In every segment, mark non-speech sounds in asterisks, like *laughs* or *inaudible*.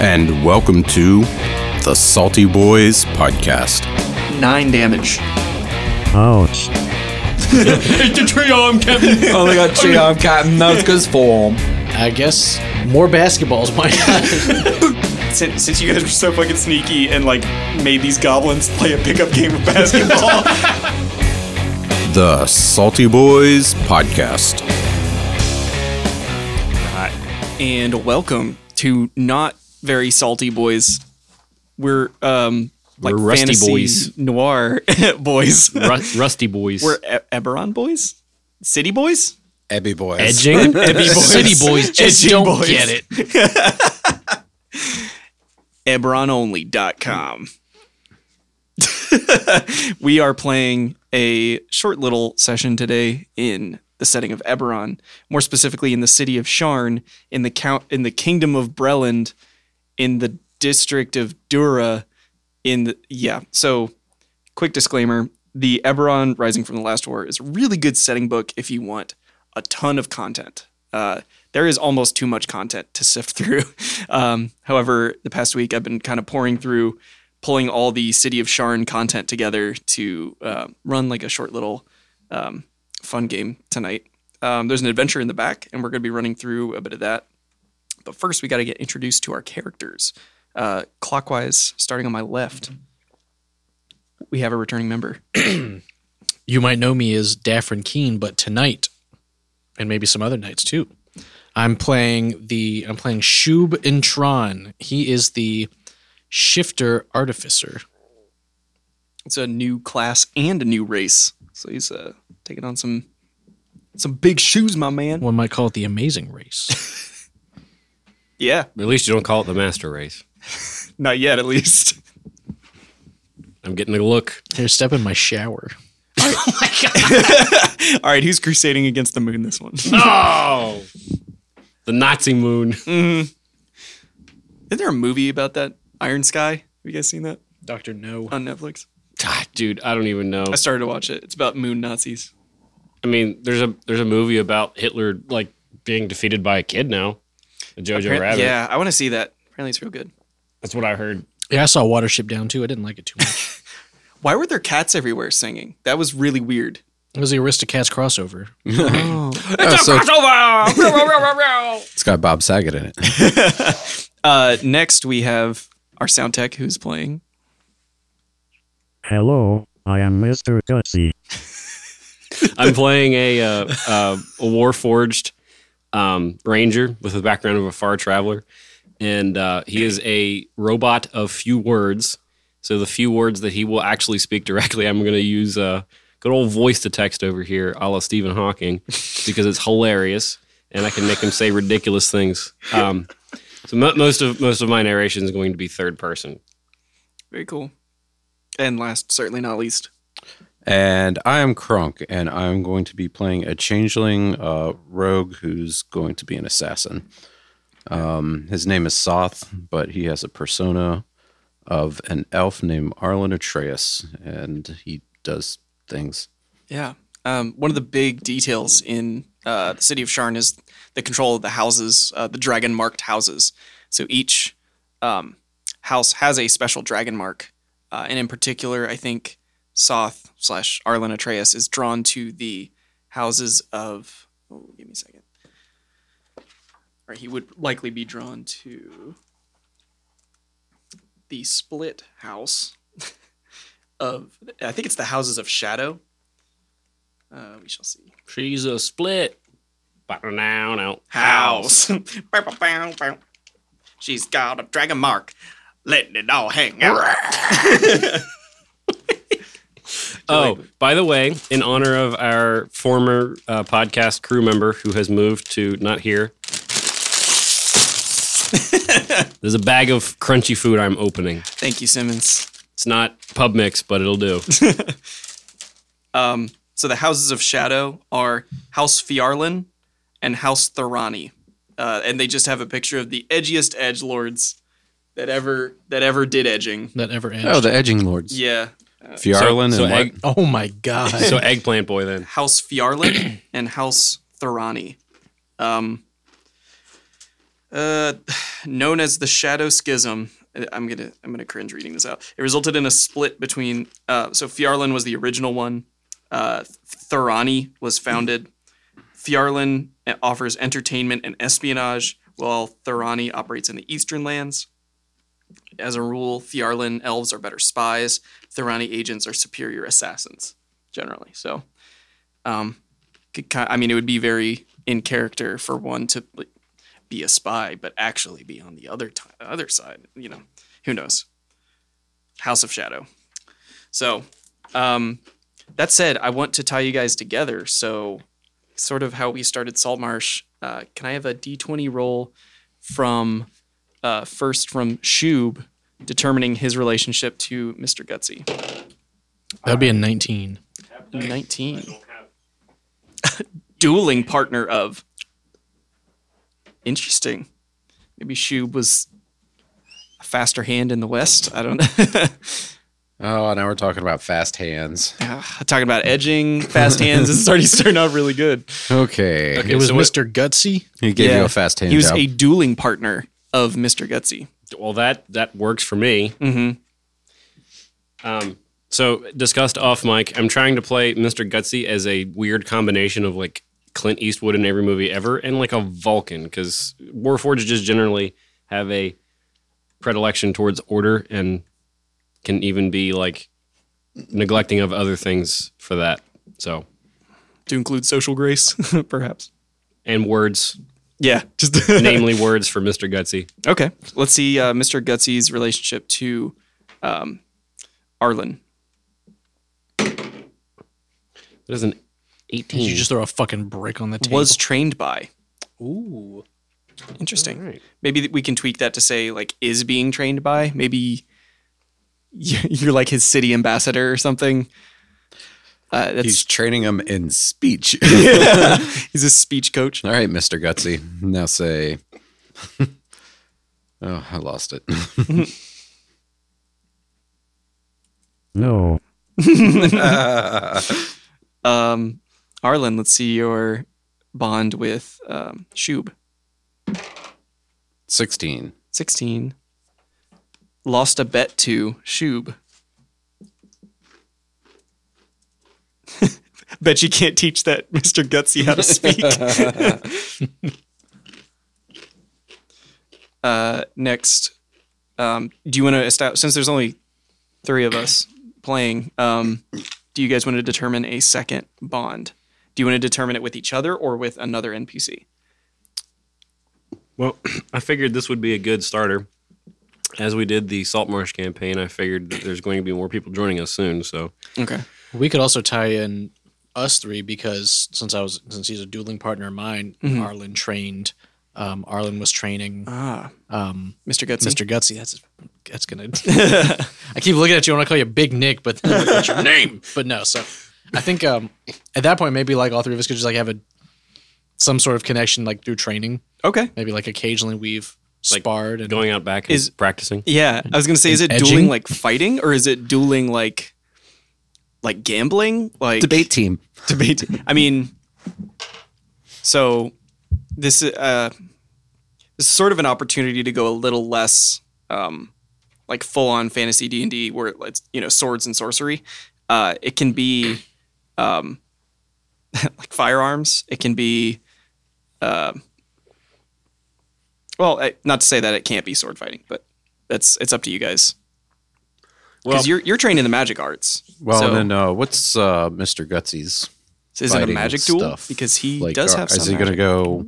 and welcome to the Salty Boys Podcast. Nine damage. Oh, Ouch. It's the tree arm, *laughs* Kevin. Oh my god, tree arm captain, no, it's good form. I guess *laughs* more basketballs. Why not? Since, since you guys were so fucking sneaky and like made these goblins play a pickup game of basketball, The Salty Boys Podcast. *laughs* and welcome to not very salty boys. We're um like We're rusty fantasy boys. noir *laughs* boys. Ru- Rusty boys. We're e- Eberron boys, city boys. Ebby boys. *laughs* *laughs* edging. boys. City boys just Edging don't boys. get it. EbronOnly.com. *laughs* we are playing a short little session today in the setting of Eberron, more specifically in the city of Sharn, in the count in the kingdom of Breland, in the district of Dura, in the yeah. So, quick disclaimer: the Eberron Rising from the Last War is a really good setting book if you want a ton of content. Uh, there is almost too much content to sift *laughs* through. Um, however, the past week I've been kind of pouring through, pulling all the City of Sharn content together to uh, run like a short little um, fun game tonight. Um, there's an adventure in the back, and we're going to be running through a bit of that. But first, we got to get introduced to our characters. Uh, clockwise, starting on my left, we have a returning member. You might know me as Daffrin Keen, but tonight, and maybe some other nights too, I'm playing the I'm playing Shub Intron. He is the shifter artificer. it's a new class and a new race. So he's uh, taking on some some big shoes, my man. One might call it the amazing race. Yeah, At least you don't call it the master race. not yet, at least. *laughs* I'm getting a look. Here, step in my shower. All right, who's crusading against the moon this one? *laughs* Isn't Oh, the Nazi *laughs* moon. there a movie about that? Iron Sky. Have you guys seen that Doctor No. on Netflix? God, Ah, dude, I don't even know. I started to watch it. It's about moon Nazis. I mean, there's a there's a movie about Hitler like being defeated by a kid now. A Jojo Appar- Rabbit. Yeah, I want to see that. Apparently, it's real good. That's what I heard. Yeah, I saw Watership Down too. I didn't like it too much. Why were there cats everywhere singing? That was really weird. It was the Aristocats crossover. Oh, so *laughs* it's got Bob Saget in it. Uh, next, we have our sound tech who's playing. Hello, I am Mr. Gutsy. I'm playing a uh, uh, a warforged um, ranger with the background of a far traveler, and uh, he is a robot of few words. So the few words that he will actually speak directly, I'm going to use uh, good old voice to text over here, a la Stephen Hawking, because it's hilarious, and I can make him say ridiculous things. Um, so mo- most of most of my narration is going to be third person. Very cool. And last, certainly not least, And I am Kronk, and I'm going to be playing a changeling uh, rogue who's going to be an assassin. Um, his name is Soth, but he has a persona of an elf named Arlen Atreus, and he does things. Yeah. Um, one of the big details in uh, the city of Sharn is the control of the houses, uh, the dragon marked houses. So each um, house has a special dragon mark. Uh, and in particular, I think Soth slash Arlen Atreus is drawn to the houses of. Oh, give me a second. Or he would likely be drawn to the split house *laughs* of. I think it's the houses of Shadow. Uh, we shall see. She's a split. Bow, now, now. House. *laughs* Bow, bow, bow, bow. She's got a dragon mark. Letting it all hang out. Oh, by the way, in honor of our former uh, podcast crew member who has moved to not here, there's a bag of crunchy food I'm opening. *laughs* Thank you, Simmons. It's not pub mix, but it'll do. Um, so the houses of shadow are House Fiarlin and House Thorani. Uh, and they just have a picture of the edgiest edge lords that ever that ever did edging. That ever ends. Oh, the Edging Lords. Yeah. Fjarlin so and what? egg- oh my god. so eggplant boy then. House Fiarlin and House Thorani. Um, uh, known as the Shadow Schism. uh, I'm gonna I'm gonna cringe reading this out. It resulted in a split between uh, so Fjarlin was the original one. Uh, Thorani was founded. Fjarlin offers entertainment and espionage, while Thorani operates in the Eastern lands. As a rule, Fjarlin elves are better spies. Thorani agents are superior assassins, generally. So, um, could ki- I mean, it would be very in character for one to like, be a spy, but actually be on the other t- other side. You know, who knows? House of Shadow. So, um, that said, I want to tie you guys together. So, sort of how we started Saltmarsh. Uh, can I have a D20 roll from uh, first from Shub, determining his relationship to Mr. Gutsy? That'd be a 19. 19. *laughs* Dueling partner of. Interesting. Maybe Shub was a faster hand in the West. I don't know. *laughs* Oh, now we're talking about fast hands. Ah, Talking about edging, fast hands. This is already starting out really good. Okay. it was so what- Mr. Gutsy. He gave you Yeah. a fast hand. He was job. a dueling partner of Mr. Gutsy. Well, that that works for me. Mm-hmm. Um, so discussed off mic. I'm trying to play Mr. Gutsy as a weird combination of like Clint Eastwood in every movie ever and like a Vulcan because Warforged just generally have a predilection towards order and can even be like neglecting of other things for that. So To include social grace, *laughs* perhaps. and words, Yeah, just *laughs* namely words for Mr. Gutsy. Okay, let's see uh, Mr. Gutsy's relationship to um, Arlen. There's an 18. Did you just throw a fucking brick on the table? Was trained by. Ooh. Interesting. Alright. Maybe that we can tweak that to say like is being trained by. Maybe you- *laughs* you're like his city ambassador or something. Uh, that's He's training him in *laughs* speech. he's a speech *laughs* coach. All right, Mr. Gutsy. Now say. *laughs* oh, I lost it. *laughs* No. Um, Arlen, let's see your bond with um, Shub. 16. Sixteen. Lost a bet to Shub. *laughs* Bet you can't teach that Mr. Gutsy how to speak. *laughs* uh, next, um, do you want to establish? Since there's only three of us playing, um, do you guys want to determine a second bond? Do you want to determine it with each other or with another NPC? Well, *clears throat* I figured this would be a good starter. As we did the Saltmarsh campaign, I figured that there's going to be more people joining us soon. So Okay. We could also tie in us three because since I was since he's a dueling partner of mine, Arlen trained. Um, Arlen was training Ah, um, Mr. Gutsy. Mr. Gutsy. That's that's gonna. *laughs* I keep looking at you. I want to call you Big Nick, but *laughs* then I'm like, what's your name? But no. So I think um, at that point maybe like all three of us could just like have a some sort of connection like through training. *laughs* Okay. Maybe like occasionally we've Like, sparred and going out back and Is- practicing. Yeah, I was gonna say, is it edging? dueling like fighting, or is it dueling like like gambling, like Debate team. *laughs* Debate. I mean, so this uh, this is sort of an opportunity to go a little less um, like full on fantasy D and D, where it's you know swords and sorcery. Uh, it can be um, *laughs* like firearms. It can be. Uh, well, I, not to say that it can't be sword fighting, but that's it's up to you guys. Because Well- you're you're trained in the magic arts. Well, so- then uh, what's uh, Mr. Gutsy's? So is it a fighting magic duel? stuff. Because he Like, does are- have some. Is he going to go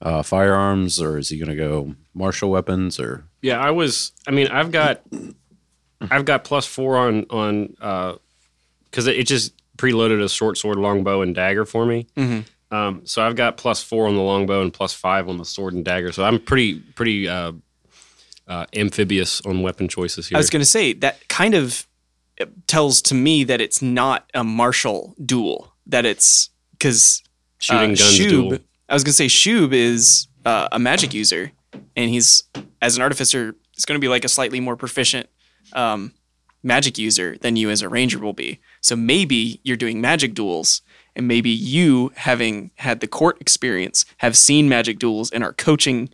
uh, firearms or is he going to go martial weapons or. Yeah, I was. I mean, I've got, I've got plus four on on uh, because it, it just preloaded a short sword, longbow, and dagger for me. Mhm. Um, so I've got plus four on the longbow and plus five on the sword and dagger. So I'm pretty pretty uh, uh, amphibious on weapon choices here. I was going to say that kind of uh, tells to me that it's not a martial duel. That it's because Shooting guns duel. Uh, I was going to say Shub is uh, a magic user, and he's as an artificer, it's going to be like a slightly more proficient um, magic user than you as a ranger will be. So maybe you're doing magic duels, and maybe you, having had the court experience, have seen magic duels and are coaching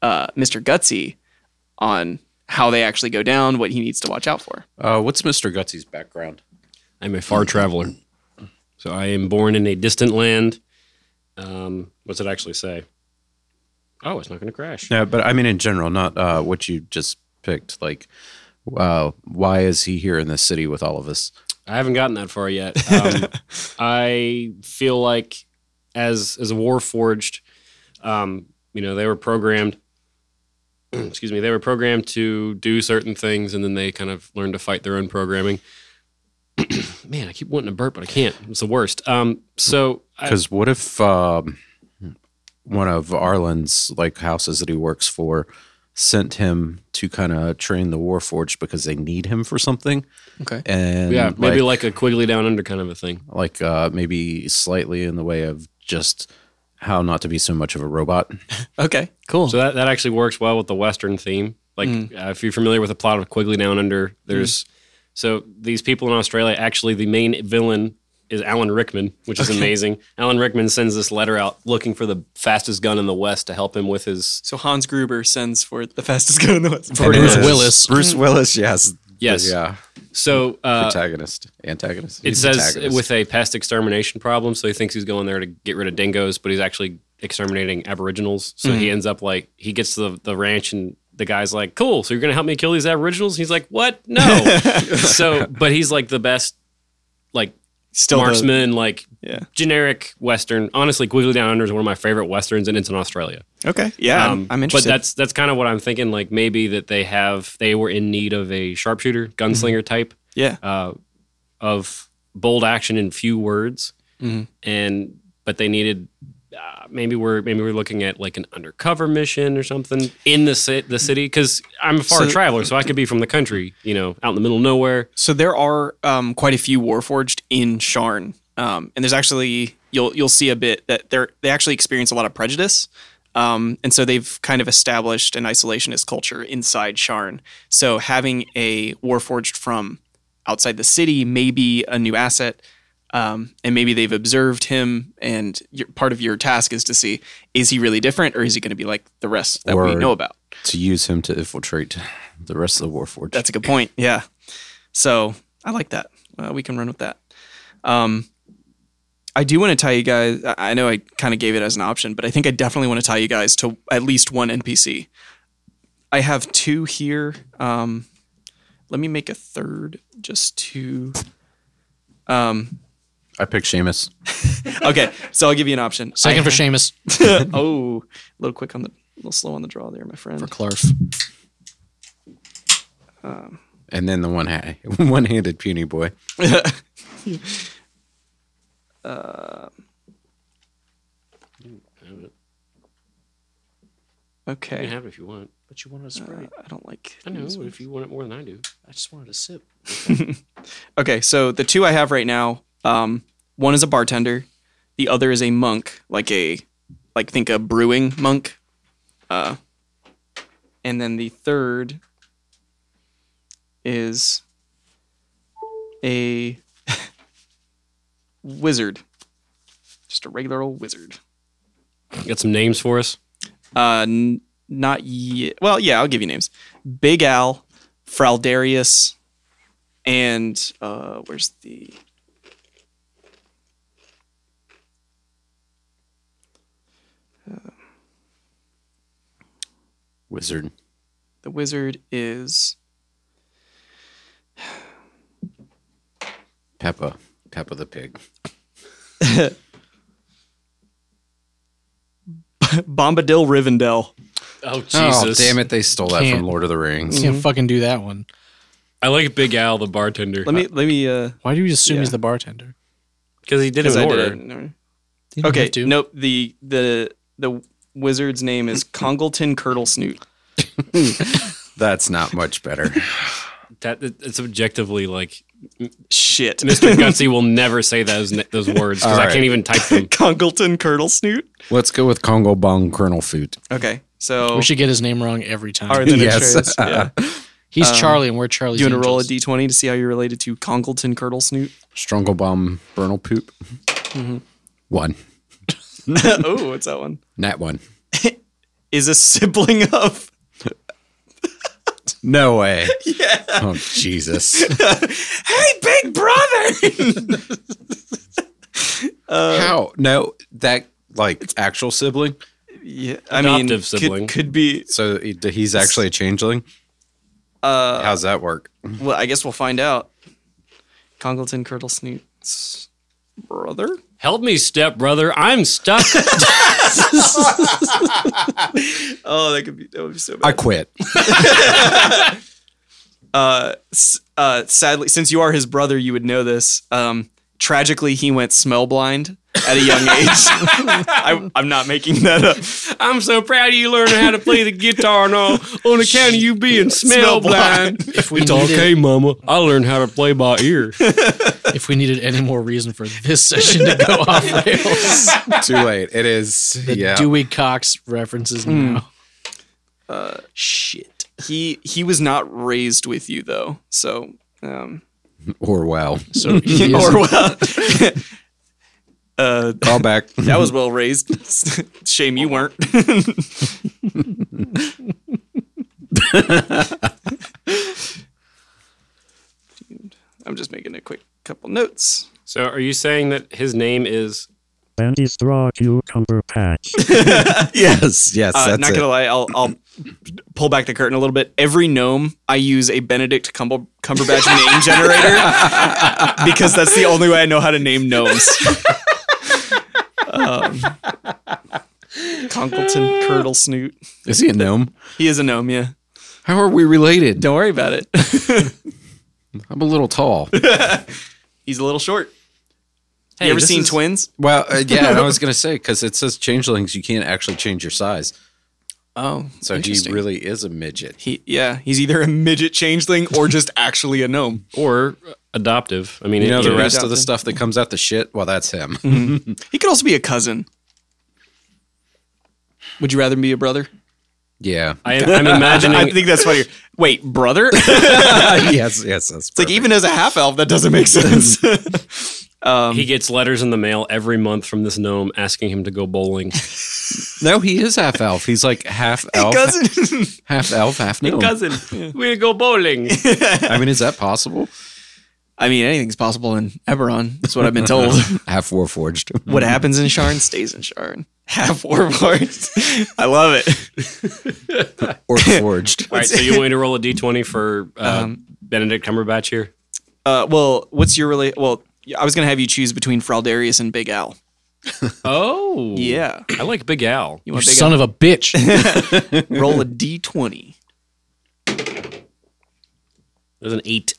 uh, Mr. Gutsy on how they actually go down, what he needs to watch out for. Uh, what's Mr. Gutsy's background? I'm a far traveler. So I am born in a distant land. Um, what's it actually say? Oh, it's not going to crash. Yeah, but I mean in general, not uh, what you just picked. Like, uh, why is he here in this city with all of us? I haven't gotten that far yet. Um, I feel like as as a war forged, um, you know, they were programmed. *clears throat* excuse me, they were programmed to do certain things, and then they kind of learned to fight their own programming. *clears throat* Man, I keep wanting to burp, but I can't. It's the worst. Um, so I, Because what if um, one of Arlen's like houses that he works for sent him to kind of train the Warforged because they need him for something? Okay. and yeah, maybe like, a Quigley Down Under kind of a thing. like uh, maybe slightly in the way of just how not to be so much of a robot. Okay, cool. So that, that actually works well with the Western theme. Like, uh, if you're familiar with the plot of Quigley Down Under, there's so these people in Australia actually, the main villain is Alan Rickman, which is amazing. Alan Rickman sends this letter out looking for the fastest gun in the West to help him with his. so Hans Gruber sends for the fastest gun in the West. And Bruce it is Willis. Bruce Willis, yes. Yes. Yeah. So uh, Protagonist. Antagonist. it He's says antagonist. with a pest extermination problem. So he thinks he's going there to get rid of dingoes, but he's actually exterminating aboriginals. So Mm-hmm. he ends up like, he gets to the, the ranch and the guy's like, cool. So you're going to help me kill these aboriginals? He's like, what? *laughs* No. so, but he's like the best, like, Still the- marksman, like Yeah. generic Western. Honestly, Quigley Down Under is one of my favorite Westerns, and it's in Australia. Okay. Yeah, I'm- Um, I'm, interested. But that's that's kind of what I'm thinking. Like maybe that they have they were in need of a sharpshooter, gunslinger Mm-hmm. type yeah. uh, of bold action in few words, Mhm. and but they needed. Uh, maybe we're maybe we're looking at like an undercover mission or something in the ci- the city because I'm a far So- traveler, so I could be from the country, you know, out in the middle of nowhere. So there are um, quite a few Warforged in Sharn, um, and there's actually you'll you'll see a bit that they are they actually experience a lot of prejudice, um, and so they've kind of established an isolationist culture inside Sharn. So having a Warforged from outside the city may be a new asset. Um, and maybe they've observed him, and your, part of your task is to see is he really different, or is he going to be like the rest that we Word. know about? to use him to infiltrate the rest of the Warforged. That's a good point. Yeah. So I like that. Uh, we can run with that. Um, I do want to tell you guys. I I know I kind of gave it as an option, but I think I definitely want to tell you guys to at least one NPC. I have two here. Um, let me make a third just to. Um, I picked Seamus. okay, so I'll give you an option. Second for *laughs* Seamus *laughs* oh, a little quick on the, a little slow on the draw there, my friend. for Clarf. And then the one ha- *laughs* one handed puny boy. You Okay, Uh, can have it if you want. But you wanted a sprite. I don't like. I know if you want it more than I do. I just wanted a sip. Okay, so the two I have right now, um, one is a bartender, the other is a monk, like a like think a brewing monk. Uh, and then the third is a *laughs* wizard. Just a regular old wizard. Got some names for us. Uh, n- not yet. Well, yeah, I'll give you names. Big Al, Fraldarius, and uh, where's the Wizard. the wizard is Peppa. Peppa the pig. *laughs* Bombadil Rivendell. Oh Oh, damn it. They stole that Can't. from Lord of the Rings. Can't fucking do that one. I like Big Al, the bartender, Let me let me uh Why do you assume he's Yeah. the bartender? because Uh, he did it because in I order. did it. No. You don't Okay, have to. nope. The the the wizard's name *laughs* is Congleton Curdle Snoot. That's not much better. That it- it's objectively like Shit. *laughs* Mr. Gutsy will never say those ne- those words because I Alright. can't even type them. Congleton Curdle Snoot. *laughs* Let's go with Congo Bong Colonel Foot. Okay. So We should get his name wrong every time. Oh. all right, then it Yes. shows. *laughs* Yeah. he's Charlie and we're Charlie's Do you want to roll a Angels. D twenty to see how you're related to Congleton Curdle *laughs* Snoot? Strungle Bomb Bernal Poop. One. oh, what's that one? Nat one. is a sibling *laughs* of. No way. *laughs* yeah. Oh *laughs* Jesus. Hey, big brother! How? No, that like actual sibling. *laughs* yeah, I mean, Adoptive could- sibling. Could, be. So he- he's actually a changeling. Uh, How's that work? well, I guess we'll find out. Congleton Curdle Snoot's brother? Help me, step brother. I'm stuck. *laughs* Oh, that could be. That would be so bad. I quit. uh, s- uh, sadly, since you are his brother, you would know this. Um, tragically, he went smell blind at a *laughs* young age. I, I'm not making that up. I'm so proud of you learning how to play the guitar and all on account of you being smell blind. If we It's needed, okay, mama. I learned how to play by ear. if we needed any more reason for this session to go *laughs* off rails, Too late. It is. the yeah. Dewey Cox references Hmm. *laughs* now. Shit. He he was not raised with you though, so um, or wow. So he is- or well, uh, Call back. that was well raised. *laughs* Shame you weren't. I'm just making a quick couple notes. So, are you saying that his name is? Andy Straw Cucumber Patch. yes. Yes. Uh, that's not it. gonna lie, I'll, I'll pull back the curtain a little bit. Every gnome, I use a Benedict Cumber- Cumberbatch name generator *laughs* because that's the only way I know how to name gnomes. um, Conkleton Curdle Snoot. Is he a gnome? He is a gnome, yeah. How are we related? Don't worry about it. *laughs* I'm a little tall. He's a little short. you ever this seen is- twins? well, uh, yeah. I was gonna say because it says changelings, you can't actually change your size. Oh, So he really is a midget. He, yeah, he's either a midget changeling or just *laughs* actually a gnome. Or adoptive. I mean, You know the either- rest of the stuff that comes out the shit. Well, that's him. He could also be a cousin. Would you rather be a brother? *laughs* *laughs* yeah. I, am I'm imagining. *laughs* I think that's funnier. Wait, brother? *laughs* *laughs* it's yes. Yes. That's like even as a half elf, that doesn't make *laughs* sense. he gets letters in the mail every month from this gnome asking him to go bowling. No, he is half elf. He's like half elf, cousin, *laughs* half elf, half gnome. Cousin, we go bowling. I mean, is that possible? I mean, anything's possible in Eberron. That's what I've been *laughs* told. Half *laughs* warforged. what happens in Sharn stays in Sharn. Half warlords. *laughs* I love it. or forged. *laughs* All right, so you want me to roll a d20 for uh, Um, Benedict Cumberbatch here? Uh, well, what's your really? Well, I was gonna have you choose between Fraldarius and Big Al. Oh, Yeah, I like Big Al. you you want Big son of *laughs* a bitch. Al? *laughs* Roll a d twenty. There's an eight.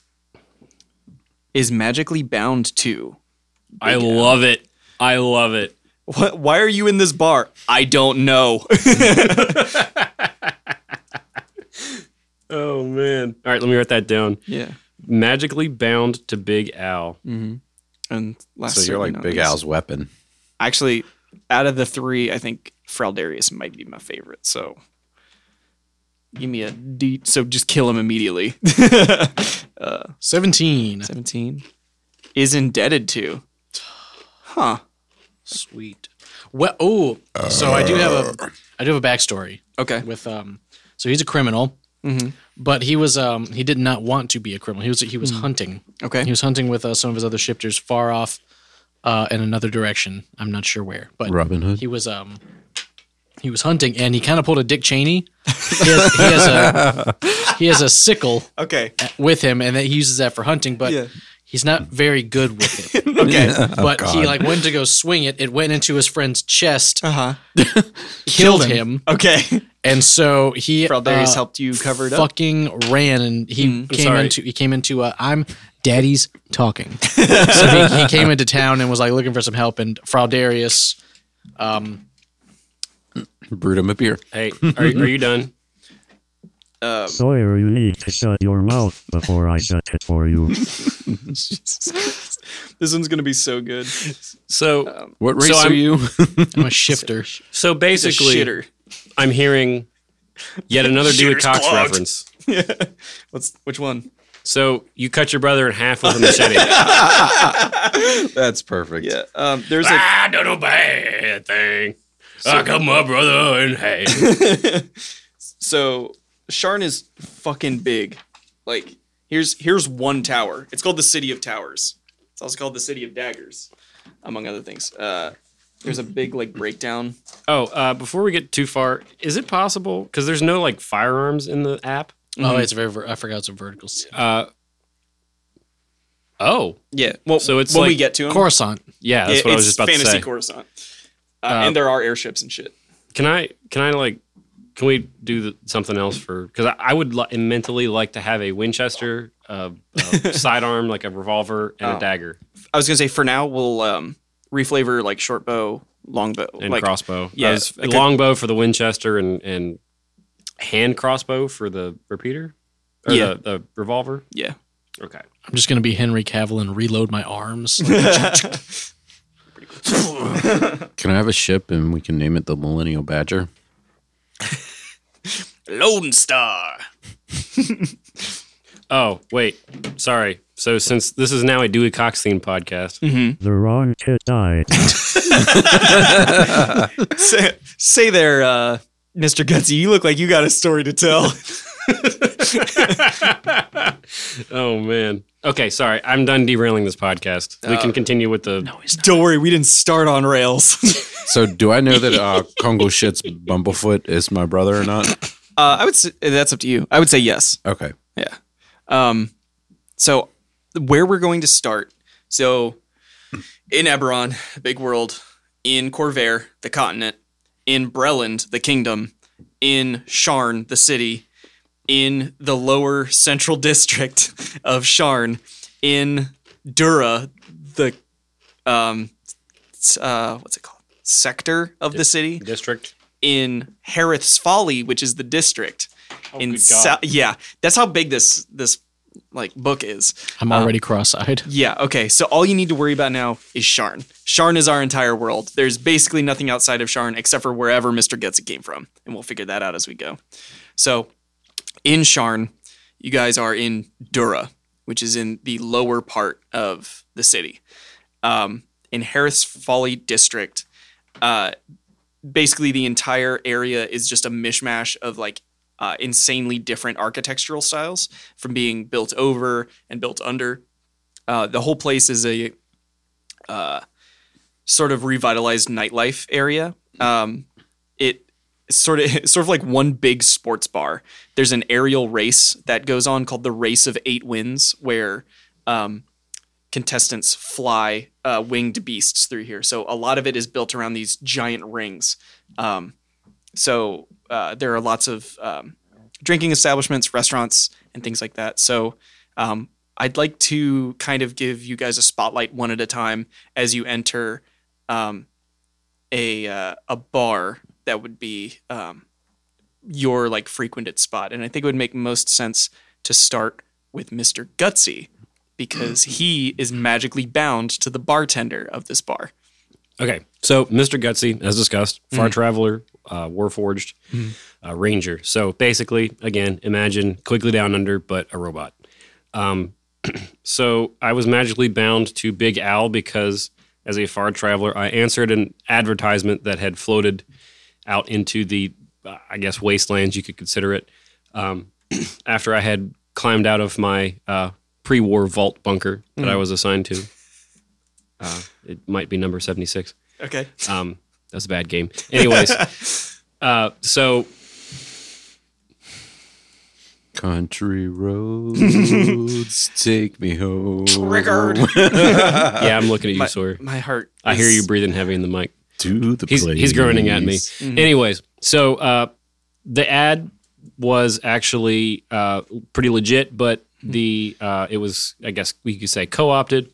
Is magically bound to. I love it. I love it. What, why are you in this bar? I don't know. Oh man! All right, let me write that down. *laughs* yeah, Magically bound to Big Al. and last *laughs* So you're certainly like not Big least. Al's weapon. actually out of the three i think Fraldarius might be my favorite so give me a d so just kill him immediately *laughs* 17. 17 is indebted to huh Sweet. Well, oh, so I do have a, I do have a backstory okay with um. So he's a criminal, Mhm. but he was um he did not want to be a criminal. He was he was hunting. Hmm. He okay was hunting with uh, some of his other shifters far off, uh, in another direction. I'm not sure where, but Robin Hood. he was um he was hunting and he kind of pulled a Dick Cheney. He has, he has a he has a sickle okay with him, and that he uses that for hunting, but. Yeah. He's not very good with it, *laughs* okay but he like went to go swing it. It went into his friend's chest, uh-huh killed him, okay *laughs* and so he Fraldarius uh, helped you cover it up Mm-hmm. fucking ran and he came sorry. into he came into uh, I'm daddy's talking. so he, *laughs* he came into town and was like looking for some help and Fraudarius um Brewed him a beer. Hey, are, you- are you done? Uh, Sawyer, you need to shut your mouth before I shut it for you. this one's gonna be so *laughs* good *laughs* So, Um, What So race are I'm- you? I'm a shifter. so the basically, shitter I'm hearing yet another Dewey Cox reference. *laughs* what's which one So you cut your brother in half with a *laughs* machete. That's perfect. yeah um there's a I don't know Ah, bad thing. I got my brother and hey. *laughs* So Sharn is fucking big. Like here's here's one tower. It's called the City of Towers. It's also called the City of Daggers, among other things. Uh, there's a big like breakdown. *laughs* Oh, uh, before we get too far, is it possible? Because there's no like firearms in the app. Mm-hmm. Oh, it's very. ver- I forgot it's a vertical. s- Uh, oh, Yeah. Well, So it's when we like get to him. Coruscant. yeah, that's it- what I was it's just about to fantasy say. Coruscant. Uh, Uh, and there are airships and shit. can I? Can I like? Can we do the, something else for? Because I, I would li- mentally like to have a Winchester, uh, *laughs* uh, sidearm, like a revolver and Oh. a dagger I was gonna say for now we'll um, reflavor like short bow, long bow, and like crossbow. yeah, Yeah, was, like a- longbow for the Winchester and and hand crossbow for the repeater or Yeah. the, the revolver. yeah. Okay. I'm just gonna be Henry Cavill and reload my *laughs* arms. Like, Can I have a ship and we can name it the Millennial Badger? Lone Star. Oh wait, sorry. So since this is now a Dewey Cox themed podcast, *laughs* The wrong kid died. say, say there, uh, Mr. Gutsy, you look like you got a story to tell. *laughs* oh man. Okay, sorry. I'm done derailing this podcast. we Uh, can continue with the. Don't worry, we didn't start on rails. *laughs* So, do I know that uh, Congo Shit's Bumblefoot is my brother or not? uh, I would say that's up to you. I would say yes. Okay. Yeah. Um, so where we're going to start. So in Eberron, big world, in Corvair, the continent, in Breland, the kingdom, in Sharn, the city, in the lower central *laughs* district of Sharn, in Dura, the um s- uh what's it called? Sector of the city District. in Harith's Folly, which is the district. in good Sa- yeah, that's how big this this like book is. I'm already Ah. cross-eyed. *laughs* Yeah, okay. So all you need to worry about now is Sharn. Sharn is our entire world. There's basically nothing outside of Sharn except for wherever Mr. Getz came from, and we'll figure that out as we go. So in Sharn, you guys are in Dura, which is in the lower part of the city. Um, in Harris Folly District, uh, basically the entire area is just a mishmash of like uh, insanely different architectural styles from being built over and built under. Uh, the whole place is a uh, sort of revitalized nightlife area. Um, it it's sort of *laughs* it's sort of like one big sports bar. There's an aerial race that goes on called the Race of Eight Winds, where um, contestants fly uh, winged beasts through here. So a lot of it is built around these giant rings. Um, so uh, there are lots of um, drinking establishments, restaurants, and things like that. So um, I'd like to kind of give you guys a spotlight one at a time as you enter um, a uh, a bar that would be um, your like frequented spot, and I think it would make most sense to start with Mister Gutsy *clears throat* because he is magically bound to the bartender of this bar. Okay, so Mr. Gutsy, as discussed, Far Traveler, uh, Warforged, uh, Ranger. So basically, again, imagine quickly down under, but a robot. Um, *clears throat* so I was magically bound to Big Al because, as a Far Traveler, I answered an advertisement that had floated out into the, uh, I guess, wastelands, you could consider it, um, *clears throat* after I had climbed out of my uh, pre war vault bunker that I was assigned to. Uh, it might be number 76. Okay. Um, that's a bad game. Anyways, *laughs* uh, so Country roads take me home. Triggered. yeah, I'm looking at you, Sawyer. My heart. I hear is- you breathing heavy in the mic. *laughs* to the He's place. he's groaning at me. Mm-hmm. Anyways, so uh, the ad was actually uh, pretty legit, but the uh, it was I guess we could say co-opted.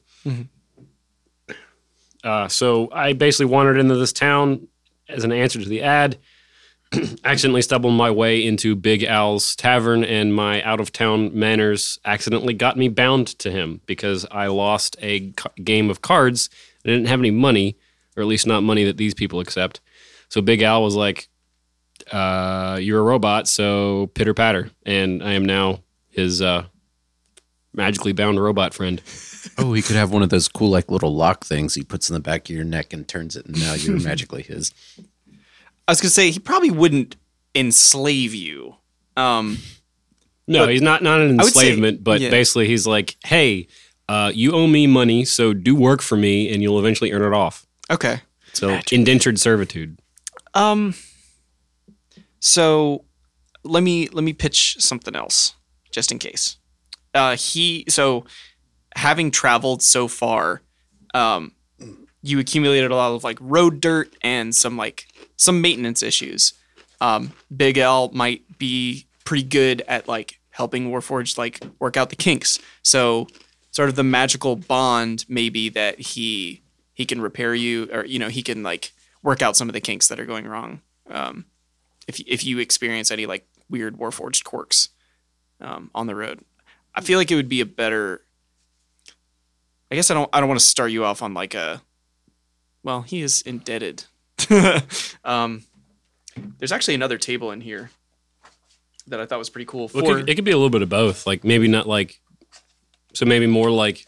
Uh, so I basically wandered into this town as an answer to the ad. *clears throat* accidentally stumbled my way into Big Al's tavern, and my out of town manners accidentally got me bound to him because I lost a ca- game of cards. I didn't have any money, or at least not money that these people accept. So Big Al was like, uh, "You're a robot, so pitter patter," and I am now his uh, magically bound robot friend. Oh, he could have one of those cool, like little lock things he puts in the back of your neck and turns it, and now you're magically his. I was gonna say he probably wouldn't enslave you. Um, No, he's not not an I would say- enslavement, but yeah. basically he's like, hey, uh, you owe me money, so do work for me, and you'll eventually earn it off. okay. So indentured servitude. Um. So, let me let me pitch something else, just in case. Uh, he so having traveled so far, um, you accumulated a lot of like road dirt and some like some maintenance issues. Um, Big L might be pretty good at like helping Warforged like work out the kinks. So, sort of the magical bond maybe that he he can repair you or you know he can like work out some of the kinks that are going wrong um, if if you experience any like weird warforged quirks um, on the road i feel like it would be a better i guess i don't i don't want to start you off on like a well he is indebted *laughs* um, there's actually another table in here that i thought was pretty cool for Well, it, could, it could be a little bit of both. Like maybe not like, so maybe more like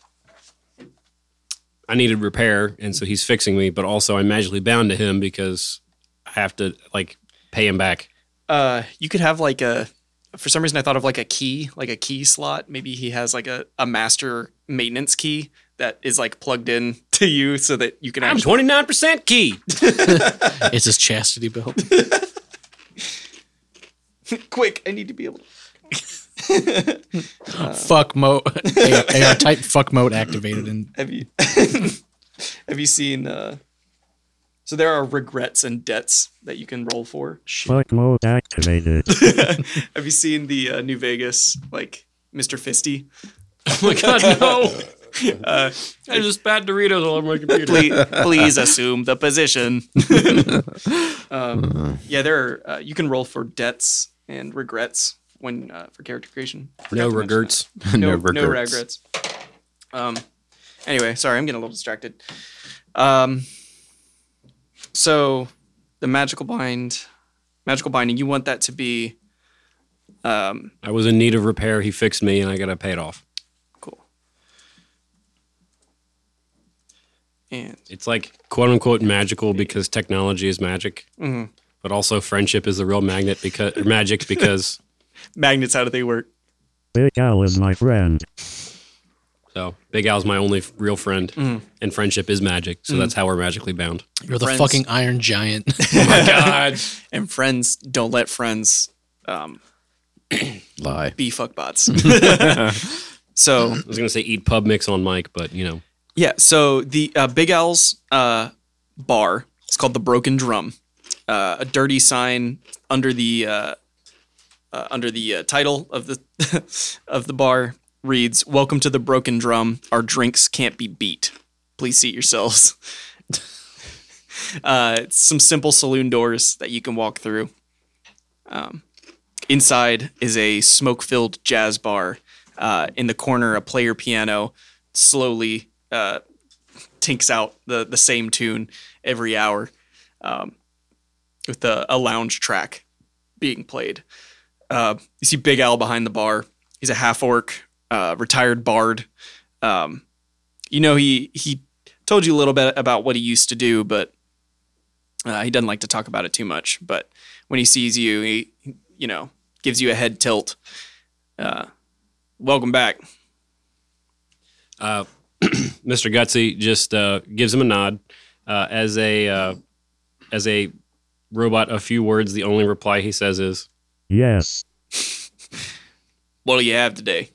I needed repair, and so he's fixing me, but also I'm magically bound to him because I have to like pay him back. Uh, you could have like a. For some reason, I thought of like a key, like a key slot. Maybe he has like a, a master maintenance key that is like plugged in *laughs* to you, so that you can. I'm Actually, 29 percent key. It's his chastity belt. quick. I need to be able. to... Ah. fuck mode. AR, AR type fuck mode activated. And Have you *laughs* have you seen? Uh, so there are regrets and debts that you can roll for. Fuck mode activated. Have you seen the uh, New Vegas like Mr. Fisty? *laughs* Uh, Oh my god, *laughs* no! There's just bad Doritos all over my computer. please, please assume the position. *laughs* um, yeah, there are, uh, you can roll for debts and regrets when uh, for character creation. Forgot to No mention regrets. that. No, no *laughs* No regrets. regrets. Um. Anyway, sorry, I'm getting a little distracted. Um. So, the magical bind, magical binding. You want that to be. Um, I was in need of repair. He fixed me, and I got to pay it off. cool. And It's like quote unquote magical because technology is magic, but also friendship is the real magnet because or magic *laughs* because magnets, how do they work? Big Al is my friend. So Big Al's my only f- real friend, and friendship is magic. So that's how we're magically bound. you're the Friends. fucking iron giant. *laughs* and friends don't let friends um, *laughs* Lie. be fuckbots. so I was gonna say eat pub mix on Mike, but you know, yeah, so the uh, Big Al's uh, bar it's called the Broken Drum. Uh, a dirty sign under the uh, uh, under the uh, title of the *laughs* of the bar reads "Welcome to the Broken Drum. Our drinks can't be beat. Please seat yourselves." *laughs* uh, it's some simple saloon doors that you can walk through. Um, Inside is a smoke filled jazz bar. Uh, in the corner, a player piano slowly uh, tinks out the, the same tune every hour um, with a, a lounge track being played. Uh, you see Big Al behind the bar. He's a half orc, uh, retired bard. Um, you know, he, he told you a little bit about what he used to do, but uh, he doesn't like to talk about it too much. But when he sees you, he, you know, gives you a head tilt. Uh, welcome back. uh, *clears throat* Mr. Gutsy just uh, gives him a nod uh, as a uh, as a robot. A few words. The only reply he says is, Yes. What do you have today?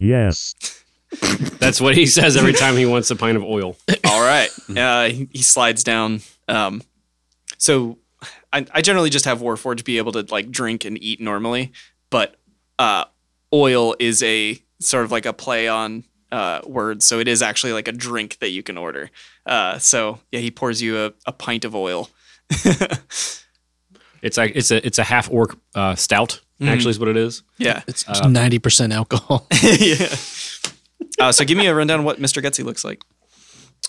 Yes. "That's what he says every time he wants a pint of oil." All right. Uh, he, he slides down. Um, so I, I generally just have Warforged be able to like drink and eat normally, but uh, oil is a sort of like a play on uh, words. So it is actually like a drink that you can order. Uh, so yeah, he pours you a, a pint of oil. It's like it's a it's a half orc uh, stout. Actually, is what it is. *laughs* Yeah. It's Uh, ninety percent alcohol. yeah. Uh, so give me a rundown of what Mr. Gutsy looks like.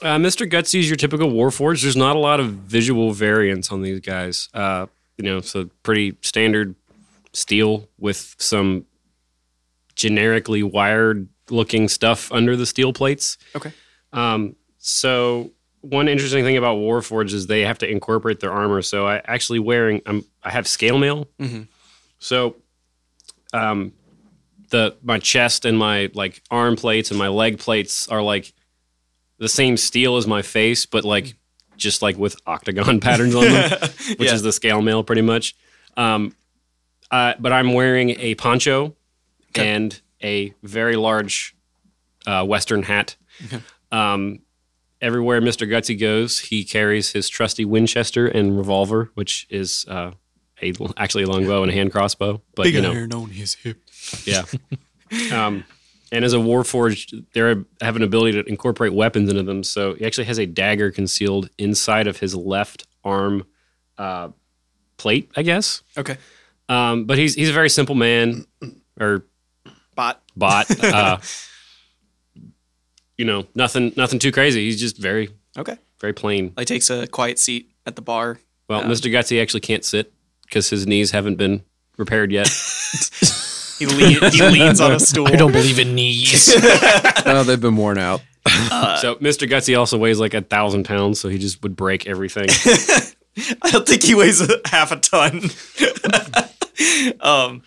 Uh, Mr. Gutsy is your typical Warforged. There's not a lot of visual variance on these guys. Uh, you know, so pretty standard steel with some generically wired looking stuff under the steel plates. Okay. Um, so one interesting thing about Warforged is they have to incorporate their armor. So I actually wearing I'm I have scale mail. *laughs* So um the my chest and my like arm plates and my leg plates are like the same steel as my face, but like just like with octagon *laughs* patterns on them, which Yeah. is the scale mail pretty much. Um uh, but I'm wearing a poncho and a very large uh, western hat. Um, everywhere Mr. Gutsy goes, he carries his trusty Winchester and revolver, which is uh, a actually a longbow and a hand crossbow. But you know, on his hip. yeah. um, and as a warforged, they are- have an ability to incorporate weapons into them. So he actually has a dagger concealed inside of his left arm uh, plate, I guess. Okay. Um, but he's he's a very simple man, or Bot. bot. Uh, you know, nothing nothing too crazy. He's just very Okay. very plain. Like takes a quiet seat at the bar. Well, Mr. Gutsy actually can't sit because his knees haven't been repaired yet. He, lean, he leans on a stool. I don't believe in *laughs* knees. Oh, they've been worn out. so Mr. Gutsy also weighs like a thousand pounds, so he just would break everything. *laughs* I don't think he weighs a, half a ton. *laughs* um,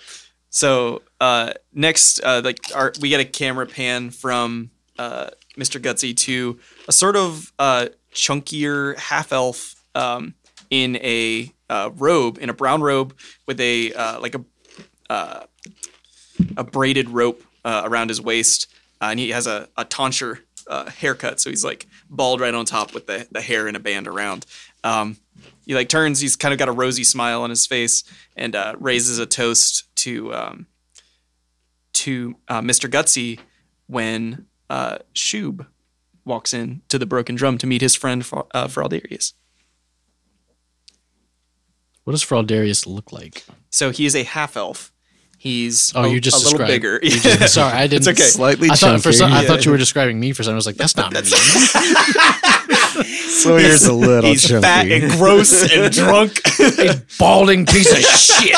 so uh, next, uh, like our, we get a camera pan from uh, Mr. Gutsy to a sort of uh, chunkier half elf um, in a uh, robe, in a brown robe with a uh, like a a braided rope uh, around his waist, uh, and he has a, a tonsure uh, haircut, so he's like bald right on top with the, the hair in a band around. Um, he like turns, he's kind of got a rosy smile on his face, and uh, raises a toast to um, to uh, Mr. Gutsy when uh, Shub walks in to the Broken Drum to meet his friend Fra- uh, Fraudarius. what does Fraudarius look like? So he is a half elf. He's Oh, a, you just a little described- bigger. *laughs* You just- sorry, I didn't. okay. Slightly I thought for chunky. some, I thought you were describing me for some. I was like, *laughs* that's not me. Sawyer's a little He's chunky. fat and gross *laughs* and drunk. Balding piece *laughs* of shit.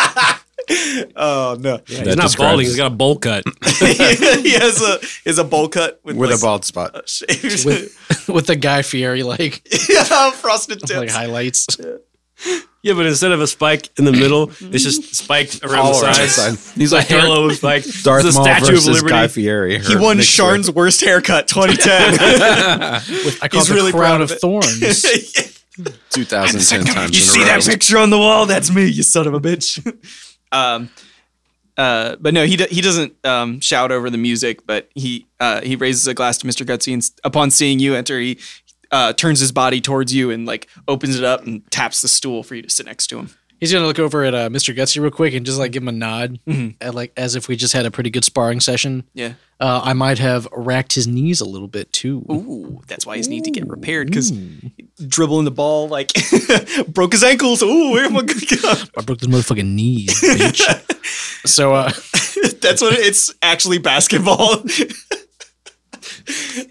*laughs* Oh no, he's not balding; he's got a bowl cut. he has a is a bowl cut with, with like, uh, a bald spot. shaved, with with the Guy Fieri like *laughs* yeah, frosted tips. like highlights. yeah, but instead of a spike in the middle, it's just spiked around All the around the sides. side. He's *laughs* like halo of spike. *laughs* Darth the Maul Statue of versus Liberty. Guy Fieri. he won Sharn's worst haircut 2010. With, I call He's it the really crown proud of, of it. *laughs* thorns. Two thousand ten times. you in a see row. that picture on the wall? That's me, you son of a bitch. *laughs* um, uh, but no, he do, he doesn't um, shout over the music, but he uh, he raises a glass to Mr. Gutsy, and s- upon seeing you enter, he uh, turns his body towards you and like opens it up and taps the stool for you to sit next to him. He's gonna look over at uh, Mr. Gutsy real quick and just like give him a nod, Mm-hmm. at, like as if we just had a pretty good sparring session. Yeah. Uh, I might have racked his knees a little bit too. Ooh, that's why his need to get repaired because dribbling the ball like *laughs* broke his ankles. Ooh, where am I gonna go? I broke this motherfucking knees, *laughs* bitch. so uh, *laughs* That's what it's actually basketball. *laughs*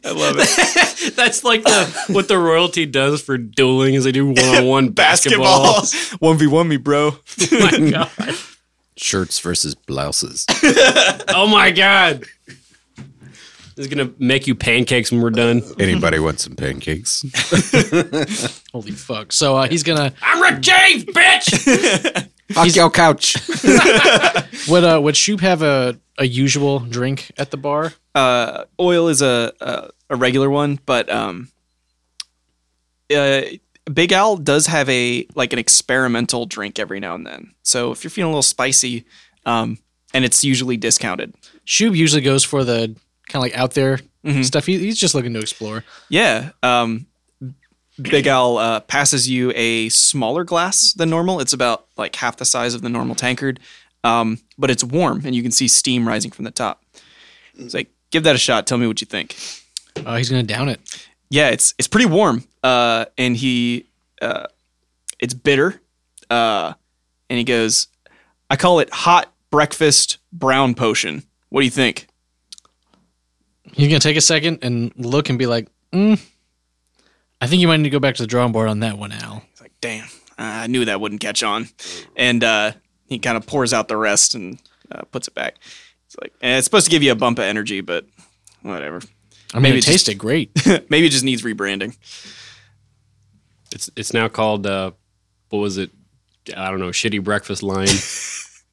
I love it. That's *laughs* like the what the royalty does for dueling is they do one on one Basketball. basketball. 1v1 me, bro. my god! Shirts versus blouses. Oh my god! This is gonna make you pancakes when we're done. *laughs* Anybody want some pancakes? holy fuck. So uh, he's gonna I'm Rick James, bitch. *laughs* Fuck your *laughs* couch. *laughs* would uh would Shoop have a a usual drink at the bar? Uh, oil is a, a a regular one, but um, uh, Big Al does have a like an experimental drink every now and then. So if you're feeling a little spicy, um, and it's usually discounted. Shoop usually goes for the kind of like out there Mm-hmm. stuff. He, he's just looking to explore. Yeah. Um, Big Al uh, passes you a smaller glass than normal. It's about like half the size of the normal tankard, um, but it's warm and you can see steam rising from the top. He's like, give that a shot. Tell me what you think. Uh, he's gonna down it. Yeah, it's it's pretty warm. Uh, and he, uh, it's bitter. Uh, and he goes, I call it hot breakfast brown potion. What do you think? He's gonna take a second and look and be like, mm, I think you might need to go back to the drawing board on that one, Al. He's like, damn, I knew that wouldn't catch on. And uh, he kind of pours out the rest and uh, puts it back. It's like, and it's supposed to give you a bump of energy, but whatever. *laughs* I mean, Maybe it just- *laughs* tasted great. Maybe it just needs rebranding. It's it's now called uh, what was it? I don't know. Shitty *laughs* breakfast line.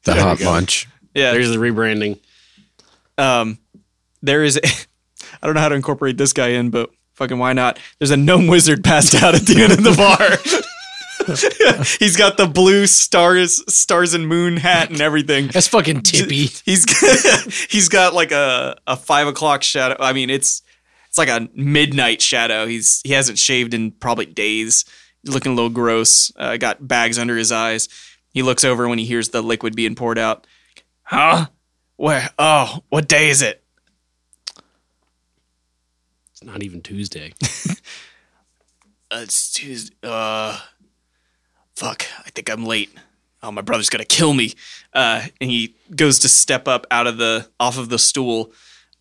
The hot lunch. Yeah. There's the rebranding. um, there is, *laughs* a, I don't know how to incorporate this guy in, but fucking why not? There's a gnome wizard passed out at the end of the bar. *laughs* He's got the blue stars, stars and moon hat and everything. That's fucking tippy. He's *laughs* he's got like a a five o'clock shadow. I mean, it's it's like a midnight shadow. He's he hasn't shaved in probably days. Looking a little gross. Uh, got bags under his eyes. He looks over when he hears the liquid being poured out. Huh? Where? Oh, what day is it? It's not *laughs* even Tuesday. Uh, it's Tuesday. Uh, fuck. I think I'm late. Oh, my brother's gonna kill me. Uh, and he goes to step up out of the off of the stool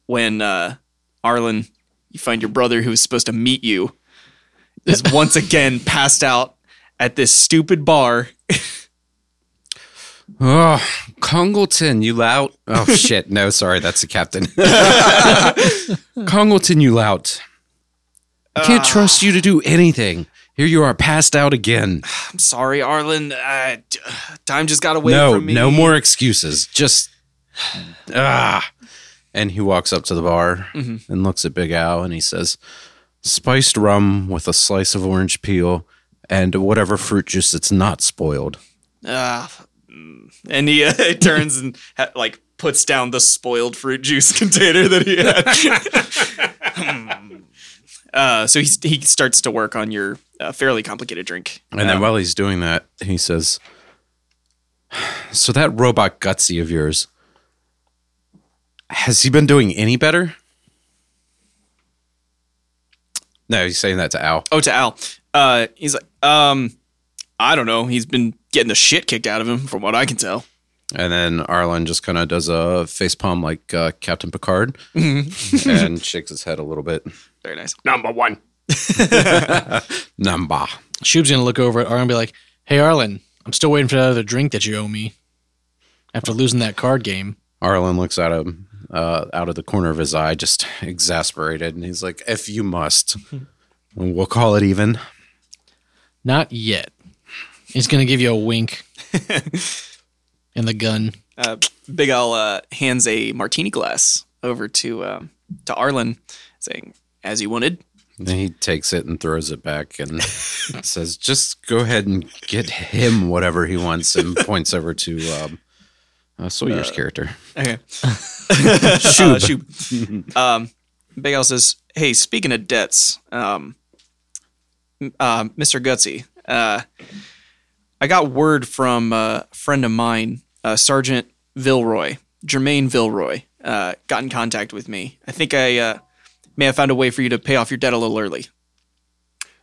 when uh, Arlen, you find your brother who was supposed to meet you, is *laughs* once again passed out at this stupid bar. Oh, Congleton, you lout. Oh, *laughs* shit. No, sorry. That's the *laughs* captain. Congleton, you lout. I can't Ah. trust you to do anything. Here you are, passed out again. I'm sorry, Arlen. Uh, t- time just got away no, from me. no more excuses. Just ah. And he walks up to the bar Mm-hmm. and looks at Big Al and he says, "Spiced rum with a slice of orange peel and whatever fruit juice that's not spoiled." Uh, and he *laughs* uh, turns and ha- like puts down the spoiled fruit juice *laughs* container that he had. *laughs* uh, so he he starts to work on your uh, fairly complicated drink. And then while he's doing that, he says, *sighs* "So that robot gutsy of yours, has he been doing any better?" No, he's saying that to Al. Oh, to Al. Uh, he's like, um, I don't know. He's been getting the shit kicked out of him, from what I can tell. And then Arlen just kind of does a face palm like uh, Captain Picard Mm-hmm. *laughs* *laughs* and shakes his head a little bit. Very nice. Number one. Namba. Shoob's gonna look over at Arlen and be like, "Hey, Arlen, I'm still waiting for that other drink that you owe me after losing that card game." Arlen looks at him uh, out of the corner of his eye, just exasperated. And he's like, if *laughs* you must, we'll call it even. Not yet. He's gonna give you a *laughs* wink and the gun. uh, Big Al uh, hands a martini glass over to um, to Arlen, saying, "As you wanted." And he takes it and throws it *laughs* back and says, just go ahead and get him whatever he *laughs* wants and points over to um, uh, Sawyer's character. Okay. Shoob. Shoob. um, Big Al says, "Hey, speaking of debts, um, m- uh, Mr. Gutsy, uh, I got word from uh, a friend of mine, uh, Sergeant Vilroy, Jermaine Vilroy, uh, got in contact with me. I think I uh, may have found a way for you to pay off your debt a little early."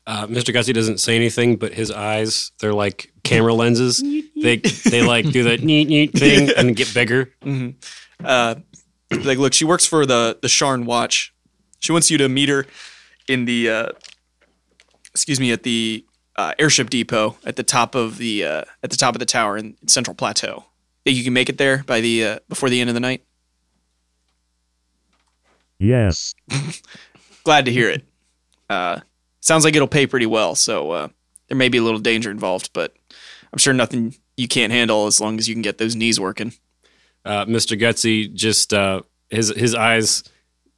Uh, Mr. Gussie doesn't say anything, but his eyes, they're like camera lenses. they they like do that neat neat thing and get bigger. Mm-hmm. Uh, like, look, she works for the the Sharn Watch. She wants you to meet her in the, uh, excuse me, at the uh, airship depot at the top of the uh, at the top of the tower in Central Plateau. Think you can make it there by the uh, before the end of the night? Yes. Glad to hear it. Uh, sounds like it'll pay pretty well, so uh, there may be a little danger involved, but I'm sure nothing you can't handle as long as you can get those knees working. Uh, Mr. Gutsy just uh, his his eyes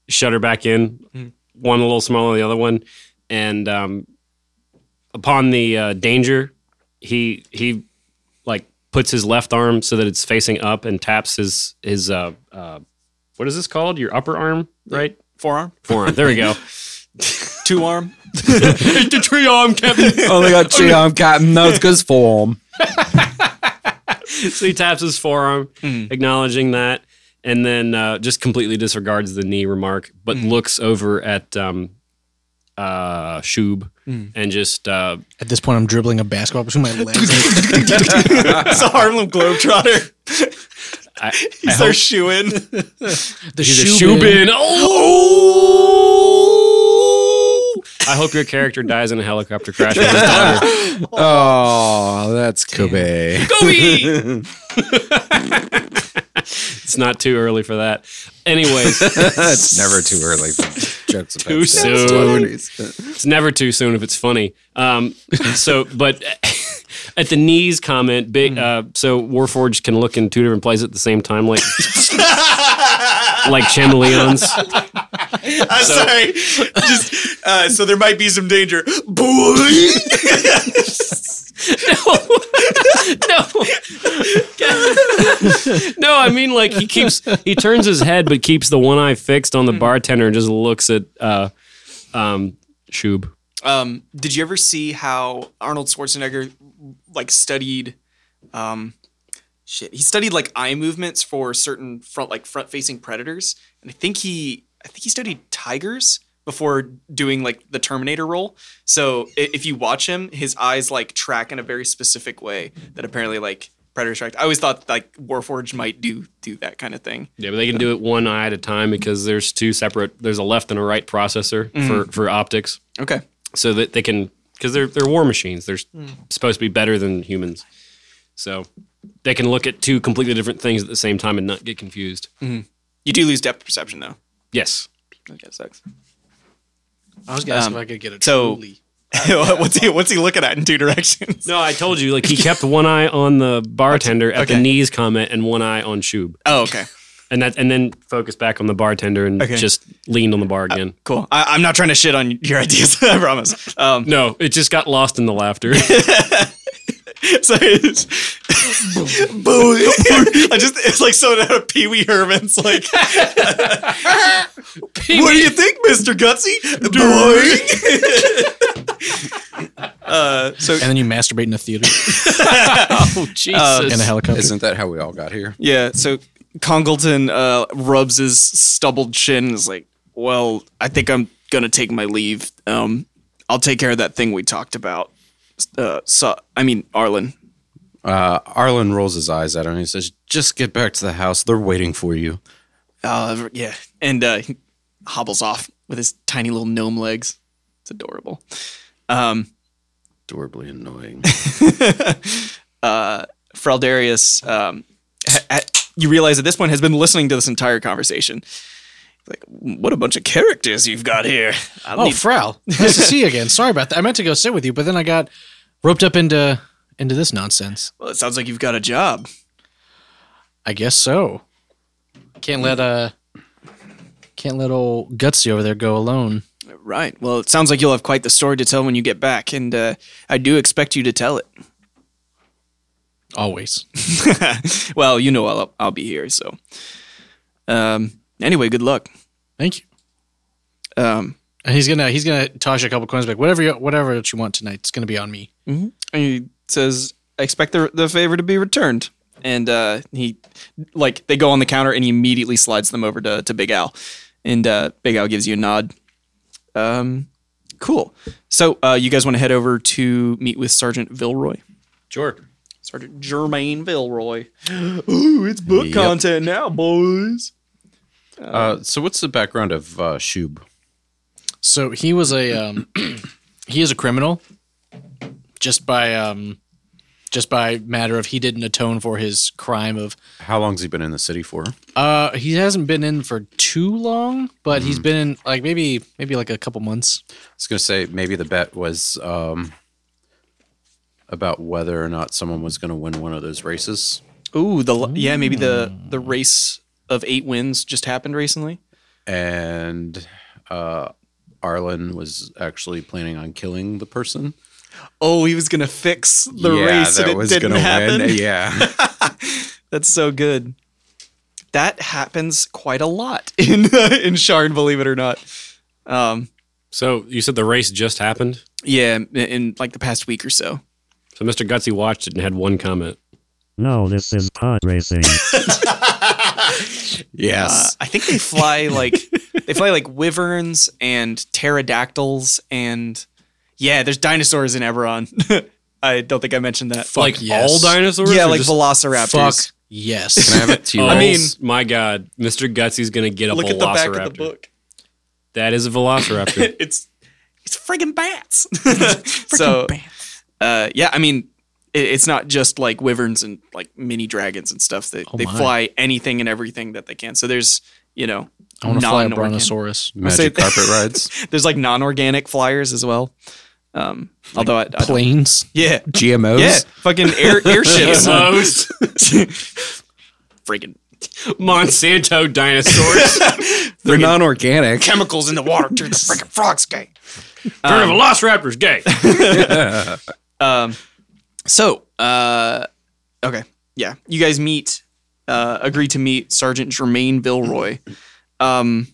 shudder back in, one a little smaller than the other one, and um, upon the uh, danger, he he like puts his left arm so that it's facing up and taps his his uh, uh, what is this called? Your upper arm, right? Forearm, Forearm. There we go. *laughs* two arm. the tree arm, Captain. Only oh, *laughs* got two on Captain Noska's form. *laughs* so he taps his forearm, acknowledging that, and then uh, just completely disregards the knee remark, but looks over at um, uh, Shub and just uh, At this point, I'm dribbling a basketball between my legs. *laughs* it's a Harlem Globetrotter. *laughs* I, He's their shoe in. the Shub in. Oh! I hope your character dies in a helicopter crash. with his daughter. *laughs* Oh, that's Kobe. it's not too early for that. Anyways, Never too early. jokes about Too that. soon. It's never too soon if it's funny. Um, so, *laughs* but at the knees comment, big. Uh, so Warforged can look in two different places at the same time, like like chameleons. I'm *laughs* sorry. Just uh, so there might be some danger. Boy. no. no, I mean like he keeps he turns his head but keeps the one eye fixed on the bartender and just looks at uh um Shub. Um, did you ever see how Arnold Schwarzenegger like studied um shit. He studied like eye movements for certain front like front facing predators. And I think he I think he studied tigers before doing like the Terminator role. So i- if you watch him, his eyes like track in a very specific way that apparently like predators track. I always thought like Warforged might do do that kind of thing. Yeah, but they can do it one eye at a time because there's two separate there's a left and a right processor for for optics Okay. so that they can cuz they're they're war machines. They're supposed to be better than humans. So they can look at two completely different things at the same time and not get confused. You do lose depth perception though. Yes. Okay, sucks. *laughs* I was gonna ask Um, if I could get a so- truly. what's he what's he looking at in two directions? *laughs* No, I told you, *laughs* like he kept one eye on the bartender at the Okay. knees comment and one eye on Shub. Oh, okay. And that and then focused back on the bartender and Okay. just leaned on the bar again. Cool. I, I'm not trying to shit on your *laughs* ideas. I promise. Um, *laughs* no, it just got lost in the *laughs* laughter. Oh, so it's, *laughs* Boo. I just it's like someone out of Pee Wee Herman's like. *laughs* what do you think, Mister Gutsy? Boing. uh, so And then you masturbate in a *laughs* theater oh Jesus. in a helicopter. Isn't that how we all got here? *laughs* yeah, so Congleton uh, rubs his stubbled chin and is like, "Well, I think I'm gonna take my leave. Um, I'll take care of that thing we talked about. Uh, so I mean, Arlen, Uh, Arlen rolls his eyes at her and he says, "Just get back to the house. They're waiting for you." Uh, yeah, and uh, he hobbles off with his tiny little gnome legs. It's adorable. Um, Adorably annoying. uh, Fraldarius, um, ha- ha- you realize at this point has been listening to this entire conversation. He's Like, what a bunch of characters you've got here. I'll Oh, need- Frau, nice to see you again. Sorry about that. I meant to go sit with you, but then I got roped up into into this nonsense. well, it sounds like you've got a job. I guess so. Can't let uh, can't let old gutsy over there go alone. Right. Well, it sounds like you'll have quite the story to tell when you get back, and uh, I do expect you to tell it. Always. *laughs* well, you know I'll I'll be here, so. Um. Anyway, good luck. Thank you. Um. And he's gonna he's gonna toss you a couple coins back. Whatever you, whatever that you want tonight, it's gonna be on me. And he says, I expect the, the favor to be returned. And uh, he, like, they go on the counter and he immediately slides them over to, to Big Al. And uh, Big Al gives you a nod. Um, cool. So uh, you guys want to head over to meet with Sergeant Vilroy? sure. Sergeant Germaine Vilroy. *gasps* Ooh, it's book Yep. content now, boys. *laughs* Uh, so, what's the background of uh, Shub? So he was a um, *clears throat* he is a criminal, just by um, just by matter of he didn't atone for his crime of How long's he been in the city for? Uh, he hasn't been in for too long, but Mm. he's been in like maybe maybe like a couple months. I was going to say maybe the bet was um, about whether or not someone was going to win one of those races. Ooh, the yeah, maybe the the race of eight wins just happened recently. And uh, Arlen was actually planning on killing the person. Oh, he was gonna fix the race and it didn't gonna happen. Yeah. *laughs* That's so good. That happens quite a lot *laughs* in uh, in Sharn, believe it or not. Um, So you said the race just happened? yeah, in, in like the past week or so. So Mr. Gutsy watched it and had one comment. No, this is pod racing. Uh, yes. I think they fly *laughs* like they fly like wyverns and pterodactyls and yeah, there's dinosaurs in Eberron. *laughs* I don't think I mentioned that. like yes. all dinosaurs? yeah, or like just- velociraptors. Fuck yes. Can I have *laughs* it to you? Oh, I I mean- mean, my God, Mr. Gutsy's gonna get a Look at the back velociraptor. of the book. That is a velociraptor. *laughs* it's it's friggin' bats. *laughs* so, Uh, yeah, I mean, it, it's not just like wyverns and like mini dragons and stuff. They they Oh my. fly anything and everything that they can. So there's you know I want to fly a Non-organic. brontosaurus. Magic *laughs* say- carpet rides, *laughs* There's like non-organic flyers as well. Um, although I, I don't- Planes. yeah, GMOs. yeah, fucking *laughs* air *laughs* airships, Most freaking *laughs* Monsanto dinosaurs. They're non-organic. chemicals in the water turn the freaking frogs gay. Turn of velociraptors gay. Um, so, uh, okay, yeah, you guys meet, uh, agree to meet Sergeant Jermaine Vilroy. Um,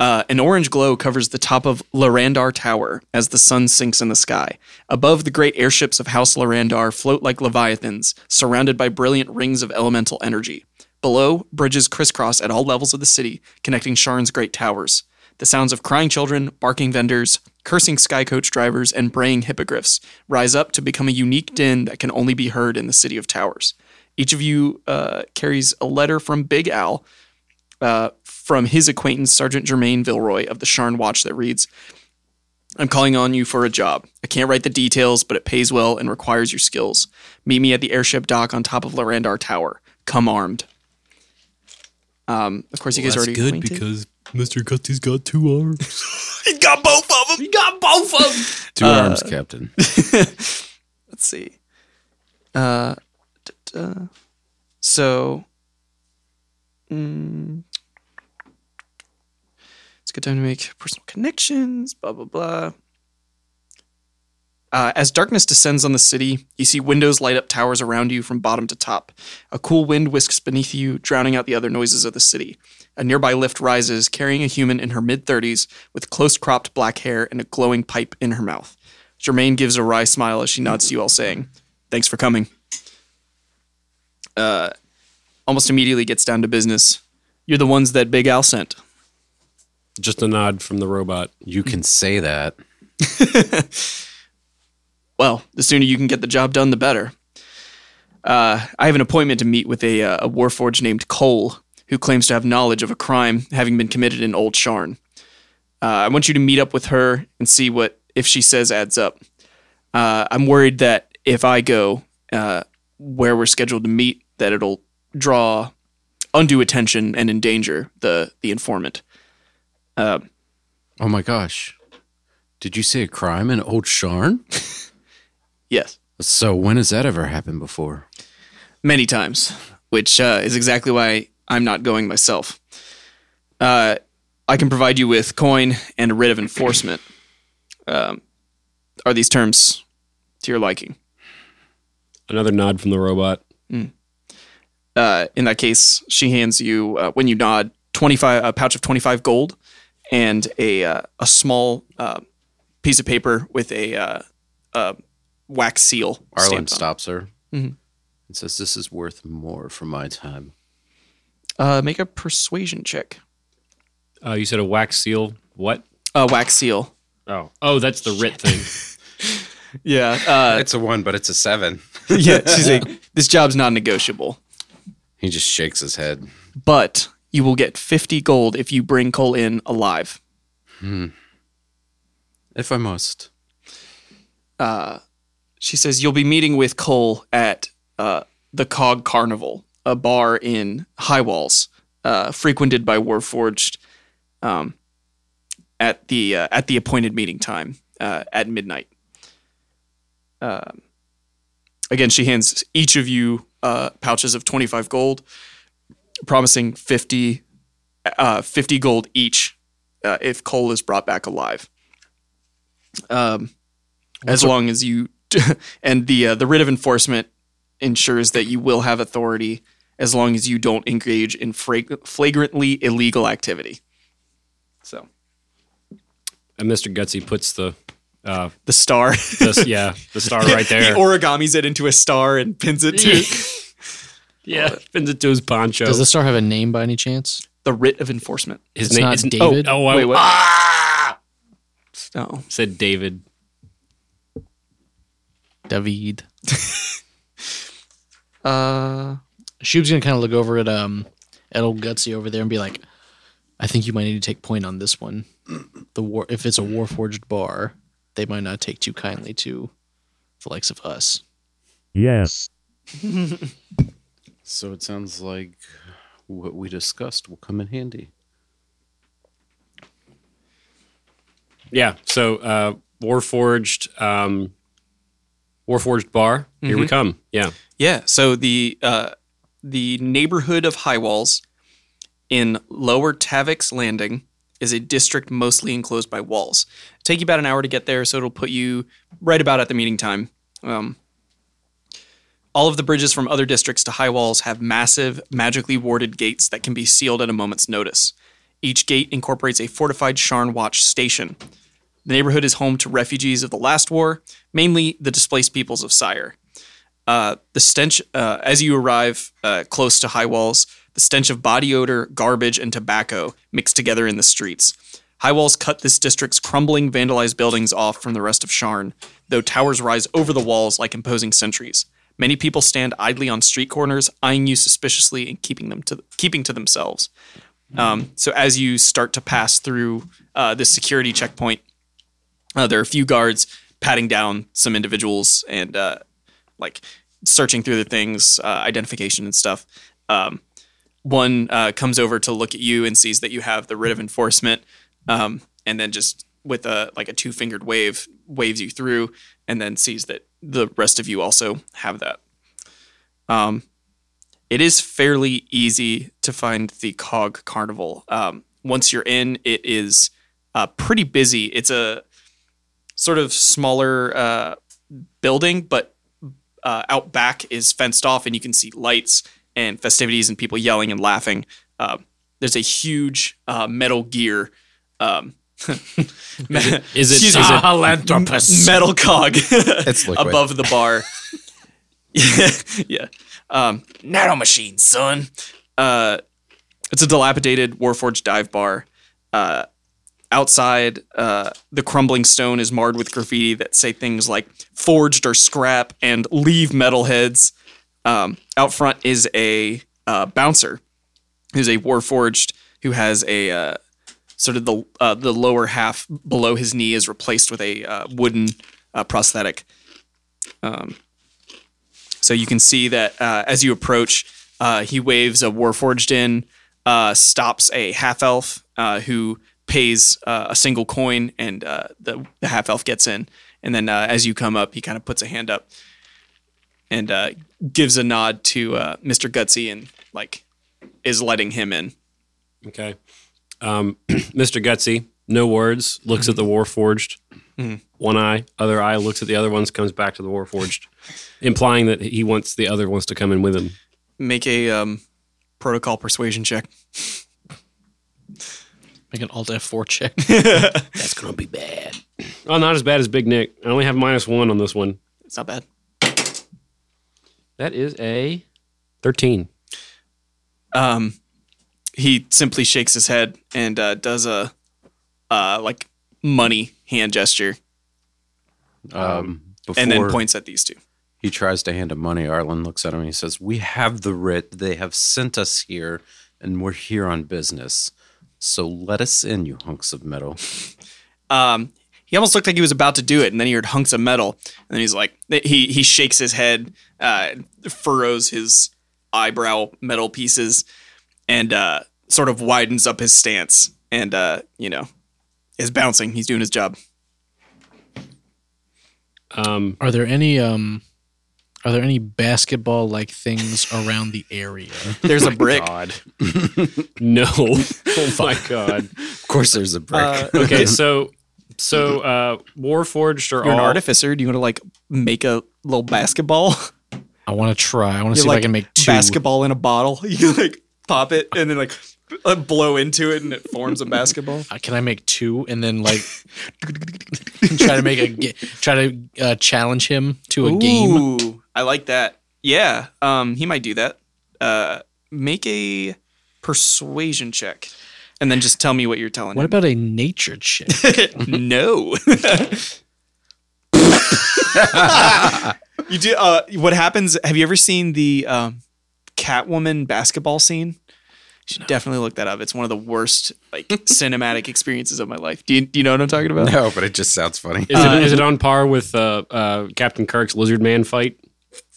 uh, an orange glow covers the top of Larandar Tower as the sun sinks in the sky. Above, the great airships of House Larandar float like leviathans, surrounded by brilliant rings of elemental energy. Below, bridges crisscross at all levels of the city, connecting Sharn's great towers. The sounds of crying children, barking vendors, cursing skycoach drivers, and braying hippogriffs rise up to become a unique din that can only be heard in the city of towers. Each of you uh, carries a letter from Big Al, uh, from his acquaintance, Sergeant Germaine Vilroy of the Sharn Watch, that reads I'm calling on you for a job. I can't write the details, but it pays well and requires your skills. Meet me at the airship dock on top of Larandar Tower. Come armed. Um, of course, you guys already good acquainted. because Mr. Gutsy's got two arms. he got both of them. He got both of them. two arms, Captain. Let's see. Uh, d- d- uh, so, mm, it's a good time to make personal connections. Blah blah blah. Uh, as darkness descends on the city, you see windows light up towers around you from bottom to top. A cool wind whisks beneath you, drowning out the other noises of the city. A nearby lift rises, carrying a human in her mid 30s with close cropped black hair and a glowing pipe in her mouth. Germaine gives a wry smile as she nods to you all, saying, Thanks for coming. Uh, almost immediately gets down to business. You're the ones that Big Al sent. Just a nod from the robot. *laughs* You can say that. Well, the sooner you can get the job done, the better. Uh, I have an appointment to meet with a, uh, a warforged named Cole, who claims to have knowledge of a crime having been committed in Old Sharn. Uh, I want you to meet up with her and see what if she says adds up. Uh, I'm worried that if I go uh, where we're scheduled to meet, that it'll draw undue attention and endanger the the informant. Oh my gosh, did you say a crime in Old Sharn? Yes. So when has that ever happened before? many times, which uh, is exactly why I'm not going myself. Uh, I can provide you with coin and a writ of enforcement. Um, are these terms to your liking? Another nod from the robot. Uh, in that case, she hands you uh, when you nod twenty five a pouch of twenty five gold and a uh, a small uh, piece of paper with a uh, uh, wax seal. Arlen stamped on it. stops her Mm-hmm. and says, This is worth more for my time. Uh, make a persuasion check. Uh, you said a wax seal. What? A wax seal. Oh, oh, that's the writ thing. Yeah. Uh, It's a one, but it's a seven. *laughs* yeah, she's like, this job's non negotiable, He just shakes his head. but you will get 50 gold if you bring Cole in alive. If I must. She says, You'll be meeting with Cole at uh, the Cog Carnival, a bar in High Walls, uh, frequented by Warforged um, at, the, uh, at the appointed meeting time uh, at midnight. Um, again, she hands each of you uh, pouches of 25 gold, promising 50, uh, 50 gold each uh, if Cole is brought back alive. Um, as long as you *laughs* and the uh, the writ of enforcement ensures that you will have authority as long as you don't engage in frag- flagrantly illegal activity. So *laughs* and Mr. Gutsy puts the, uh, the star, the yeah, the star right *laughs* there. he origamis it into a star and pins it to yeah, pins it to his poncho. Does the star have a name by any chance? *laughs* the writ of enforcement. his It's not isn't- David? Oh, oh I Wait, what? Ah! Oh, said David. *laughs* David. uh, Shoob's gonna kind of look over at um at old Gutsy over there and be like, I think you might need to take point on this one. The war if it's a warforged bar, they might not take too kindly to the likes of us. Yes. So it sounds like what we discussed will come in handy. Yeah. So uh, Warforged, um, Warforged bar. Here we come. Yeah. Yeah. So the uh, the neighborhood of High Walls in Lower Tavix Landing is a district mostly enclosed by walls. take you about an hour to get there, so it'll put you right about at the meeting time. Um, all of the bridges from other districts to High Walls have massive, magically warded gates that can be sealed at a moment's notice. Each gate incorporates a fortified Sharn Watch station. The neighborhood is home to refugees of the last war, mainly the displaced peoples of Sire. Uh, the stench, uh, as you arrive uh, close to high walls, the stench of body odor, garbage, and tobacco mixed together in the streets. High walls cut this district's crumbling, vandalized buildings off from the rest of Sharn, though towers rise over the walls like imposing sentries. Many people stand idly on street corners, eyeing you suspiciously and keeping them to keeping to themselves. Um, so as you start to pass through uh, this security checkpoint, uh, there are a few guards patting down some individuals and uh, like searching through the things, uh, identification and stuff. Um, one uh, comes over to look at you and sees that you have the writ of enforcement, um, and then just with a like a two fingered wave waves you through, and then sees that the rest of you also have that. Um, it is fairly easy to find the Cog Carnival. Um, once you're in, it is uh, pretty busy. It's a sort of smaller uh, building, but uh, out back is fenced off, and you can see lights and festivities and people yelling and laughing. Uh, there's a huge uh, metal gear. Um, *laughs* Is it, Excuse is me. *laughs* it metal cog *laughs* liquid. above the bar. yeah. Um, nano machine, son. Uh, it's a dilapidated Warforged dive bar. Uh, outside, uh, the crumbling stone is marred with graffiti that say things like forged or scrap and leave metalheads. Um, out front is a uh, bouncer who's a Warforged who has a. Uh, sort of the uh, the lower half below his knee is replaced with a uh, wooden uh, prosthetic. Um, so you can see that uh, as you approach, uh, he waves a warforged in, uh, stops a half elf uh, who pays uh, a single coin, and uh, the, the half elf gets in. And then uh, as you come up, he kind of puts a hand up and uh, gives a nod to uh, Mr. Gutsy and like is letting him in. Okay. Um, *clears throat* Mr. Gutsy, no words, looks at the Warforged. One eye, other eye looks at the other ones, comes back to the Warforged, implying that he wants the other ones to come in with him. Make a um, protocol persuasion check. Make an Alt *laughs* F4 check. That's gonna be bad. Oh, not as bad as Big Nick. I only have minus one on this one. It's not bad. That is a thirteen. um, he simply shakes his head and uh, does a uh, like money hand gesture Um, before and then points at these two. he tries to hand him money, Arlen looks at him and he says, "We have the writ. They have sent us here, and we're here on business. So let us in, you hunks of metal." Um, he almost looked like he was about to do it, and then he heard hunks of metal, and then he's like, he he shakes his head, uh, furrows his eyebrow metal pieces, and uh, sort of widens up his stance, and uh, you know, is bouncing. He's doing his job. Um, Are there any um are there any basketball *laughs* like things around the area? There's Oh a brick. no. oh my god. *laughs* Of course, there's a brick. Uh, *laughs* *laughs* Okay, so so uh, Warforged are You're an all artificer. Do you want to like make a little *laughs* basketball? I want to try. I want to You're see like if I can make two. basketball in a bottle. *laughs* You like pop it and then like uh, blow into it and it *laughs* forms a basketball. Uh, Can I make two and then like try *laughs* to make a ga- try to uh, challenge him to a game? Ooh, I like that. Yeah, um, he might do that. Uh, make a persuasion check, and then just tell me what you're telling What him. about a nature check? no. *laughs* you do. Uh, what happens? Have you ever seen the um, Catwoman basketball scene? You should definitely look that up. It's one of the worst like cinematic experiences of my life. Do you, do you know what I'm talking about? No, but it just sounds funny. uh, Is, it, is it on par with uh, uh, Captain Kirk's lizard man fight?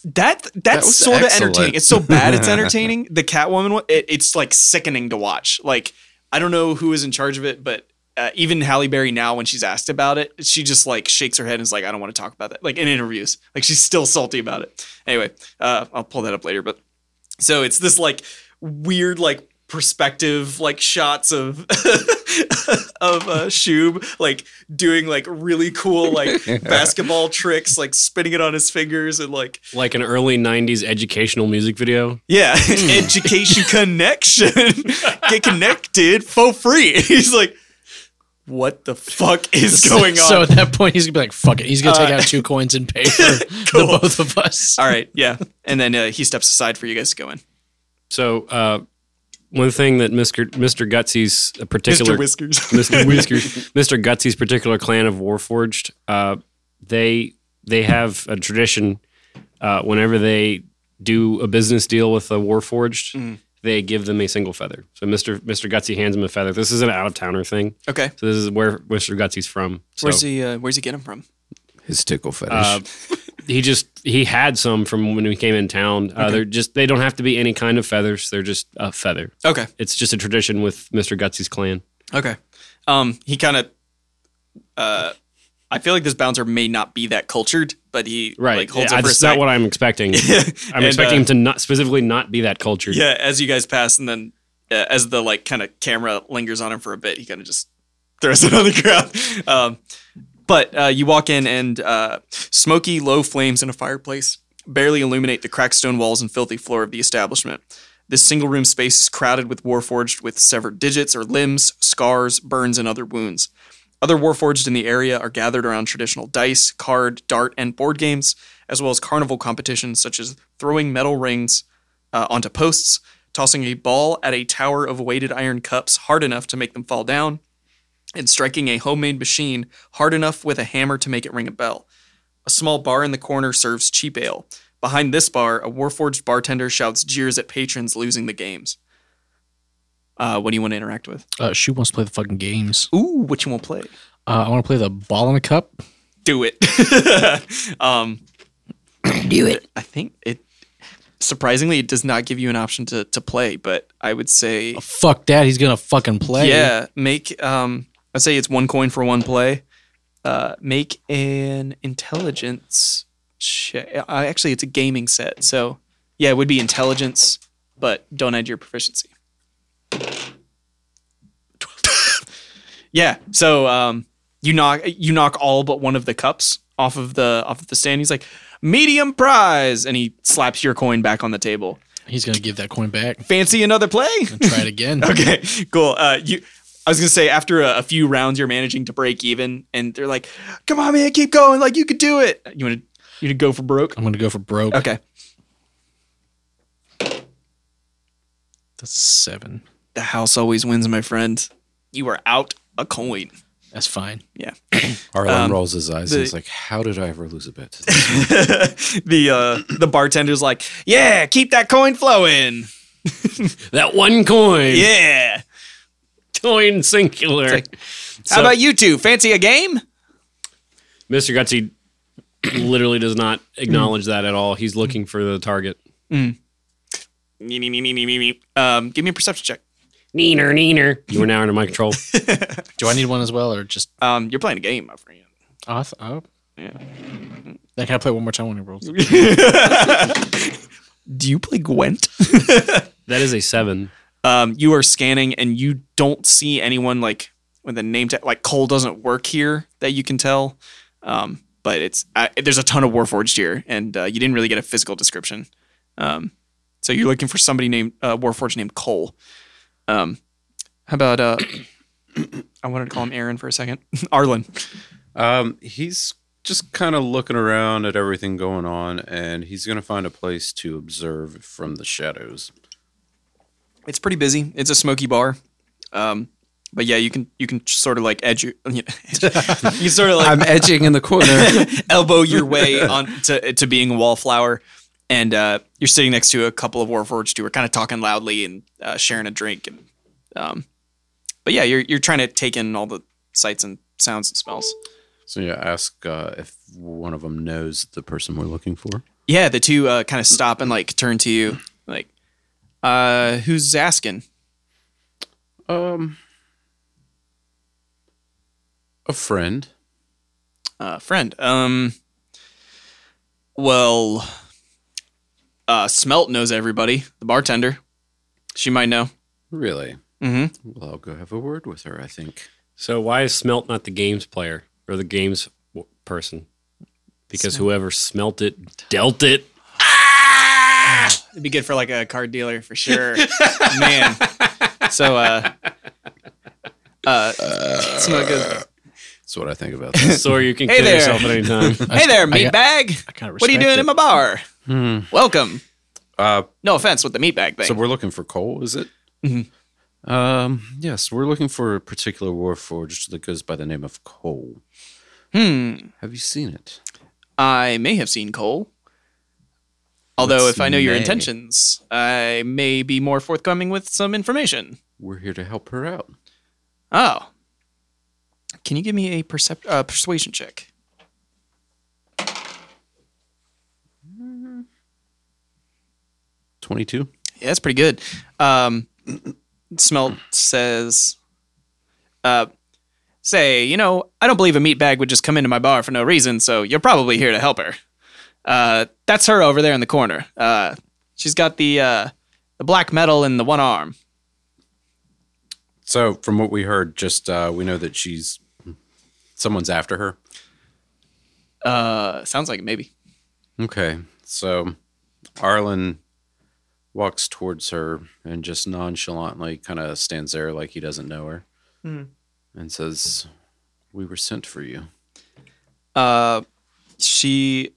That that's was sort of excellent. entertaining. It's so *laughs* bad it's entertaining. The Catwoman one, it, it's like sickening to watch. Like I don't know who is in charge of it, but uh, even Halle Berry now, when she's asked about it, she just like shakes her head and is like, "I don't want to talk about that." Like in interviews, like she's still salty about it. Anyway, uh, I'll pull that up later. But so it's this like weird like perspective like shots of *laughs* of uh, Shub like doing like really *laughs* cool like basketball tricks, like spinning it on his fingers and like Like an early 90s educational music video. yeah, *laughs* education connection. *laughs* Get connected for free. *laughs* He's like, what the fuck is *laughs* going on? *laughs* Uh, So at that point, he's gonna be like, "Fuck it." He's gonna take out two coins and pay for the Cool. both of us. All right, yeah. And then uh, he steps aside for you guys to go in. So, uh, one thing that Mr. Mr. Gutsy's particular Mr. *laughs* Whiskers. *laughs* Mr. Whiskers, Mr. Gutsy's particular clan of Warforged, uh, they they have a tradition. Uh, whenever they do a business deal with a Warforged, Mm. they give them a single feather. So Mr. Mr. Gutsy hands him a feather. This is an out of towner thing. okay. So this is where Mr. Gutsy's from. So, Where's he? Uh, where's he get him from? His tickle fetish. Uh, he just he had some from when we came in town. Uh, They're just they don't have to be any kind of feathers. They're just a feather. Okay. It's just a tradition with Mr. Gutsy's clan. Okay. Um, he kind of. Uh, I feel like this bouncer may not be that cultured, but he Right. like holds Yeah, up for a that's not sec. what *laughs* I'm expecting. I'm And, expecting uh, him to not specifically not be that cultured. yeah as you guys pass and then uh, as the like kind of camera lingers on him for a bit he kind of just throws it on the *laughs* ground um, but uh, you walk in and uh, smoky low flames in a fireplace barely illuminate the cracked stone walls and filthy floor of the establishment this single room space is crowded with warforged with severed digits or limbs scars burns and other wounds other warforged in the area are gathered around traditional dice card dart and board games as well as carnival competitions such as throwing metal rings uh, onto posts, tossing a ball at a tower of weighted iron cups hard enough to make them fall down, and striking a homemade machine hard enough with a hammer to make it ring a bell. A small bar in the corner serves cheap ale. Behind this bar, a Warforged bartender shouts jeers at patrons losing the games. Uh, what do you want to interact with? Uh, she wants to play the fucking games. Ooh, what you want to play? Uh, I want to play the ball in a cup. Do it. *laughs* um, *clears throat* Do it. I think it. Surprisingly, it does not give you an option to to play, but I would say Fuck that. He's gonna fucking play. Yeah, make um I'd say it's one coin for one play. Uh make an intelligence check. I actually it's a gaming set. So yeah, it would be intelligence, but don't add your proficiency. *laughs* yeah, so um you knock you knock all but one of the cups off of the off of the stand. He's like medium prize and he slaps your coin back on the table. He's gonna give that coin back. Fancy another play? Try it *laughs* again. *laughs* Okay, cool. Uh, you, I was gonna say after a, a few rounds, you're managing to break even, and they're like, "Come on, man, keep going. Like you could do it." You wanna you to go for broke? I'm gonna go for broke. Okay, That's a seven. the house always wins, my friend. You are out a coin. That's fine. Yeah. *laughs* Arlen um, rolls his eyes and he's the- like, How did I ever lose a bet? the uh, the bartender's like, "Yeah, keep that coin flowing. That one coin. Yeah. Coin singular. like- How So- about you two? Fancy a game?" Mr. Gutsy *clears throat* literally does not *clears throat* acknowledge that at all. He's looking for the target. Um, give me a perception check. Neener, neener. You are now under my control. Do I need one as well, or just Um, you're playing a game, my friend. oh, th- oh. Yeah. Then can I play one more time when he rolls? Do you play Gwent? that is a seven. um, you are scanning and you don't see anyone like when the name tag like Cole doesn't work here that you can tell. Um, but it's I, there's a ton of Warforged here, and uh, you didn't really get a physical description. Um, so you're looking for somebody named uh, Warforged named Cole. Um, how about uh, *coughs* I wanted to call him Aaron for a second. *laughs* Arlen. *laughs* Um, he's just kind of looking around at everything going on, and he's going to find a place to observe from the shadows. It's pretty busy. It's a smoky bar. Um, but yeah, you can you can sort of like edge your, *laughs* you can sort of like edging in the corner. *laughs* elbow your way on to, to being a wallflower. And uh, you're sitting next to a couple of Warforged who are kind of talking loudly and uh, sharing a drink. And, um, but yeah, you're, you're trying to take in all the sights and sounds and smells. so, yeah, ask uh, if one of them knows the person we're looking for. Yeah, the two uh, kind of stop and like turn to you, like, uh, "Who's asking?" Um, a friend. Uh, friend. Um. Well, uh, Smelt knows everybody. The bartender, she might know. Really? Mm-hmm. Well, I'll go have a word with her. I think. So why is Smelt not the games player or the games w- person? Because whoever smelt it *laughs* dealt it. It'd be good for like a card dealer for sure, man. So, uh, uh, Smelt goes, That's what I think about this. *laughs* So you can Hey kill there. yourself at any time. *laughs* "Hey there, meat got- bag. Kinda What are you respect doing in it. my bar? Hmm. Welcome. Uh, No offense with the meat bag thing. So we're looking for coal, is it? Um, yes, we're looking for a particular warforged that goes by the name of coal. Hmm. Have you seen it? I may have seen coal. Although, Let's if I know your may. intentions, I may be more forthcoming with some information. We're here to help her out. Oh. Can you give me a percep- uh, persuasion check? Twenty-two. Yeah, that's pretty good. Um, Smelt says, uh, say, you know, I don't believe a meat bag would just come into my bar for no reason, so you're probably here to help her. Uh, that's her over there in the corner. Uh, she's got the, uh, the black metal in the one arm. So from what we heard, just uh, we know that she's someone's after her. Uh, sounds like it, maybe. Okay. So Arlen walks towards her and just nonchalantly kind of stands there like he doesn't know her Hmm. and says, We were sent for you. uh, she,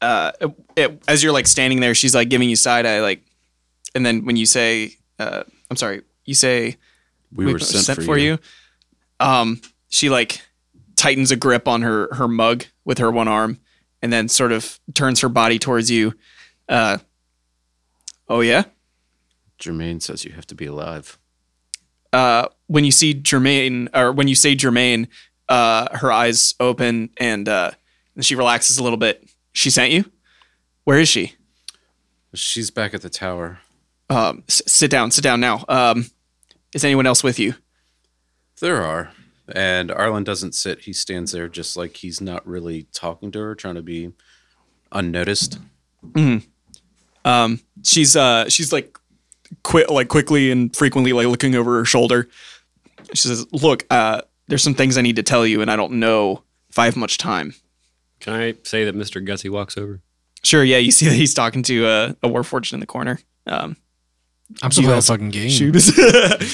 uh, it, as you're like standing there, she's like giving you side eye, like, and then when you say, uh, I'm sorry, you say, We, were sent, for, you. Um, she like tightens a grip on her her mug with her one arm, and then sort of turns her body towards you. Uh, oh yeah. Jermaine says you have to be alive. uh, when you see Jermaine, or when you say Jermaine, uh, her eyes open and uh, and she relaxes a little bit. She sent you. Where is she? She's back at the tower. Um, s- sit down. Sit down now. Um, is anyone else with you? There are. And Arlen doesn't sit. He stands there just like he's not really talking to her, trying to be unnoticed. Um, she's uh, she's like quit like quickly and frequently like looking over her shoulder. She says, "Look, uh, there's some things I need to tell you, and I don't know if I have much time." Can I say that Mr. Gutsy walks over? Sure. Yeah, you see that he's talking to uh, a warforged in the corner. Um, *laughs* I'm so glad I fucking game. shoot *laughs* us.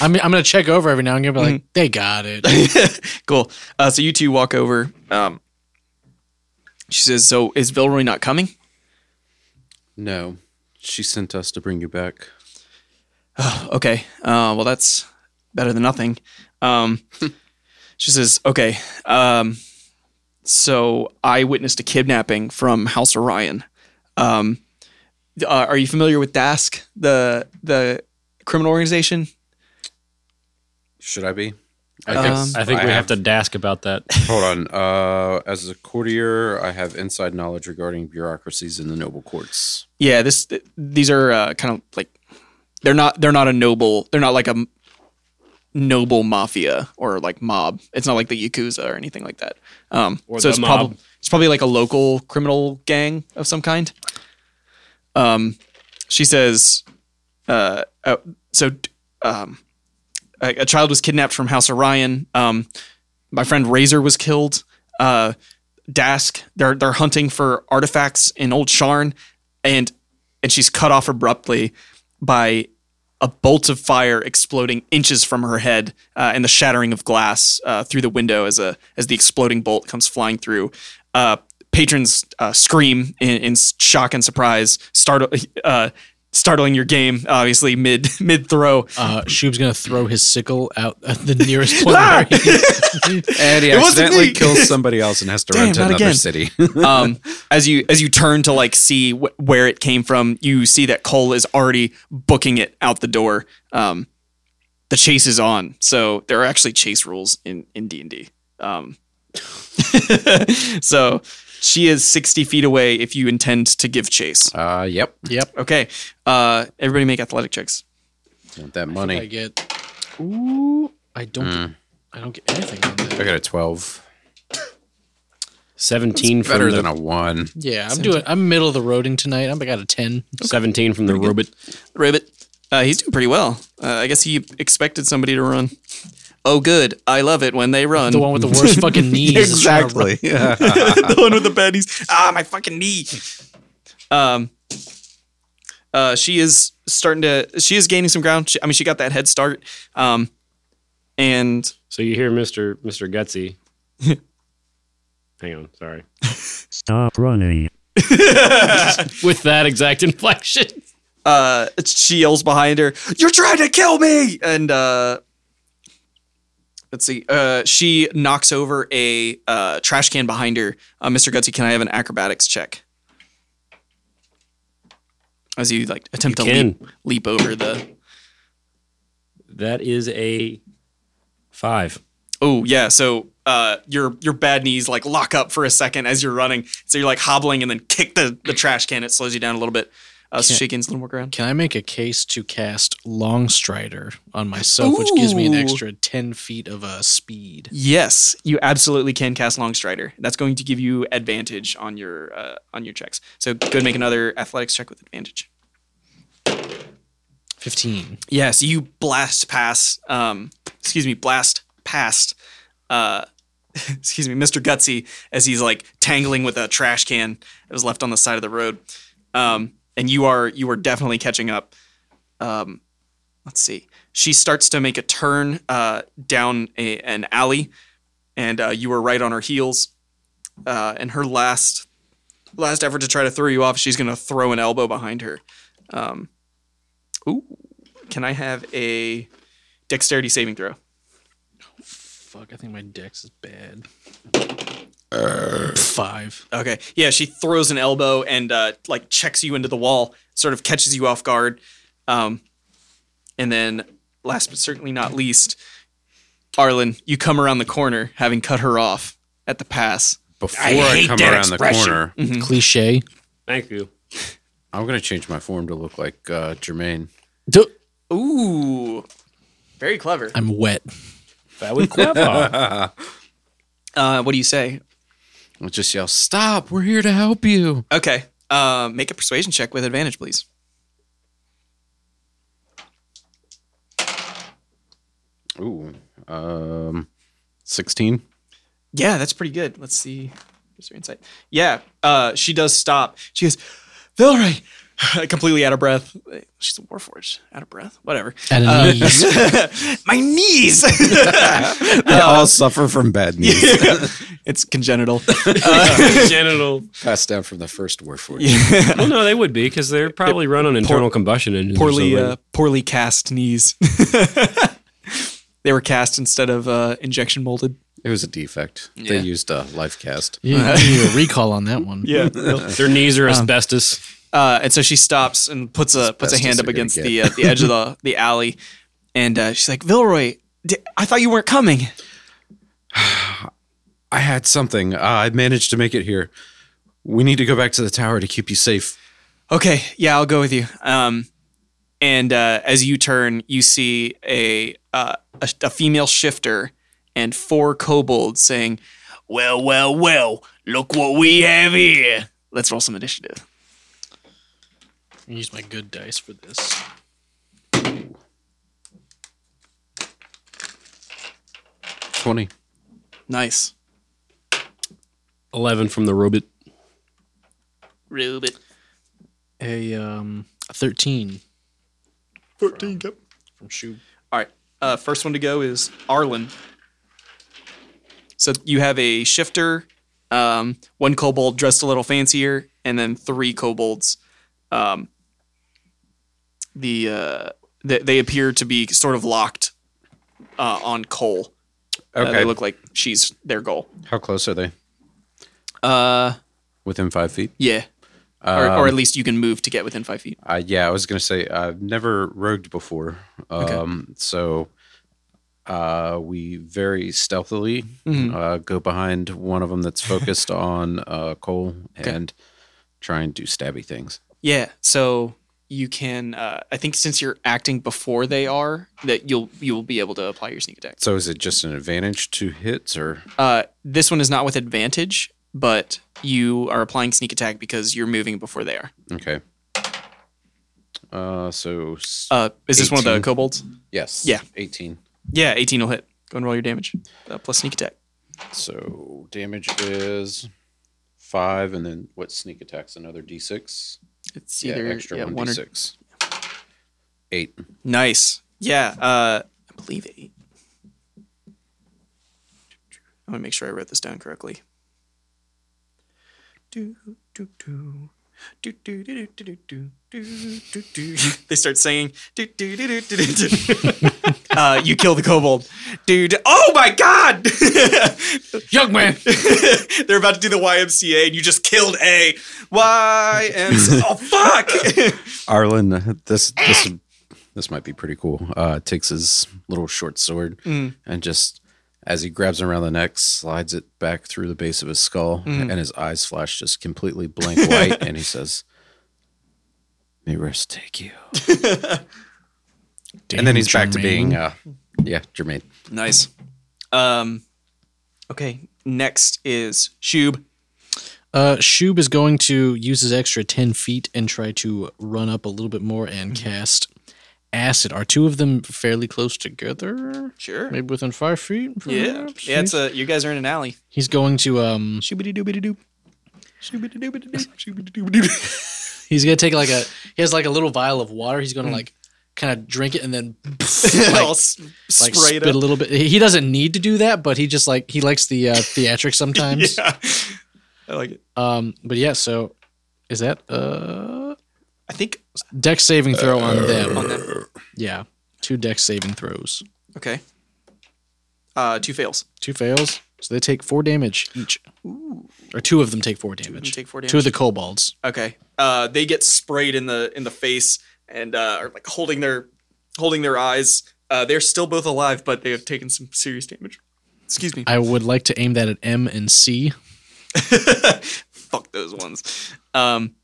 I'm, I'm gonna check over every now and again, but like Mm-hmm. they got it. cool. Uh, so you two walk over. Um, she says, "So is Vilroy not coming?" No. She sent us to bring you back. Okay. Uh, well, that's better than nothing. Um, she says, "Okay." Um, so I witnessed a kidnapping from House Orion. Um, th- uh, are you familiar with Dask, the the criminal organization? Should I be? Um, I think we have to. to dask *laughs* about that. Hold on. Uh, as a courtier, I have inside knowledge regarding bureaucracies in the noble courts. Yeah. This th- these are uh, kind of like they're not they're not a noble they're not like a m- noble mafia or like mob. It's not like the yakuza or anything like that. Um, Or so the it's mob. probably it's probably like a local criminal gang of some kind. Um, she says, uh, uh, so um, a, a child was kidnapped from House Orion. Um, my friend Razor was killed. Uh, Dask, they're they're hunting for artifacts in Old Sharn, and and she's cut off abruptly by a bolt of fire exploding inches from her head uh, and the shattering of glass uh, through the window as a as the exploding bolt comes flying through. Uh, patrons uh, scream in, in shock and surprise, startle, uh, startling your game obviously mid *laughs* mid throw. *laughs* Uh, Shoob's gonna throw his sickle out at the nearest point. Ah! where he- *laughs* *laughs* And he It wasn't accidentally *laughs* me! kills somebody else and has to run Damn, to not another again. *laughs* city. um, as you as you turn to like see wh- where it came from, you see that Cole is already booking it out the door. Um, the chase is on, so there are actually chase rules in in D anD D. Um, *laughs* So She is 60 feet away if you intend to give chase. Uh, yep. Yep. Okay. Uh, everybody make athletic checks. Want that I money. get. Ooh, I don't. Mm. I don't get anything on I that. got a 12. 17 from Better the, than a 1. Yeah, I'm doing. I'm middle of the roading tonight. I'm. I got a ten. *laughs* 17 from the robot. Ribbit, uh, he's doing pretty well. Uh, I guess he expected somebody to run. Oh, good. I love it when they run. The one with the *laughs* worst fucking knees. is trying to run. Exactly. Yeah. *laughs* *laughs* the one with the bad knees. Ah, my fucking knee. Um, uh, she is starting to. She is gaining some ground. She, I mean, she got that head start. Um, and So you hear Mr. Mr. *laughs* Gutsy. Hang on, sorry. Stop running. With that exact inflection. *laughs* uh, she yells behind her, "You're trying to kill me!" And uh, let's see, uh, she knocks over a uh, trash can behind her. Uh, Mr. Gutsy, can I have an acrobatics check? As you like attempt You to can. leap, leap over the. That is a 5. Oh yeah, so uh, your your bad knees like lock up for a second as you're running, so you're like hobbling and then kick the the trash can. It slows you down a little bit. Uh, so Can't- she gains a little more ground. Can I make a case to cast Long Strider on myself, which gives me an Ooh. extra ten feet of uh, speed? Yes, you absolutely can cast Longstrider. That's going to give you advantage on your uh, on your checks. So go and make another athletics check with advantage. Fifteen. Yes, you blast past. Um, excuse me, blast past. Uh, *laughs* excuse me, Mr. Gutsy, as he's like tangling with a trash can that was left on the side of the road. Um, and you are you are definitely catching up. Um, let's see. She starts to make a turn uh, down a, an alley, and uh, you are right on her heels. Uh, and her last last effort to try to throw you off, she's going to throw an elbow behind her. Um, ooh. Can I have a dexterity saving throw? Fuck, I think my dex is bad. Five. Okay. Yeah, she throws an elbow and uh, like checks you into the wall, sort of catches you off guard. Um, and then, last but certainly not least, Arlen, you come around the corner, having cut her off at the pass. Before I, come around the corner, Mm-hmm. Cliche. Thank you. I'm going to change my form to look like uh, *laughs* Jermaine. Duh, Ooh, very clever. I'm wet. *laughs* That was clever. Oh. Uh, what do you say? *laughs* I'll just yell, Stop. We're here to help you. Okay. Uh, make a persuasion check with advantage, please. Ooh. Um, *laughs* 16. Yeah, that's pretty good. Let's see. What's her insight? Yeah, uh, she does stop. She goes, Valerie, *laughs* completely out of breath. She's a warforged, out of breath, *laughs* whatever. At a Uh, *laughs* knees. My knees. *laughs* I *laughs* all suffer from bad knees. *laughs* it's congenital. Genital. Passed down from the first warforged. Well, no, they would be because they're probably run on internal combustion engines. poorly, or uh, something. poorly cast knees. *laughs* they were cast instead of uh, injection molded. It was a defect. Yeah. They used a life cast. You need a recall on that one. Yeah. their knees are asbestos. Uh, and so she stops and puts a puts a best hand as up they're gonna against get. the uh, the edge of the the alley, and uh, she's like, "Vilroy, di- I thought you weren't coming." I had something. Uh, I managed to make it here. We need to go back to the tower to keep you safe. Okay, yeah, I'll go with you. Um, and uh, as you turn, you see a, uh, a a female shifter and four kobolds saying, "Well, well, well, look what we have here." Let's roll some initiative. I'm gonna use my good dice for this. Twenty. Nice, Eleven from the robot. Rubit. A um, a thirteen Fourteen. Yep. from Shoe. All right. Uh, first one to go is Arlen. So you have a shifter, um, one kobold dressed a little fancier, and then three kobolds. Um, the uh, they, they appear to be sort of locked uh, on coal. Uh, Okay. they look like she's their goal. How close are they? Uh, Within five feet? yeah. or, or at least you can move to get within five feet. Uh, yeah, I was gonna say I've never rogued before, um, so Uh, we very stealthily uh, go behind one of them that's focused on uh, Cole and try and do stabby things. Yeah. So you can. Uh, I think since you're acting before they are, that you'll you will be able to apply your sneak attack. So is it just an advantage to hits or Uh, this one is not with advantage, but you are applying sneak attack because you're moving before they are. okay? Uh, so s- Uh, is this one of the 18. kobolds? yes, yeah. eighteen. Yeah, 18 will hit. Go and roll your damage uh, plus sneak attack. So damage is five, and then what sneak attacks another d six? It's Yeah, either extra yeah, one one d or six. Eight. Nice. Yeah. Uh, I believe eight. I want to make sure I wrote this down correctly. Do, do, do. Do, do, do, do, do, do, do, do, do. *laughs* They start singing. Do, do, do, do, do, do, do. *laughs* uh, you kill the kobold. Dude. Oh my God. *laughs* Young man. They're about to do the YMCA and you just killed a YMCA. oh, fuck. *laughs* Arlen, uh, this this Ah! this might be pretty cool. Uh, takes his little short sword Mm. and just as he grabs him around the neck, slides it back through the base of his skull, Mm. and his eyes flash just completely blank white, and he says, "May rest take you." and then he's back to Jermaine. being, uh, yeah, Jermaine. Nice. Um, okay. Next is Shub. Uh, Shub is going to use his extra 10 feet and try to run up a little bit more and Mm-hmm. cast acid. Are two of them fairly close together? Sure. Maybe within five feet? Yeah. perhaps? Yeah. It's a. You guys are in an alley. He's going to um Shubity doobity doop. Shubity doobity *laughs* doop. Shubity doobity doop. he's gonna take like a he has like a little vial of water. He's Mm. gonna like kind of drink it and then *laughs* like, *laughs* All s- like sprayed spit a up. little bit. He he doesn't need to do that, but he just like he likes the uh, theatrics *laughs* sometimes. Yeah. I like it. Um, but yeah, so is that uh I think oh, deck saving throw on them? on them. Yeah, two deck saving throws. Okay. Uh, two fails. Two fails, so they take four damage each. Or two of them take four them damage. take four Two of the kobolds. Okay. Uh, they get sprayed in the in the face and uh, are like holding their holding their eyes. Uh, they're still both alive, but they have taken some serious damage. Excuse me. I would like to aim that at M and C. Fuck those ones. Um,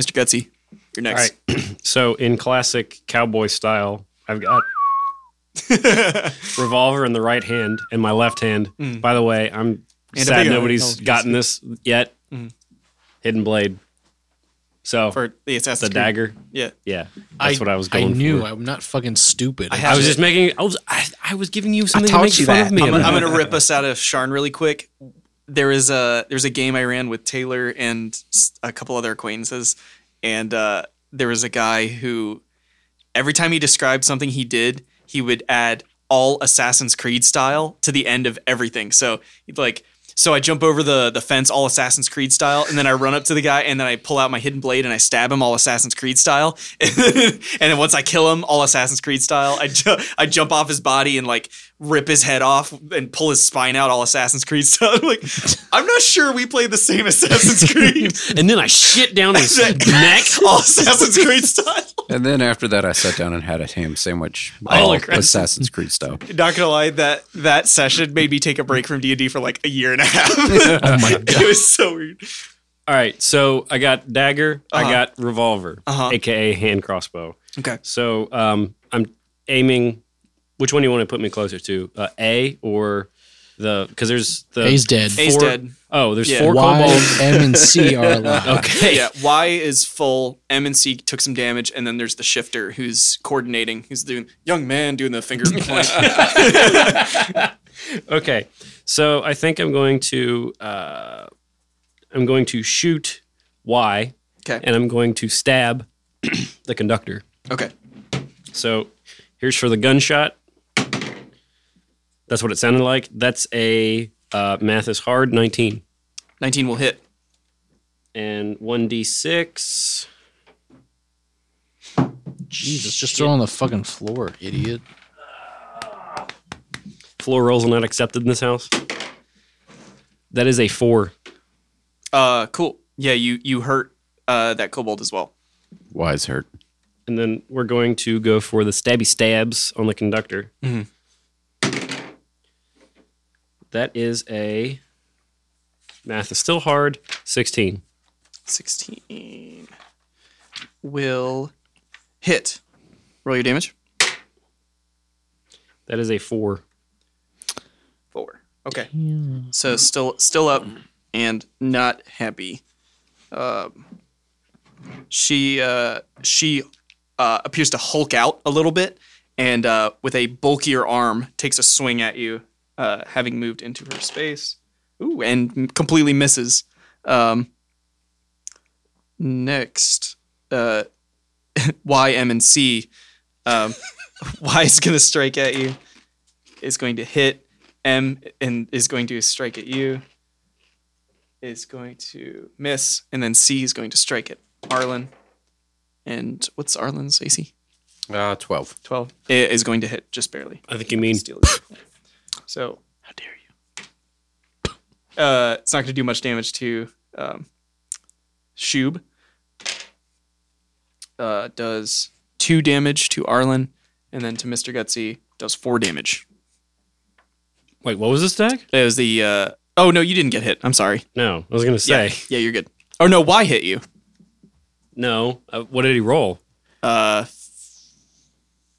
Mr. Gutsy, you're next. *clears throat* So in classic cowboy style, I've got revolver in the right hand and my left hand. By the way, I'm Mm. And a sad big- nobody's oh, yes. gotten this yet. Hidden blade. So *laughs* Mm-hmm. For the the assassin. dagger. Yeah. Yeah, that's I- what I was going I knew for. I'm not fucking stupid. I I, have- I was just making. I was. I, I was giving you something to taught make you fun that. of me. I'm I'm, about. I'm gonna rip us out of Sharn really quick. There is a there's a game I ran with Taylor and s- a couple other acquaintances, and uh, there was a guy who every time he described something he did, he would add all Assassin's Creed style to the end of everything. So he'd like, so I jump over the the fence all Assassin's Creed style, and then I run up to the guy, and then I pull out my hidden blade and I stab him all Assassin's Creed style, *laughs* and then once I kill him all Assassin's Creed style, I ju- I jump off his body and like rip his head off and pull his spine out all Assassin's Creed style. *laughs* I'm like, I'm not sure we played the same Assassin's Creed. and then I *laughs* shit down his neck. all Assassin's Creed style. And then after that, I sat down and had a ham sandwich, all aggressive. Assassin's Creed style. not gonna lie that that session made me take a break from d&d for like a year and a half *laughs* oh my god it was so weird All right, so I got dagger, Uh-huh. I got revolver, Uh-huh. aka hand crossbow. okay So um, I'm aiming. Which one do you want to put me closer to? Uh, A or the? Because there's the A's dead. four- A's dead. Oh, there's Yeah. four kobolds. *laughs* Oh, Y, M, and *laughs* C are alive. Okay. yeah y is full m and c took some damage and then there's the shifter who's coordinating who's doing young man doing the *laughs* finger point *laughs* Okay. So I think I'm going to uh, I'm going to shoot Y, okay and I'm going to stab *clears throat* the conductor. okay So here's for the gunshot. That's what it sounded like. That's a uh, math is hard 19 19 will hit and 1d6. Jesus, just throw on the fucking floor, idiot. Floor rolls are not accepted in this house. That is a four. uh cool yeah you you hurt uh that kobold as well Wise hurt. Mm-hmm. And then we're going to go for the stabby stabs on the conductor. That is a math is still hard. Sixteen. 16 will hit. Roll your damage. That is a four. Four. Okay. So still still up and not happy. Um, she uh, she uh, appears to hulk out a little bit and uh, with a bulkier arm takes a swing at you, uh, having moved into her space. Ooh, and m- completely misses. Um, next, uh, *laughs* Y, M, and C. Um, *laughs* y is going to strike at you. Is going to hit M and is going to strike at you. Is going to miss, and then C is going to strike at Arlen. And what's Arlen's AC? Uh, 12. 12 it is going to hit just barely I think you mean steal it. so how dare you uh it's not going to do much damage to um shub uh does two damage to arlen and then to mr gutsy does four damage wait. What was this deck? it was the uh oh no you didn't get hit i'm sorry No, I was gonna say yeah yeah you're good oh no why hit you no. Uh, what did he roll? uh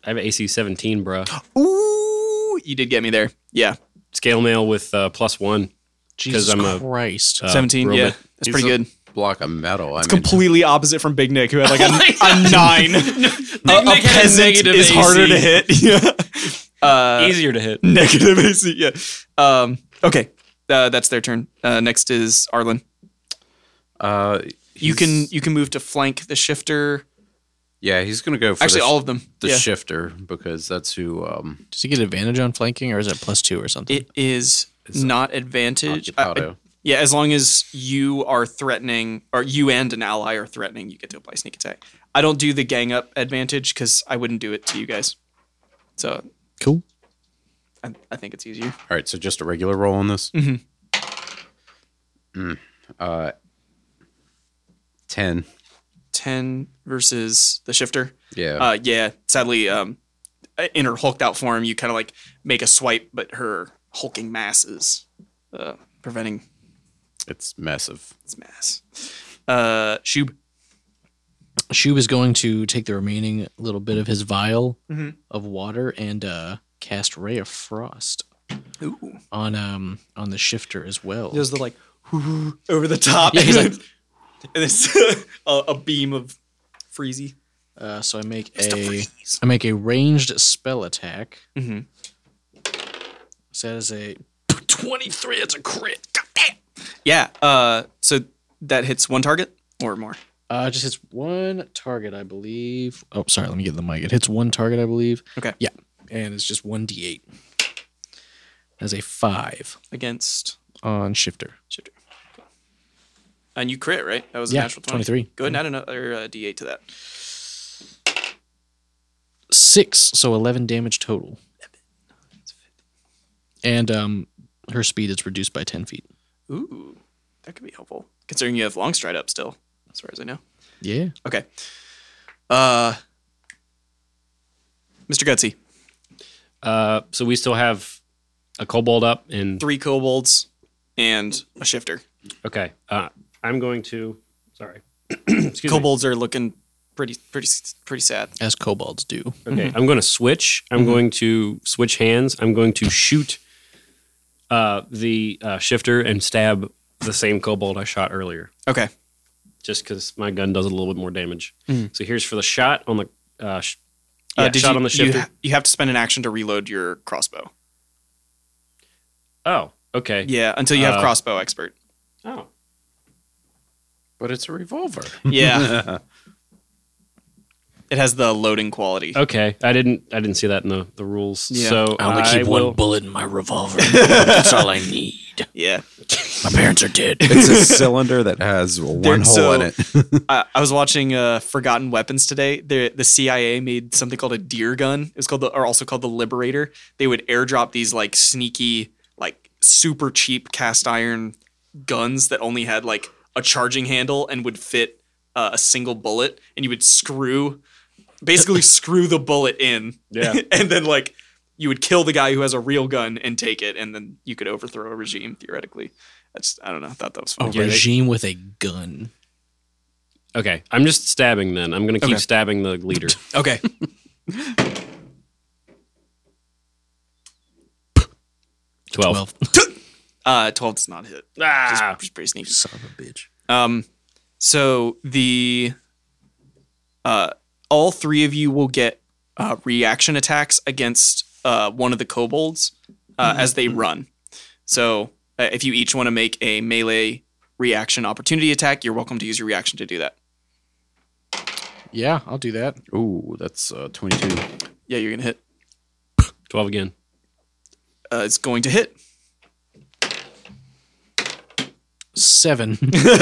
I have AC seventeen, bruh. ooh you did get me there yeah Scale mail with uh, plus one. Jesus I'm a- Christ. Oh, Uh, 17 robot. yeah that's pretty good Block of metal. I mean, completely opposite from Big Nick, who had like *laughs* a, a nine. a, a Nick had a peasant negative is AC. harder to hit. *laughs* Yeah. Uh, Easier to hit. negative AC. Yeah. Um, okay, uh, that's their turn. Uh, next is Arlen. uh, You he's- can you can move to flank the shifter. Yeah, he's going to go for Actually, the, all of them. the yeah. shifter because that's who. Um, Does he get advantage on flanking or is it plus two or something? it is not advantage. I- I- Occupato. yeah, as long as you are threatening, or you and an ally are threatening, you get to apply sneak attack. I don't do the gang up advantage because I wouldn't do it to you guys. So cool. I, I think it's easier. All right, so just a regular roll on this. Mm-hmm. uh, ten. 10 versus the shifter. Yeah. Uh, yeah, sadly, um, in her hulked out form, you kind of like make a swipe, but her hulking mass is uh, preventing it's massive. its mass. Uh, Shub, Shub is going to take the remaining little bit of his vial Mm-hmm. of water and uh, cast Ray of Frost Ooh. on um on the shifter as well. does the like *laughs* over the top, *laughs* Yeah, he's like- and it's *laughs* a, a beam of freezy. Uh, so I make a I make a ranged spell attack. Mhm. So that is a twenty three. That's a crit. Yeah, uh, so that hits one target or more. Uh, it just hits one target, I believe. Oh, sorry. Let me get the mic. It hits one target, I believe. Okay. Yeah, and it's just one d eight. That's a five Against on shifter. shifter. And you crit, right? That was a Yeah, natural 20. 23. Go ahead and add another uh, d8 to that. Six, so eleven damage total. And um, her speed is reduced by ten feet. Ooh, that could be helpful considering you have long stride up still, as far as I know. Yeah. Okay. Uh, Mr. Gutsy, *laughs* Uh, so we still have a kobold up and three kobolds and a shifter. okay. Uh, I'm going to. Sorry. *clears throat* Excuse me. kobolds are looking pretty, pretty, pretty sad. As kobolds do. Okay, I'm going to switch. I'm Mm-hmm. going to switch hands. I'm going to shoot uh, the uh, shifter and stab the same kobold I shot earlier, Okay. just because my gun does a little bit more damage. Mm-hmm. So here's for the shot on the uh, sh- yeah, uh, did shot you, on the you, shifter. ha- you have to spend an action to reload your crossbow. oh, okay. Yeah, until you have Uh, crossbow expert. Oh, But it's a revolver. *laughs* *laughs* *laughs* Yeah, it has the loading quality. okay. I didn't. I didn't see that in the, the rules. Yeah. So I, will. bullet in my revolver. That's all I need. Yeah, My parents are *laughs* dead. it's a cylinder that has one There- hole so- in it. I, I was watching uh, Forgotten Weapons today. The the CIA made something called a deer gun. It was called the, or also called the Liberator. They would airdrop these like sneaky, like super cheap cast iron guns that only had like a charging handle and would fit uh, a single bullet, *laughs* *laughs* and you would screw, basically screw the bullet in, Yeah. and then like you would kill the guy who has a real gun and take it, and then you could overthrow a regime theoretically. That's I don't know. I thought that was A Oh, fun. regime with a gun. Okay, I'm just stabbing. Then I'm gonna keep Okay. stabbing the *laughs* leader. Okay. Twelve. Well, Uh, twelve does not hit. Ah, Just, just pretty sneaky. Son of a bitch. Um, so the uh, all three of you will get uh, reaction attacks against uh, one of the kobolds uh, as they run. So uh, if you each want to make a melee reaction opportunity attack, you're welcome to use your reaction to do that. yeah, I'll do that. Ooh, that's uh, 22. Yeah, you're gonna hit. twelve again. Uh, it's going to hit. *laughs* Seven.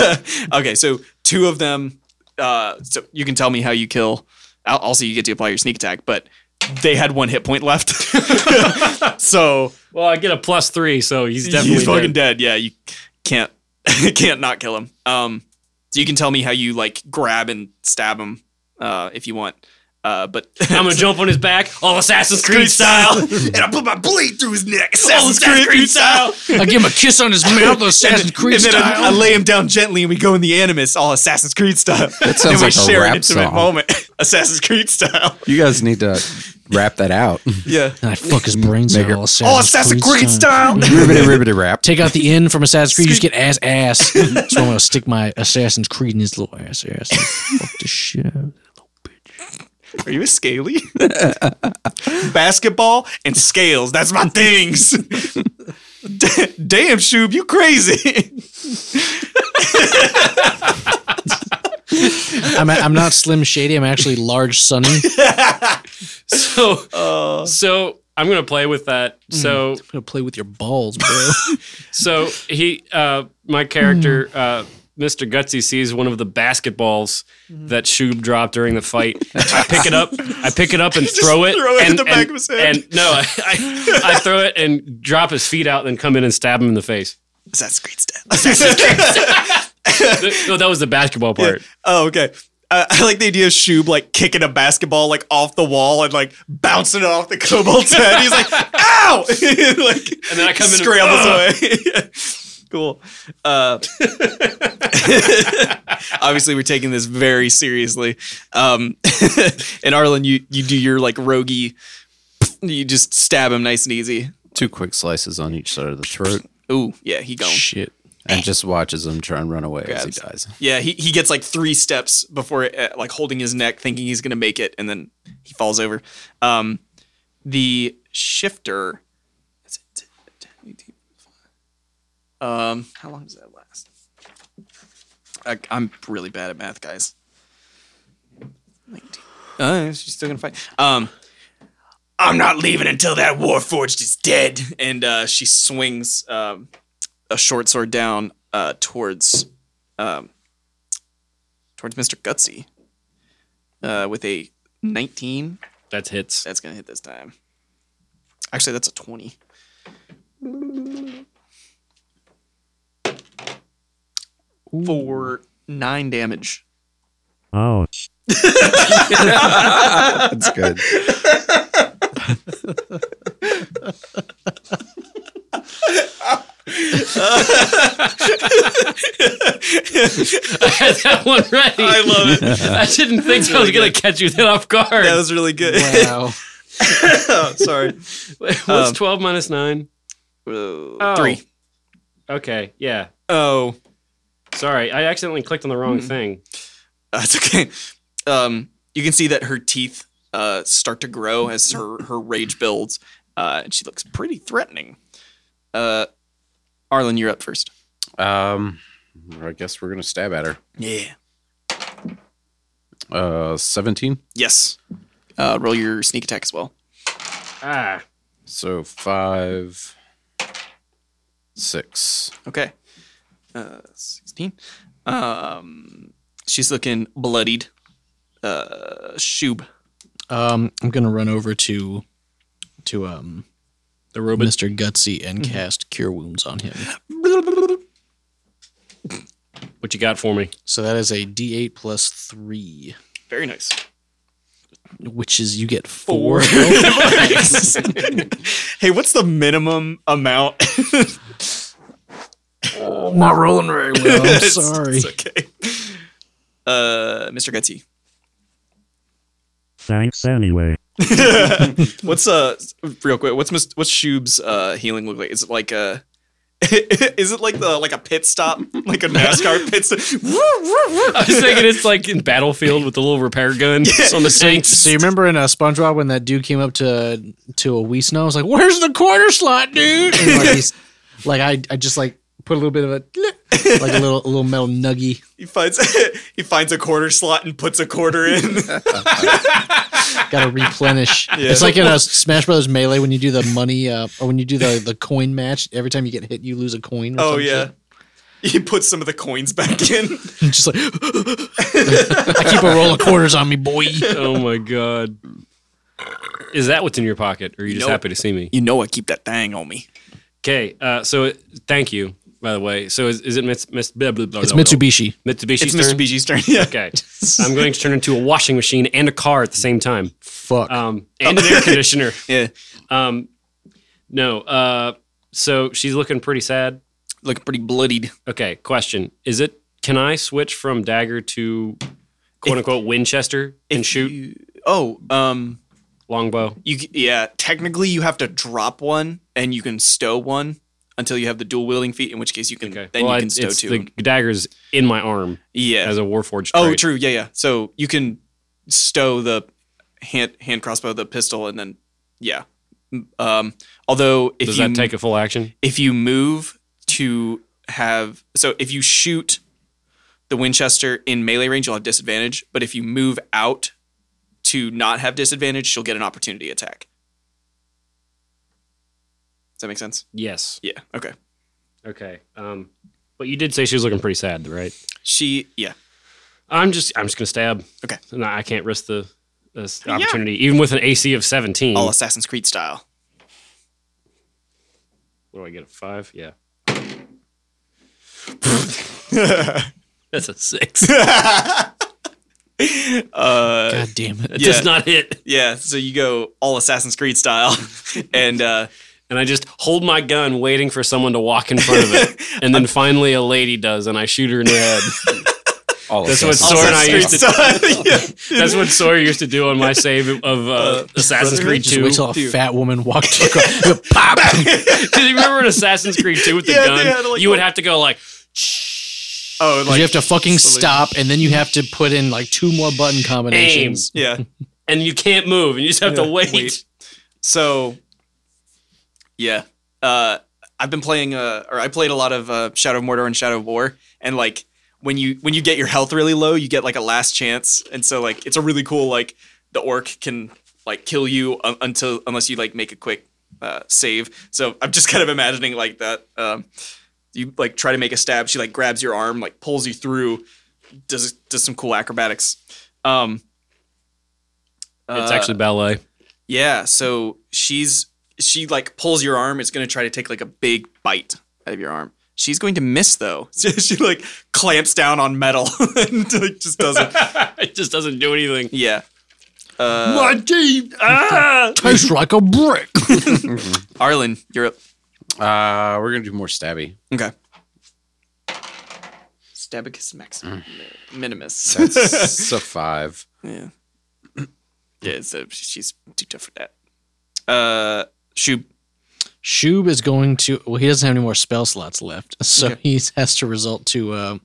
*laughs* okay, so two of them. Uh, so you can tell me how you kill. Al- Also, you get to apply your sneak attack, but they had one hit point left. *laughs* so Well, I get a plus three, so he's definitely he's fucking dead. dead. Yeah, you can't *laughs* can't not kill him. Um, so you can tell me how you like grab and stab him uh, if you want. Uh, but *laughs* I'm gonna jump on his back, all Assassin's Creed style, *laughs* and I put my blade through his neck, Assassin's, Creed, style. I give him a kiss on his *laughs* mouth, Assassin's Creed and then I- I, style. lay him down gently, and we go in the Animus, all Assassin's Creed style. That sounds like a rap intimate song. moment, *laughs* Assassin's Creed style. You guys need to wrap that out. Yeah, And I fuck his brains out. All Assassin's, all Assassin's Creed *laughs* style. ribbity, ribbity, wrap. Take out the end from Assassin's Creed, you just get ass ass. so I'm gonna stick my Assassin's Creed in his little ass ass. fuck the shit out. of Are you a scaly? *laughs* Basketball and scales. That's my things. *laughs* D- damn, Shub, you crazy. it. I'm, I'm not Slim Shady. I'm actually Large Sunny. So, Uh. so I'm gonna play with that. Mm. So, I'm gonna play with your balls, bro. so he, uh, my character, uh, Mr. Gutsy, sees one of the basketballs that Shub dropped during the fight. I pick it up, I pick it *laughs* up and throw it, throw it at and, the back and- of his head. and- no, I, I, I throw it and drop his feet out, then come in and stab him in *laughs* the face. Assassin's Creed *laughs* style. No, that was the basketball part. oh, okay. Uh, I like the idea of Shub like kicking a basketball like off the wall and like bouncing it off the kobold's head. He's like, ow! *laughs* like, And then I come in and- *laughs* scrambles away. *laughs* Yeah. cool. Uh, *laughs* obviously, we're taking this very seriously. Um, *laughs* and Arlen, you you do your like roguey. You just stab him nice and easy. Two quick slices on each side of the throat Ooh, yeah, he gone. shit. and just watches him try and run away as he Grabs. dies. Yeah, he, he gets like three steps before uh, like holding his neck, thinking he's gonna make it, and then he falls over. Um, the shifter. Um, how long does that last? I, I'm really bad at math, guys. 19. Uh, she's still gonna fight. Um, I'm not leaving until that Warforged is dead. And uh, she swings um, a short sword down uh, towards um, towards Mr. Gutsy uh, with a 19. *laughs* That's hits. That's going to hit this time. Actually, that's a 20. For nine damage. Ouch. That's good. had that one ready. I love it. *laughs* I didn't think I was gonna catch you that off guard. That was really good. Wow. Oh, *laughs* sorry. What's um, twelve minus nine? Uh, Three. Okay, yeah. Oh, Sorry, I accidentally clicked on the wrong thing. *laughs* that's okay. Um, you can see that her teeth uh, start to grow as her, her rage builds, uh, and she looks pretty threatening. Uh, Arlen, you're up first. Um, I guess we're going to stab at her. Yeah. Uh, 17. Yes. Uh, roll your sneak attack as well. Ah, So five, six. Okay. Uh, 16. Um, she's looking bloodied. Uh, Shub. Um, I'm gonna run over to to um the robot Mr. Gutsy and cast Cure Wounds on him. what you got for me? So that is a D8 plus three. Very nice. which is you *laughs* get *laughs* four. hey, what's the minimum amount? *laughs* Uh, I'm not rolling very well. I'm It's- sorry. It's okay. Uh, Mr. Gutsy, Thanks anyway. what's uh real quick? What's Mis- what's Shoob's uh healing look like? Is it like a *laughs* is it like the like a pit stop, like a NASCAR pit stop? Woo, woo, woo. I was thinking it's *laughs* like in Battlefield with the little repair gun on the sinks. So you remember in uh, SpongeBob when that dude came up to to a wee snow? I was like, "Where's the quarter slot, dude?" And like, he's, like I, I just like put a little bit of a like a little a little metal nuggy. *laughs* He finds *laughs* he finds a quarter slot and puts a quarter *laughs* in. Got to replenish. It's like in a Smash Brothers melee when you do the money uh, or when you do the the coin match. Every time you get hit, you lose a coin. Or oh some yeah. He puts some of the coins back in. shit. *laughs* just like *laughs* I keep a roll of quarters on me, boy. Oh my god. Is that what's in your pocket? Or are you just Nope. happy to see me? You know I keep that thing on me. Okay. Uh, so it, thank you, by the way. So is, is it Mits, Mits, blah, blah, blah, It's blah, blah. Mitsubishi. Mitsubishi's It's Mr. turn? BG's turn. *laughs* Yeah. Okay. I'm going to turn into a washing machine and a car at the same time. Fuck. Um, and an air conditioner. *laughs* Yeah. Um, no. Uh, so she's looking pretty sad. Looking pretty bloodied. Okay. Question Is it, can I switch from dagger to quote unquote Winchester and If shoot you- oh, um, longbow? you c- yeah. Technically, you have to drop one and you can stow one until you have the dual wielding feat. In which case, you can Okay. then Well, you I- can stow it's- two. The dagger's in my arm yeah. as a warforged. oh, trait. true. Yeah, yeah. So you can stow the hand hand crossbow, the pistol, and then yeah. M- Um, although if Does you that take a full action? if you move to have so if you shoot the Winchester in melee range, you'll have disadvantage. But if you move out to not have disadvantage, she'll get an opportunity attack. Does that make sense? Yes. Yeah. Okay. Okay. Um, but you did say she was looking pretty sad, right? She yeah. I'm just I'm just gonna stab. Okay. No, I can't risk the this opportunity, even with an AC of 17. All Assassin's Creed *laughs* style. What do I get? A five? Yeah. That's a *laughs* six. Uh God damn it. It Yeah. does not hit. yeah, so you go all Assassin's Creed style *laughs* and uh And I just hold my gun, waiting for someone to walk in front of *laughs* it. and then finally, a lady does, and I shoot her in the head. *laughs* All That's of what us. all Soren and I Assassin's Creed used to. style. *laughs* yeah. That's what Sawyer used to do on my save of uh, Assassin's Creed Just 2. wait till a fat woman walked across. *laughs* Pop! *laughs* Do you remember in Assassin's Creed 2 with the Yeah, they gun? had to, like, you would have to go like, Oh, 'Cause you have to fucking stop, and then you have to put in like two more button combinations. yeah. and you can't move, and you just have to wait. wait. So, yeah, uh, I've been playing, uh, or I played a lot of uh, Shadow of Mordor and Shadow of War, and like when you when you get your health really low, you get like a last chance, and so like it's a really cool like the orc can like kill you un- until unless you like make a quick uh, save. So I'm just *laughs* kind of imagining like that. Um, you like try to make a stab, she like grabs your arm, like pulls you through, does does some cool acrobatics. Um, It's uh, actually ballet. yeah, so she's she like pulls your arm. It's gonna try to take like a big bite out of your arm. She's going to miss though. *laughs* So she like clamps down on metal *laughs* and like just *laughs* doesn't. *laughs* It just doesn't do *laughs* anything. Yeah. Uh, My teeth Ah! tastes like a brick. Arlen, you're up. Uh, we're gonna do more *laughs* stabby. Okay. Stabicus max Mm. minimus. *laughs* That's a five. yeah. Yeah, so she's too tough for that. Uh shoot. Shub is going to. Well, he doesn't have any more spell slots left, *laughs* so Okay. he has to result to. Uh,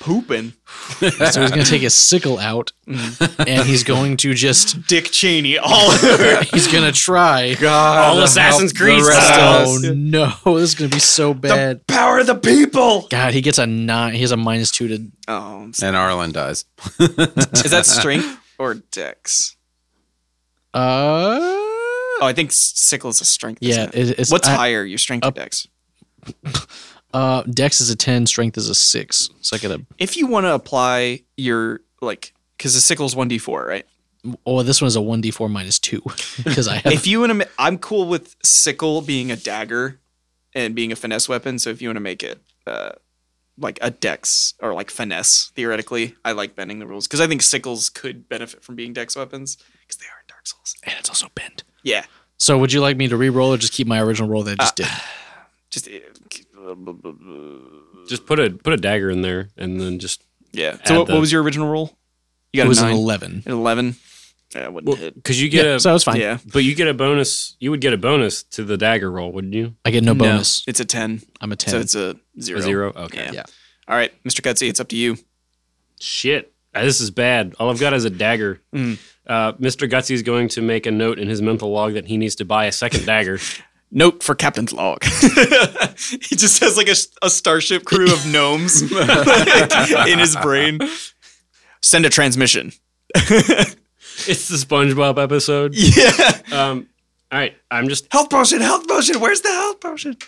Pooping. so he's going to take his *laughs* sickle out, and he's going to just. Dick Cheney all *laughs* over. He's going *laughs* to try. All Assassin's Creed style. Oh no! *laughs* This is going to be so bad. Power of the people. God, he gets a nine. He has a minus two to. Oh, *laughs* I'm And Arlen dies. Is that strength or dex? Uh, Oh, I think s- sickle is a strength. isn't yeah. it? It, it's What's I- higher, your strength or up. dex? Uh, Dex is a ten. Strength is a six. So I get a If you want to apply your like, because the sickle's one d four, right? Oh, this one is a one d four minus two *laughs* because I have. If you want to, I'm cool with sickle being a dagger and being a finesse weapon. So if you want to make it uh, like a dex or like finesse theoretically. I like bending the rules because I think sickles could benefit from being dex weapons because they are in Dark Souls. and it's also bent. Yeah, Uh, So would you like me to re-roll or just keep my original roll that I just did? just eh, Just put a put a dagger in there, and then just yeah. Add So what, the- what was your original roll? You got It was a an nine. eleven. An eleven. Yeah, I wouldn't hit. because you get yeah, a so it's fine. Yeah, but you get a bonus. You would get a bonus to the dagger roll, wouldn't you? I get no No, bonus. it's a ten. I'm a ten. So it's a zero. A zero. Okay. Yeah. All right, Mr. Cutsy, it's up to you. Shit. Uh, This is bad. All I've got is a dagger. Mm. Uh, Mr. Gutsy is going to make a note in his mental log that he needs to buy a second dagger. Note for Captain's log. *laughs* he just has like a, a starship crew of gnomes *laughs* in his brain. Send a transmission. it's the SpongeBob episode. Yeah. Um, all right. I'm just *laughs* Health potion, health potion. Where's the health potion?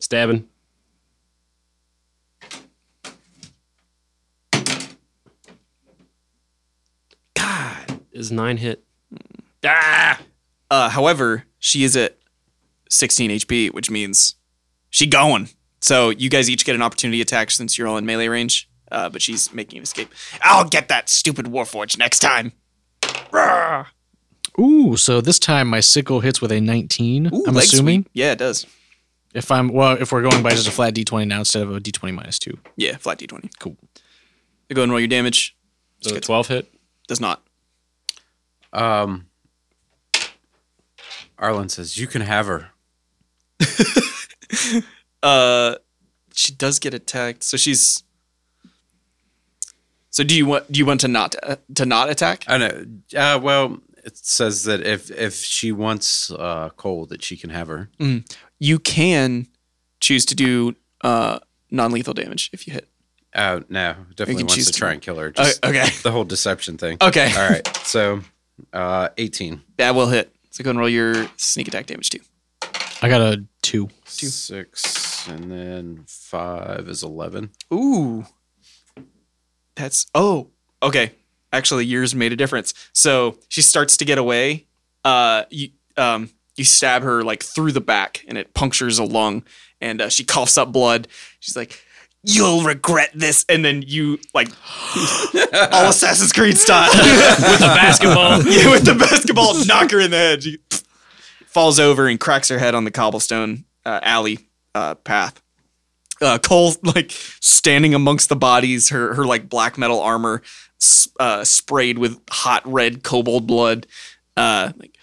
stabbing. God, is nine hit? Ah! Uh, however, she is at 16 HP, which means she going. So you guys each get an opportunity attack since you're all in melee range. Uh, but she's making an escape. I'll get that stupid Warforge next time. Rawr. Ooh, so this time my sickle hits with a 19. Ooh, I'm leg assuming sweep. Yeah, it does. if I'm well, if we're going by just a flat d20 now instead of a d20 minus two. Yeah, flat d20. Cool. You go and roll your damage. Does a 12 hit? Does not. Um, Arlen says, You can have her. Uh, she does get attacked, so she's. So do you want do you want to not uh, to not attack? I know. Uh, well, it says that if if she wants uh, Cole, that she can have her. You can choose to do uh non lethal damage if you hit. Oh no, definitely You can choose wants to to- try and kill her. Uh, Just okay, *laughs* the whole deception thing. okay, All right, so uh, eighteen. that will hit. So go and roll your sneak attack damage too. I got a two. Six and then five is eleven. Ooh, that's oh okay. Actually, yours made a difference. So she starts to get away. Uh, you um you stab her like through the back, and it punctures a lung, and uh, she coughs up blood. She's like. You'll regret this, and then you like *gasps* all Assassin's Creed style *laughs* With a basketball. Yeah, with the basketball, knock her in the head. She falls over and cracks her head on the cobblestone uh, alley uh, path. Uh, Cole, like standing amongst the bodies, her her like black metal armor s- uh, sprayed with hot red kobold blood. Uh, like,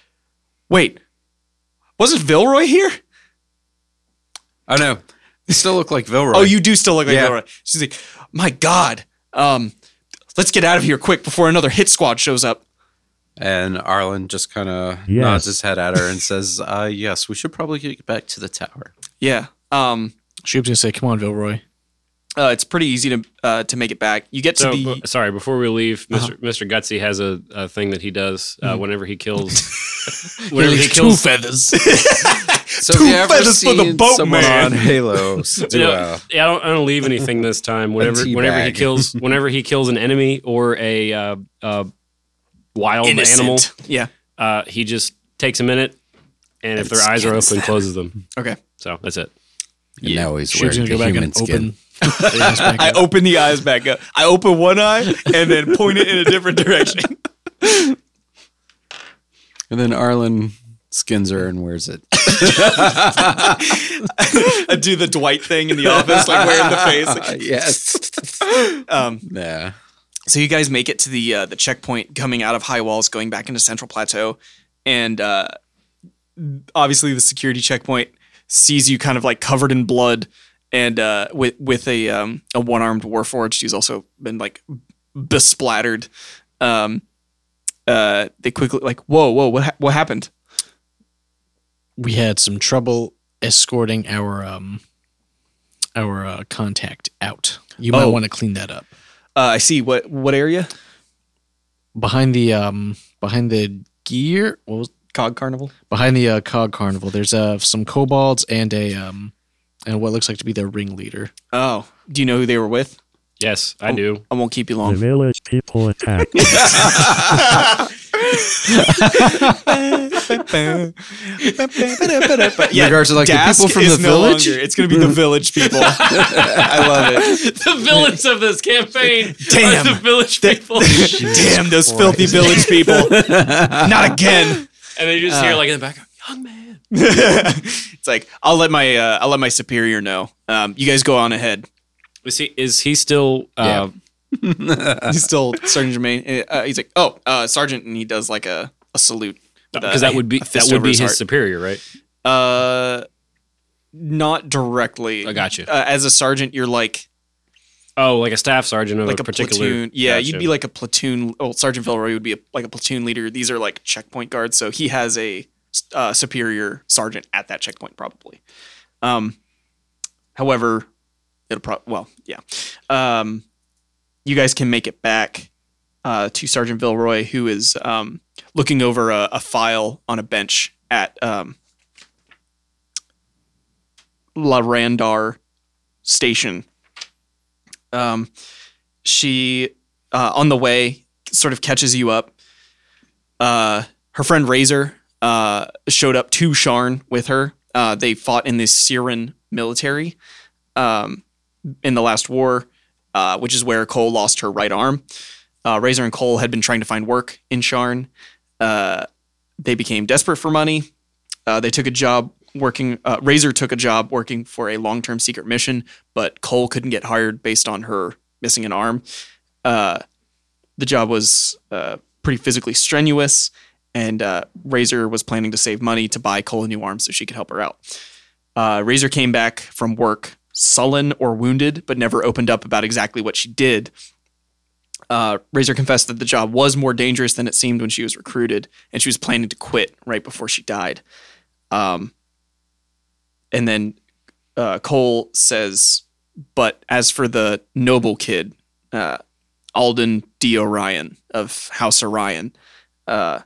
wait, wasn't Vilroy here? Oh no, you still look like Vilroy. Oh, you do still look like Yeah. Vilroy. She's like, my god, um, let's get out of here quick before another hit squad shows up. And Arlen just kind of Yes. nods his head at her and says, uh, "Yes, we should probably get back to the tower." Yeah. Um. Shoop's gonna say, "Come on, Vilroy." Uh, it's pretty easy to uh, to make it back. You get to So, the b- sorry, before we leave, mister Mr. Gutsy has a, a thing that he does uh, whenever he kills. whenever he Release kills. *laughs* two feathers. So Two feathers for the boat someone man. on Halo *laughs* s- do uh, yeah, a yeah, I don't, I don't leave anything this time. Whenever, tea whenever he bag. kills, whenever he kills an enemy or a uh, uh, wild innocent. animal, Yeah. uh, he just takes a minute, and if their eyes are open, closes them. Okay. So that's it. And now he's Shoop's gonna go back and *laughs* open. *laughs* I open the eyes back up. I open one eye and then point it in a different direction. *laughs* And then Arlen skins her and wears it. I do the Dwight thing in the office, like wearing the *laughs* face. Like, Uh, yes. Um, Nah. *laughs* so you guys make it to the uh, the checkpoint, coming out of High Walls, going back into Central Plateau, and uh, obviously the security checkpoint sees you kind of like covered in blood and uh, with with a um, a one armed warforged who's also been like besplattered. Um, uh, they quickly like, whoa, whoa, what ha- what happened? we had some trouble escorting our um our uh, contact out. You might Oh. want to clean that up Uh, I see. What what area? behind the um behind the gear. What was Cog Carnival. behind the uh, cog carnival? There's uh some kobolds and a um and what looks like to be their ringleader. Oh, do you know who they were with? Yes, *laughs* I do. I won't keep you The long. village people attack. yeah, regards to, like, the Dask people from is the no village? longer- It's gonna be the *laughs* village people. I love it. the villains of this campaign Damn. are the village *laughs* people. Damn those filthy *laughs* village people! Not *gasps* again. *laughs* and they just hear like in the background, young man. it's like I'll let my uh, I'll let my superior know. Um, you guys go on ahead. Is he, is he still? Uh, Uh, He's still Sergeant Germain. Uh, he's like, oh, uh, Sergeant, and he does like a, a salute with a- Because that would be a fist that would over be his heart. superior, right? Uh, not directly. I got you. Uh, as a sergeant, you're like Oh, like a staff sergeant of like a a particular. *laughs* platoon. Yeah, Gotcha. you'd be like a platoon. Oh, Sergeant Vilroy would be a, like a platoon leader. These are like checkpoint guards, so he has a uh, superior sergeant at that checkpoint probably. Um, however, it'll pro well, yeah. Um, you guys can make it back uh, to Sergeant Vilroy, who is um, looking over a, a file on a bench at um, La Randar Station. Um, she uh, on the way sort of catches you up. Uh, her friend Razor uh, showed up to Sharn with her. Uh, they fought in the Syrian military um, in the last war, uh, which is where Cole lost her right arm. Uh, Razor and Cole had been trying to find work in Sharn. Uh, they became desperate for money. Uh, they took a job working. Uh, Razor took a job working for a long-term secret mission, but Cole couldn't get hired based on her missing an arm. Uh, the job was uh, pretty physically strenuous, and uh, Razor was planning to save money to buy Cole a new arm so she could help her out. Uh, Razor came back from work sullen or wounded, but never opened up about exactly what she did. Uh, Razor confessed that the job was more dangerous than it seemed when she was recruited, and she was planning to quit right before she died. Um, and then uh, Cole says, "But as for the noble kid, uh, Alden D. Orion of House Orion, uh,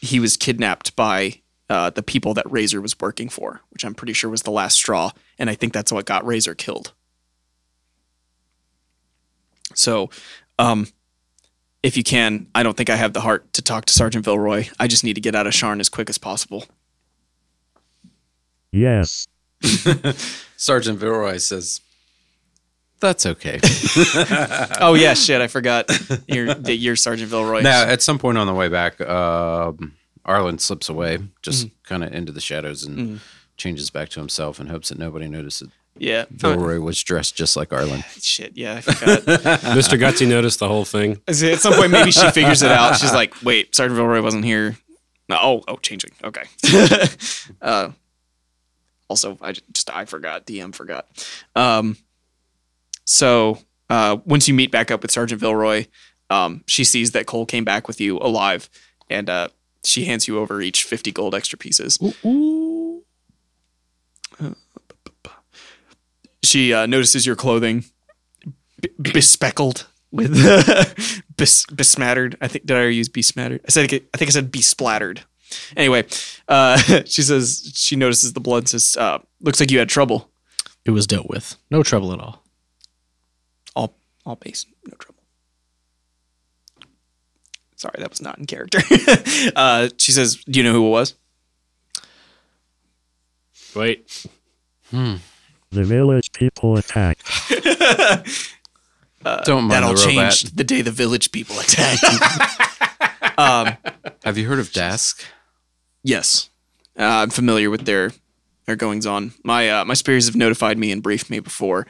he was kidnapped by uh, the people that Razor was working for, which I'm pretty sure was the last straw, and I think that's what got Razor killed." So, um, if you can, I don't think I have the heart to talk to Sergeant Vilroy. I just need to get out of Sharn as quick as possible. Yes. Sergeant Vilroy says, "That's *laughs* okay." Oh *laughs* yeah, shit! I forgot you're, that you're Sergeant Vilroy. now, at some point on the way back, um, Arlen slips away, just Mm-hmm. kind of into the shadows, and changes back to himself and hopes that nobody notices. Yeah. Vilroy was dressed just like *laughs* Arlen. Shit. Yeah, I forgot. Mr. Gutsy noticed the whole thing. at some point, maybe she figures it out. She's like, "Wait, Sergeant Vilroy wasn't here." No. Oh, oh, changing. Okay. *laughs* uh, also, I ju- just I forgot. DM forgot. Um, so uh, once you meet back up with Sergeant Vilroy, um, she sees that Cole came back with you alive, and uh, she hands you over each fifty gold extra pieces. she uh, notices your clothing b- bespeckled with *laughs* bes- besmattered. I think did I already use besmattered? I said I think I said besplattered. Anyway, uh, *laughs* she says she notices the blood. and Says uh, looks like you had trouble. It was dealt with. No trouble at all. All all base, no trouble. Sorry, that was not in character. *laughs* uh, she says, "Do you know who it was?" Wait, The village people attacked. Don't mind Uh, that all the robot. changed the day the village people attacked. Have you heard of Dask? Yes, uh, I'm familiar with their their goings on. My uh, my superiors have notified me and briefed me before.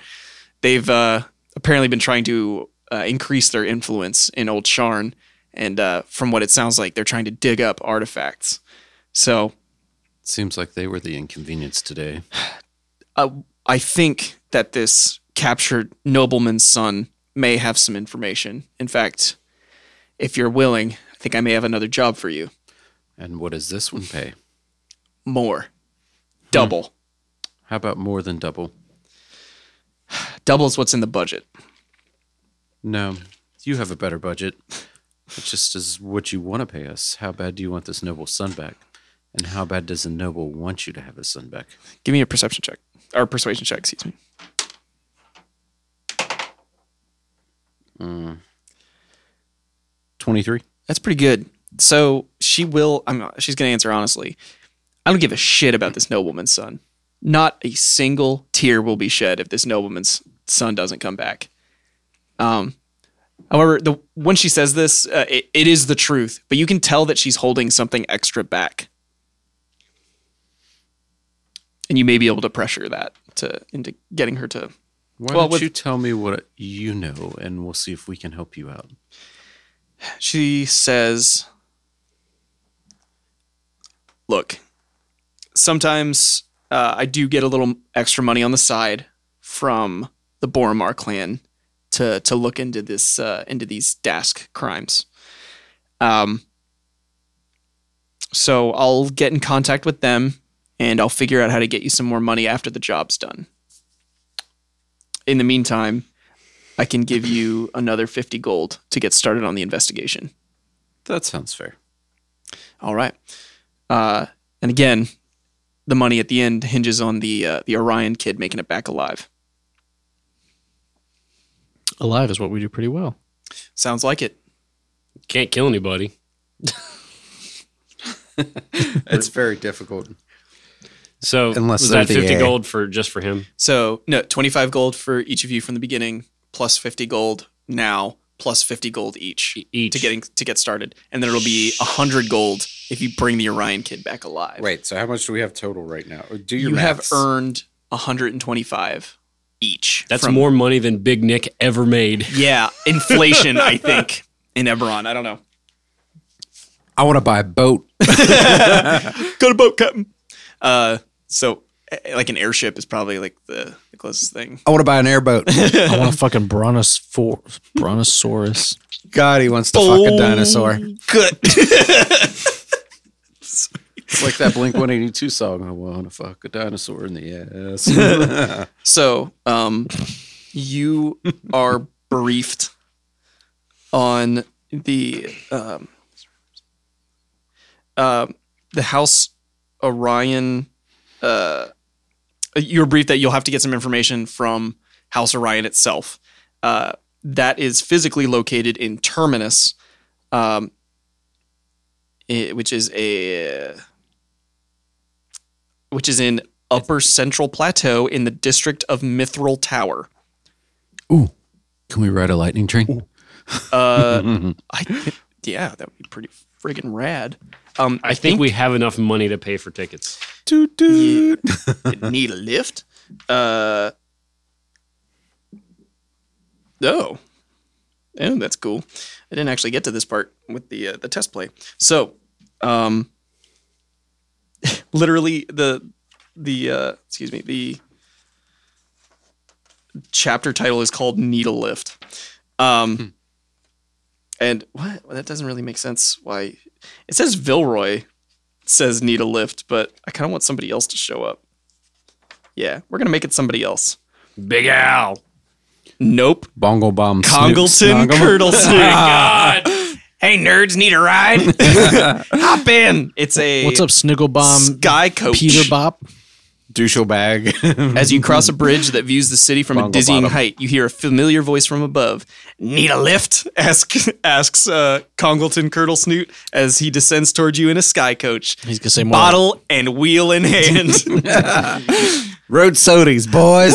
They've uh, apparently been trying to uh, increase their influence in Old Sharn, and uh, from what it sounds like, they're trying to dig up artifacts. So Seems like they were the inconvenience today. uh, I think that this captured nobleman's son may have some information. In fact, if you're willing, I think I may have another job for you. And what does this one pay? More, double. How about more than double? Double is what's in the budget. No, you have a better budget. It just is what you want to pay us. How bad do you want this noble son back? And how bad does a noble want you to have his son back? Give me a perception check or persuasion check, excuse me. Twenty-three. That's pretty good. So she will. I'm. not- She's gonna answer honestly. I don't give a shit about this nobleman's son. Not a single tear will be shed if this nobleman's son doesn't come back. Um, however, the when she says this, uh, it, it is the truth. But you can tell that she's holding something extra back, and you may be able to pressure that to into getting her to. Why Well, don't with- you tell me what you know, and we'll see if we can help you out. She says, Look, sometimes uh, I do get a little extra money on the side from the Boromar clan to, to look into this uh, into these Dask crimes. Um, so I'll get in contact with them and I'll figure out how to get you some more money after the job's done. In the meantime, I can give you another 50 gold to get started on the investigation. That sounds *laughs* fair. All right. Uh, and again, the money at the end hinges on the uh, the Orion kid making it back alive. Alive is what we do pretty well. Sounds like it. Can't kill anybody. It's very difficult. So Unless was they're that the fifty A. gold for just for him? So, no, 25 gold for each of you from the beginning, plus 50 gold now, plus 50 gold each, e-, each. to getting to get started. And then it'll be 100 gold if you bring the Orion kid back alive. Wait, so how much do we have total right now? Or Do your You maths. have earned 125 each. That's from- more money than Big Nick ever made. Yeah, inflation, I think, in Eberron. I don't know. I want to buy a boat. *laughs* Got a boat, Captain. Uh, so, eh, like an airship is probably like the, the closest thing. I want to buy an airboat. *laughs* *laughs* I *laughs* want a fucking brontosaur- brontosaurus. God, he wants to fuck a dinosaur. Good. *laughs* It's like that *laughs* Blink 182 song, I want to fuck a dinosaur in the ass. *laughs* So, um, you are briefed on the um, um the House Orion. Uh, you were briefed that you'll have to get some information from House Orion itself. Uh, that is physically located in Terminus, um, i- which is a which is in Upper Central Plateau in the district of Mithril Tower. Can we ride a lightning train? *laughs* Mm-hmm. Uh, I, yeah, that would be pretty friggin' rad. Um, I think we have enough money to pay for tickets. you need a lift. Uh, oh, oh, that's cool. I didn't actually get to this part with the uh, the test play. So, um, *laughs* literally the the uh, excuse me the chapter title is called Needle Lift. Um, and what well, that doesn't really make sense. Why it says Vilroy says need a lift, but I kind of want somebody else to show up. Yeah, we're gonna make it somebody else. Big Al. Nope. Bongo Bomb. Congleton *laughs* Curdleson. Oh hey nerds, need a ride? *laughs* Hop in. It's a What's up, Snigglebomb? sky coach. Peter Bop. Douchel bag. *laughs* As you cross a bridge that views the city from a Bongo dizzying bottom. height, you hear a familiar voice from above. Need a lift? Ask, asks uh, Congleton Curdle Snoot as he descends towards you in a sky coach, He's gonna say more. bottle and wheel in hand. *laughs* Road sodies, boys.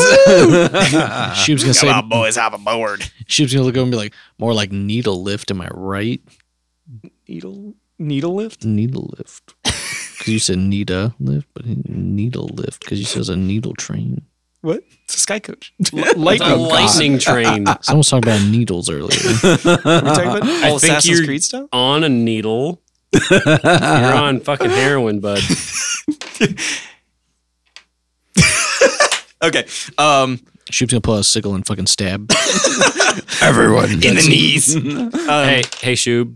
She was gonna say. boys, hop aboard. She was gonna look over and be like, more like needle lift. Am I right? Needle, needle lift? Needle *laughs* lift. Because you said Nita lift, but needle lift because you said it was a needle train. What? It's a sky *laughs* coach. Like a lightning train Someone was talking about needles *laughs* earlier. Are we talking about all think Assassin's you're- Creed stuff? on a needle. You're on fucking heroin, bud. Okay. Um, She was gonna pull out a sickle and fucking stab. *laughs* Everyone. in the knees. hey, hey, Shub.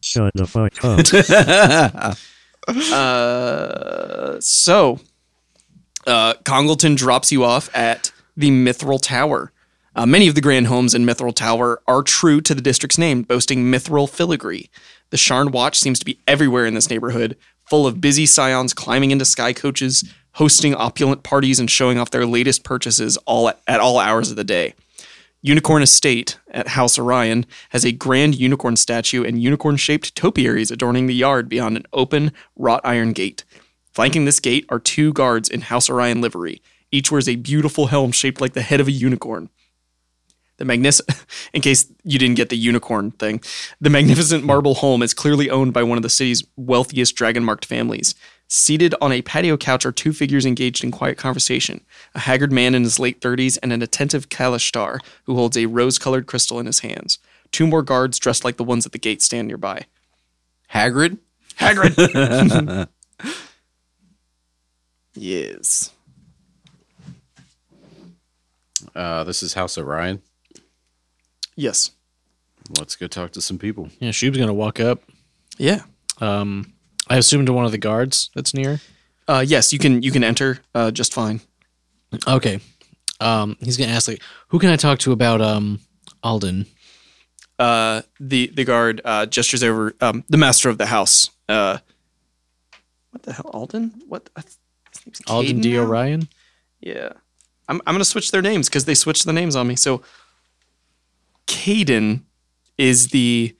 Shut the fuck up. Uh, so, uh, Congleton drops you off at the Mithril Tower. Uh, many of the grand homes in Mithril Tower are true to the district's name, boasting Mithril filigree. The Sharn Watch seems to be everywhere in this neighborhood, full of busy scions climbing into sky coaches, hosting opulent parties, and showing off their latest purchases all at, at all hours of the day. Unicorn Estate at House Orion has a grand unicorn statue and unicorn shaped topiaries adorning the yard beyond an open wrought iron gate. Flanking this gate are two guards in House Orion livery. Each wears a beautiful helm shaped like the head of a unicorn. The magnificent, *laughs* in case you didn't get the unicorn thing, the magnificent marble home is clearly owned by one of the city's wealthiest dragon marked families. Seated on a patio couch are two figures engaged in quiet conversation a haggard man in his late 30s and an attentive Kalishtar who holds a rose colored crystal in his hands. Two more guards dressed like the ones at the gate stand nearby. Hagrid? Hagrid! *laughs* yes. Uh, this is House Orion. Yes. Let's go talk to some people. Yeah, Shoob's gonna walk up. Yeah. Um, I assume to one of the guards that's near. Uh, yes, you can you can enter uh, just fine. Okay. Um, he's gonna ask like, who can I talk to about um Alden? Uh, the the guard uh, gestures over um, the master of the house. Uh, what the hell, Alden? What? I th- his name's Alden Caden D. now? Orion. Yeah, I'm I'm gonna switch their names because they switched the names on me. So, Caden is the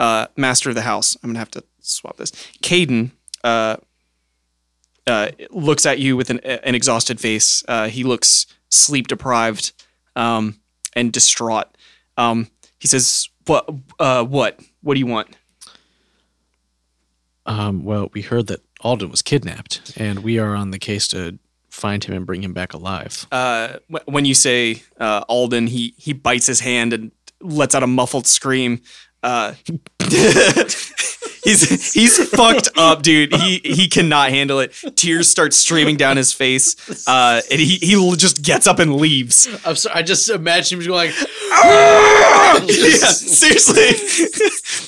uh, master of the house. I'm gonna have to swap this. Caden uh, uh, looks at you with an an exhausted face. Uh, he looks sleep deprived um, and distraught. Um, he says, "What? Uh, what? What do you want?" Um, well, we heard that Alden was kidnapped, and we are on the case to find him and bring him back alive. uh, wh- when you say uh, Alden, he he bites his hand and lets out a muffled scream. Uh, *laughs* he's he's fucked up, dude. He he cannot handle it. Tears start streaming down his face, uh, and he he l- just gets up and leaves. I'm sorry. I just imagine him going. yeah, seriously.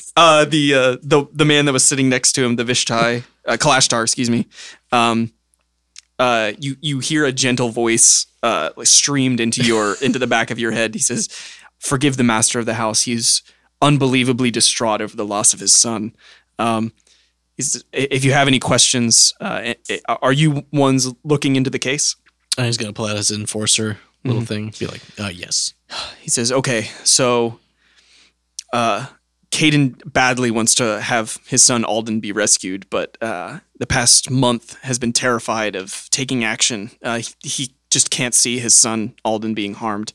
*laughs* uh, the uh, the the man that was sitting next to him, the Vishtai, uh, Kalashtar, excuse me. Um, uh, you you hear a gentle voice uh, like streamed into your into the back of your head. He says, "Forgive the master of the house. He's unbelievably distraught over the loss of his son." Um, he's, if you have any questions, uh, are you ones looking into the case? And he's gonna pull out his enforcer little Mm-hmm. thing. Be like, uh, yes. he says, "Okay, so, uh, Caden badly wants to have his son Alden be rescued, but uh, the past month has been terrified of taking action. Uh, he, he just can't see his son Alden being harmed.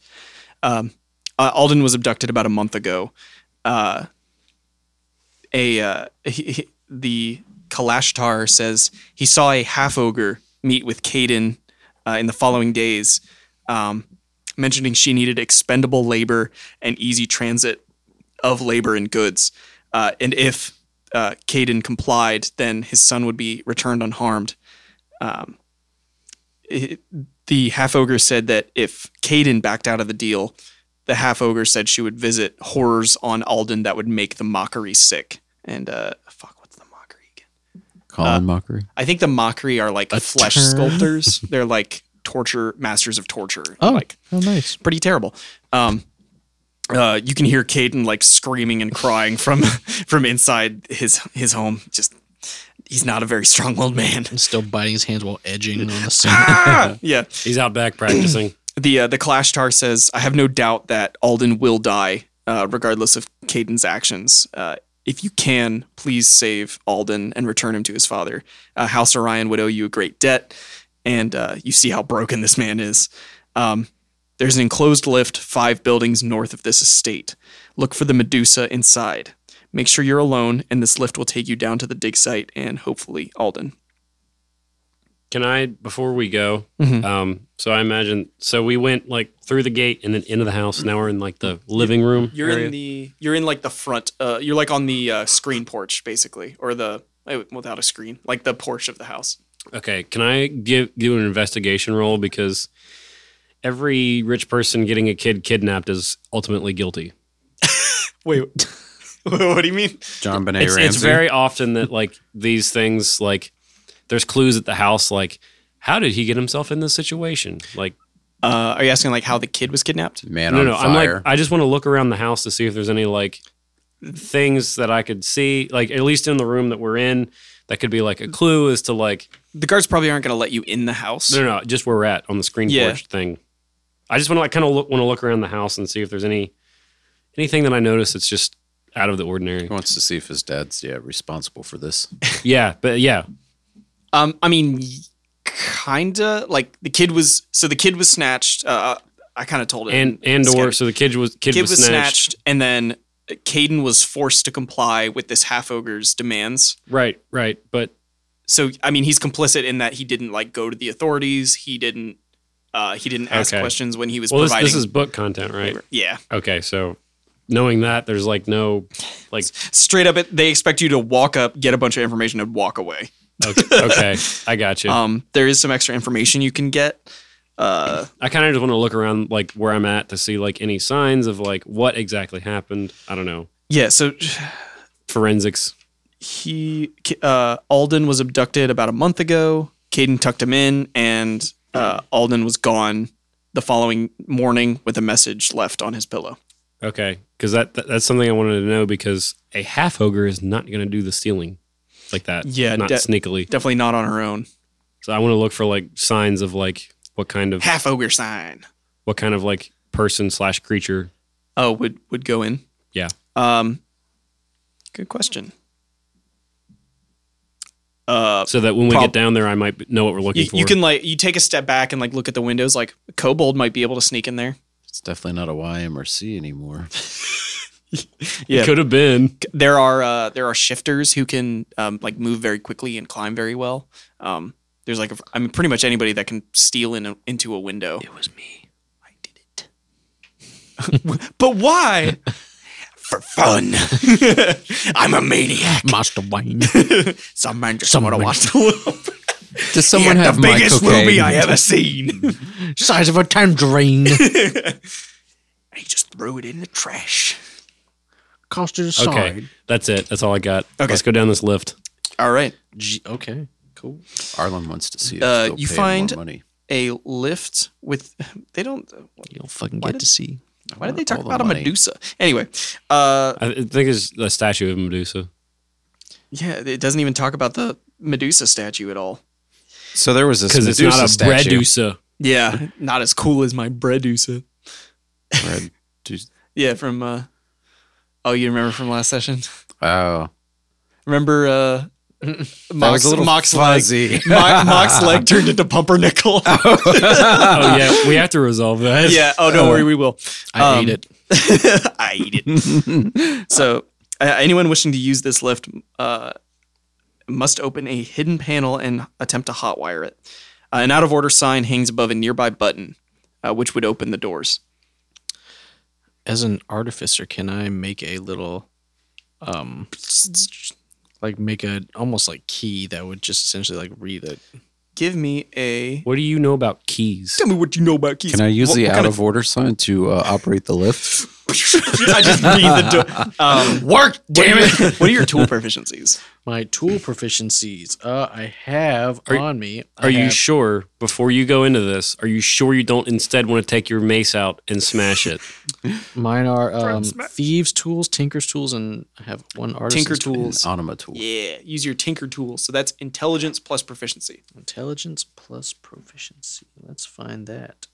Um, uh, Alden was abducted about a month ago. Uh, a uh, he, he- the Kalashtar says he saw a half ogre meet with Caden uh, in the following days." Um, mentioning she needed expendable labor and easy transit of labor and goods. Uh, and if uh, Caden complied, then his son would be returned unharmed. Um, it- the half ogre said that if Caden backed out of the deal, the half ogre said she would visit horrors on Alden that would make the mockery sick. And uh, fuck, what's the mockery again? Colin Mockery. I think the mockery are like flesh term? sculptors. They're like torture masters of torture. like oh, nice. pretty terrible. Um, uh, you can hear Caden like screaming and crying from *laughs* from inside his his home. Just he's not a very strong willed man. And still biting his hands while edging on *laughs* the side. yeah. He's out back practicing. The uh, the Clash Tar says, I have no doubt that Alden will die, uh, regardless of Caden's actions. Uh, if you can, please save Alden and return him to his father. Uh, House Orion would owe you a great debt, and uh, you see how broken this man is. Um, there's an enclosed lift five buildings north of this estate. Look for the Medusa inside. Make sure you're alone, and this lift will take you down to the dig site and hopefully Alden. Can I, before we go, Mhm. um, so I imagine, so we went like through the gate and then into the house. Now we're in like the living room. You're area. in the you're in like the front. Uh, you're like on the uh, screen porch basically, or the eh, without a screen, like the porch of the house. *laughs* Okay, can I give do an investigation roll because every rich person getting a kid kidnapped is ultimately guilty. Wait, what do you mean? John Benet It's, Ramsey. it's very often that like these things like there's clues at the house like how did he get himself in this situation? Like Uh, are you asking like how the kid was kidnapped? man no on no, I'm fire. like I just want to look around the house to see if there's any like things that I could see like at least in the room that we're in that could be like a clue as to like The guards probably aren't going to let you in the house. no no, no just where we're at on the screen Yeah. porch thing. I just want to like kind of look, want to look around the house and see if there's any anything that I notice that's just out of the ordinary. He wants to see if his dad's yeah responsible for this. yeah, but yeah, Um, I mean, y- kinda like the kid was. So the kid was snatched. Uh, I kind of told it. and and or Sketch. so the kid was kid, kid was, snatched. and then uh, Caden was forced to comply with this half ogre's demands. Right, right. But So I mean, he's complicit in that he didn't like go to the authorities. He didn't. Uh, he didn't ask Okay. questions when he was well, this, providing. this is book content, right? yeah, Okay, so knowing that, there's like no like straight up, it, they expect you to walk up, get a bunch of information, and walk away. okay, okay I got you. Um, there is some extra information you can get. Uh, I kind of just want to look around like where I'm at to see like any signs of like what exactly happened. I don't know. yeah, so Forensics. he uh, Alden was abducted about a month ago. Caden tucked him in, and uh, Alden was gone the following morning with a message left on his pillow. Okay, because that, that that's something I wanted to know because a half ogre is not going to do the stealing like that. Yeah, not de- sneakily. Definitely not on her own. So I want to look for like signs of like what kind of Half ogre sign. what kind of like person slash creature. Oh, would would go in. Yeah. Um, good question. Uh, So that when we Prob- get down there, I might know what we're looking you, for. you can like you take a step back and like look at the windows. Like kobold might be able to sneak in there. It's definitely not a YMRC anymore. Yeah. Could have been. there are uh, there are shifters who can um, like move very quickly and climb very well. Um, there's like a, I mean pretty much anybody that can steal in a, into a window. It was me. I did it. but *laughs* why? For *laughs* fun. I'm a maniac. Master Wayne. Someone *laughs* just want to watch the world. Does someone Yeah, have the my biggest cocaine? ruby I ever seen. *laughs* Size of *laughs* a tangerine. he just threw it in the trash. Cost it a Okay, that's it. That's all I got. Let's go down this lift. All right. G- okay. Cool. Arlen wants to see. If Uh, they'll you pay find- more money. A lift with they don't. You don't fucking Why did- get to see. Why did they talk all the about a money. Medusa? Anyway, uh, I think there's a statue of Medusa. Yeah, it doesn't even talk about the Medusa statue at all. So there was this Because it's not a statue. *laughs* *laughs* Bredusa. Yeah, not as cool as my Bredusa. Bredusa. Yeah, from uh Oh, you remember from last session? Oh, Remember uh that was Mox a little Mox leg, fuzzy. Mo- Mox leg turned into pumpernickel. oh yeah, we have to resolve *laughs* that. yeah, oh don't worry, we will. I Um, ate it. *laughs* I eat it. *laughs* so, uh, anyone wishing to use this lift uh, must open a hidden panel and attempt to hotwire it. Uh, an out of order sign hangs above a nearby button, uh, which would open the doors. As an artificer, can I make a little, um, like make a almost like key that would just essentially like read it? Give me a. What do you know about keys? Tell me what you know about keys. Can I use What- the what out of order sign to uh, operate the lift? *laughs* I just *laughs* read the door. Um, Work, damn it! *laughs* What are your tool proficiencies? My tool proficiencies. Uh, I have Are- on me. I Are you have- sure before you go into this? Are you sure you don't instead want to take your mace out and smash *laughs* it? mine are um, thieves' tools, tinkers' tools, and I have one artisan's Tinker tools. Anima tool. Yeah, use your tinker tools. So that's intelligence plus proficiency. Intelligence plus proficiency. Let's find that.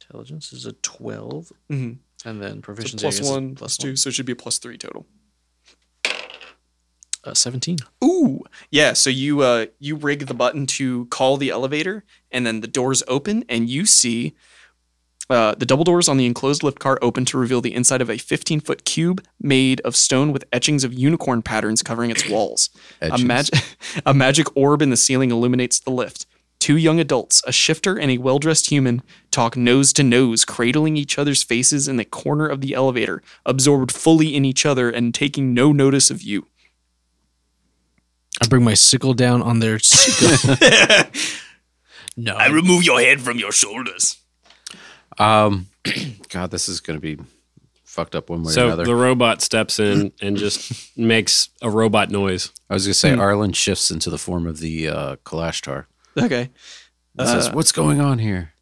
Intelligence is a 12 Mhm. and then So proficiency I plus guess, is one, plus plus two, so it should be a plus three total. one. Uh, seventeen. Ooh, yeah. So you uh, you rig the button to call the elevator, and then the doors open, and you see uh, the double doors on the enclosed lift car open to reveal the inside of a 15 foot cube made of stone with etchings of unicorn patterns covering its walls. A, Etchings. mag- *laughs* a magic orb in the ceiling illuminates the lift. Two young adults, a shifter and a well dressed human, talk nose to nose, cradling each other's faces in the corner of the elevator, absorbed fully in each other and taking no notice of you. I bring my sickle down on their skull. no, I remove your head from your shoulders. Um, *clears throat* God, this is going to be fucked up one way or so another. the robot steps in and *laughs* just makes a robot noise. I was going to say Arlen shifts into the form of the uh, Kalashtar. Okay. And says, "What's going on here?"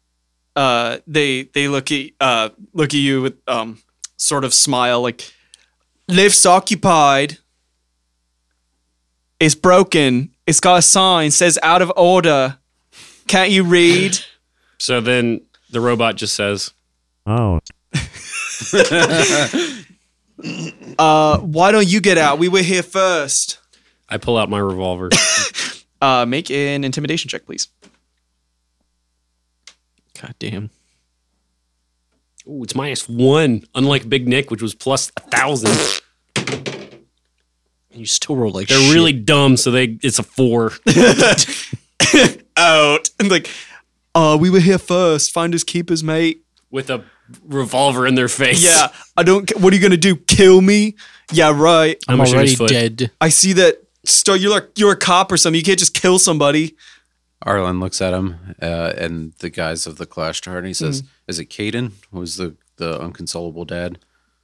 Uh, they they look at uh, look at you with um sort of smile like lift's occupied. It's broken. It's got a sign says out of order. Can't you read? So then The robot just says, Out. Uh, why don't you get out? We were here first. I pull out my *laughs* revolver. Uh, make an intimidation check, *laughs* please. God damn. Ooh, it's minus one, unlike Big Nick, which was plus a thousand. You still roll like They're shit. really dumb, so they it's a four. *laughs* Out and like, uh, we were here first. Finders keepers, mate. with a revolver in their face. Yeah, I don't. ca- What are you gonna do? Kill me? Yeah, right. I'm I'm gonna shoot already his foot. dead. I see that. Star, you're like you're a cop or something. You can't just kill somebody. Arlen looks at him uh, and the guys of the Clash Guard, and he says, "Is it Caden? Was the the unconsolable dad?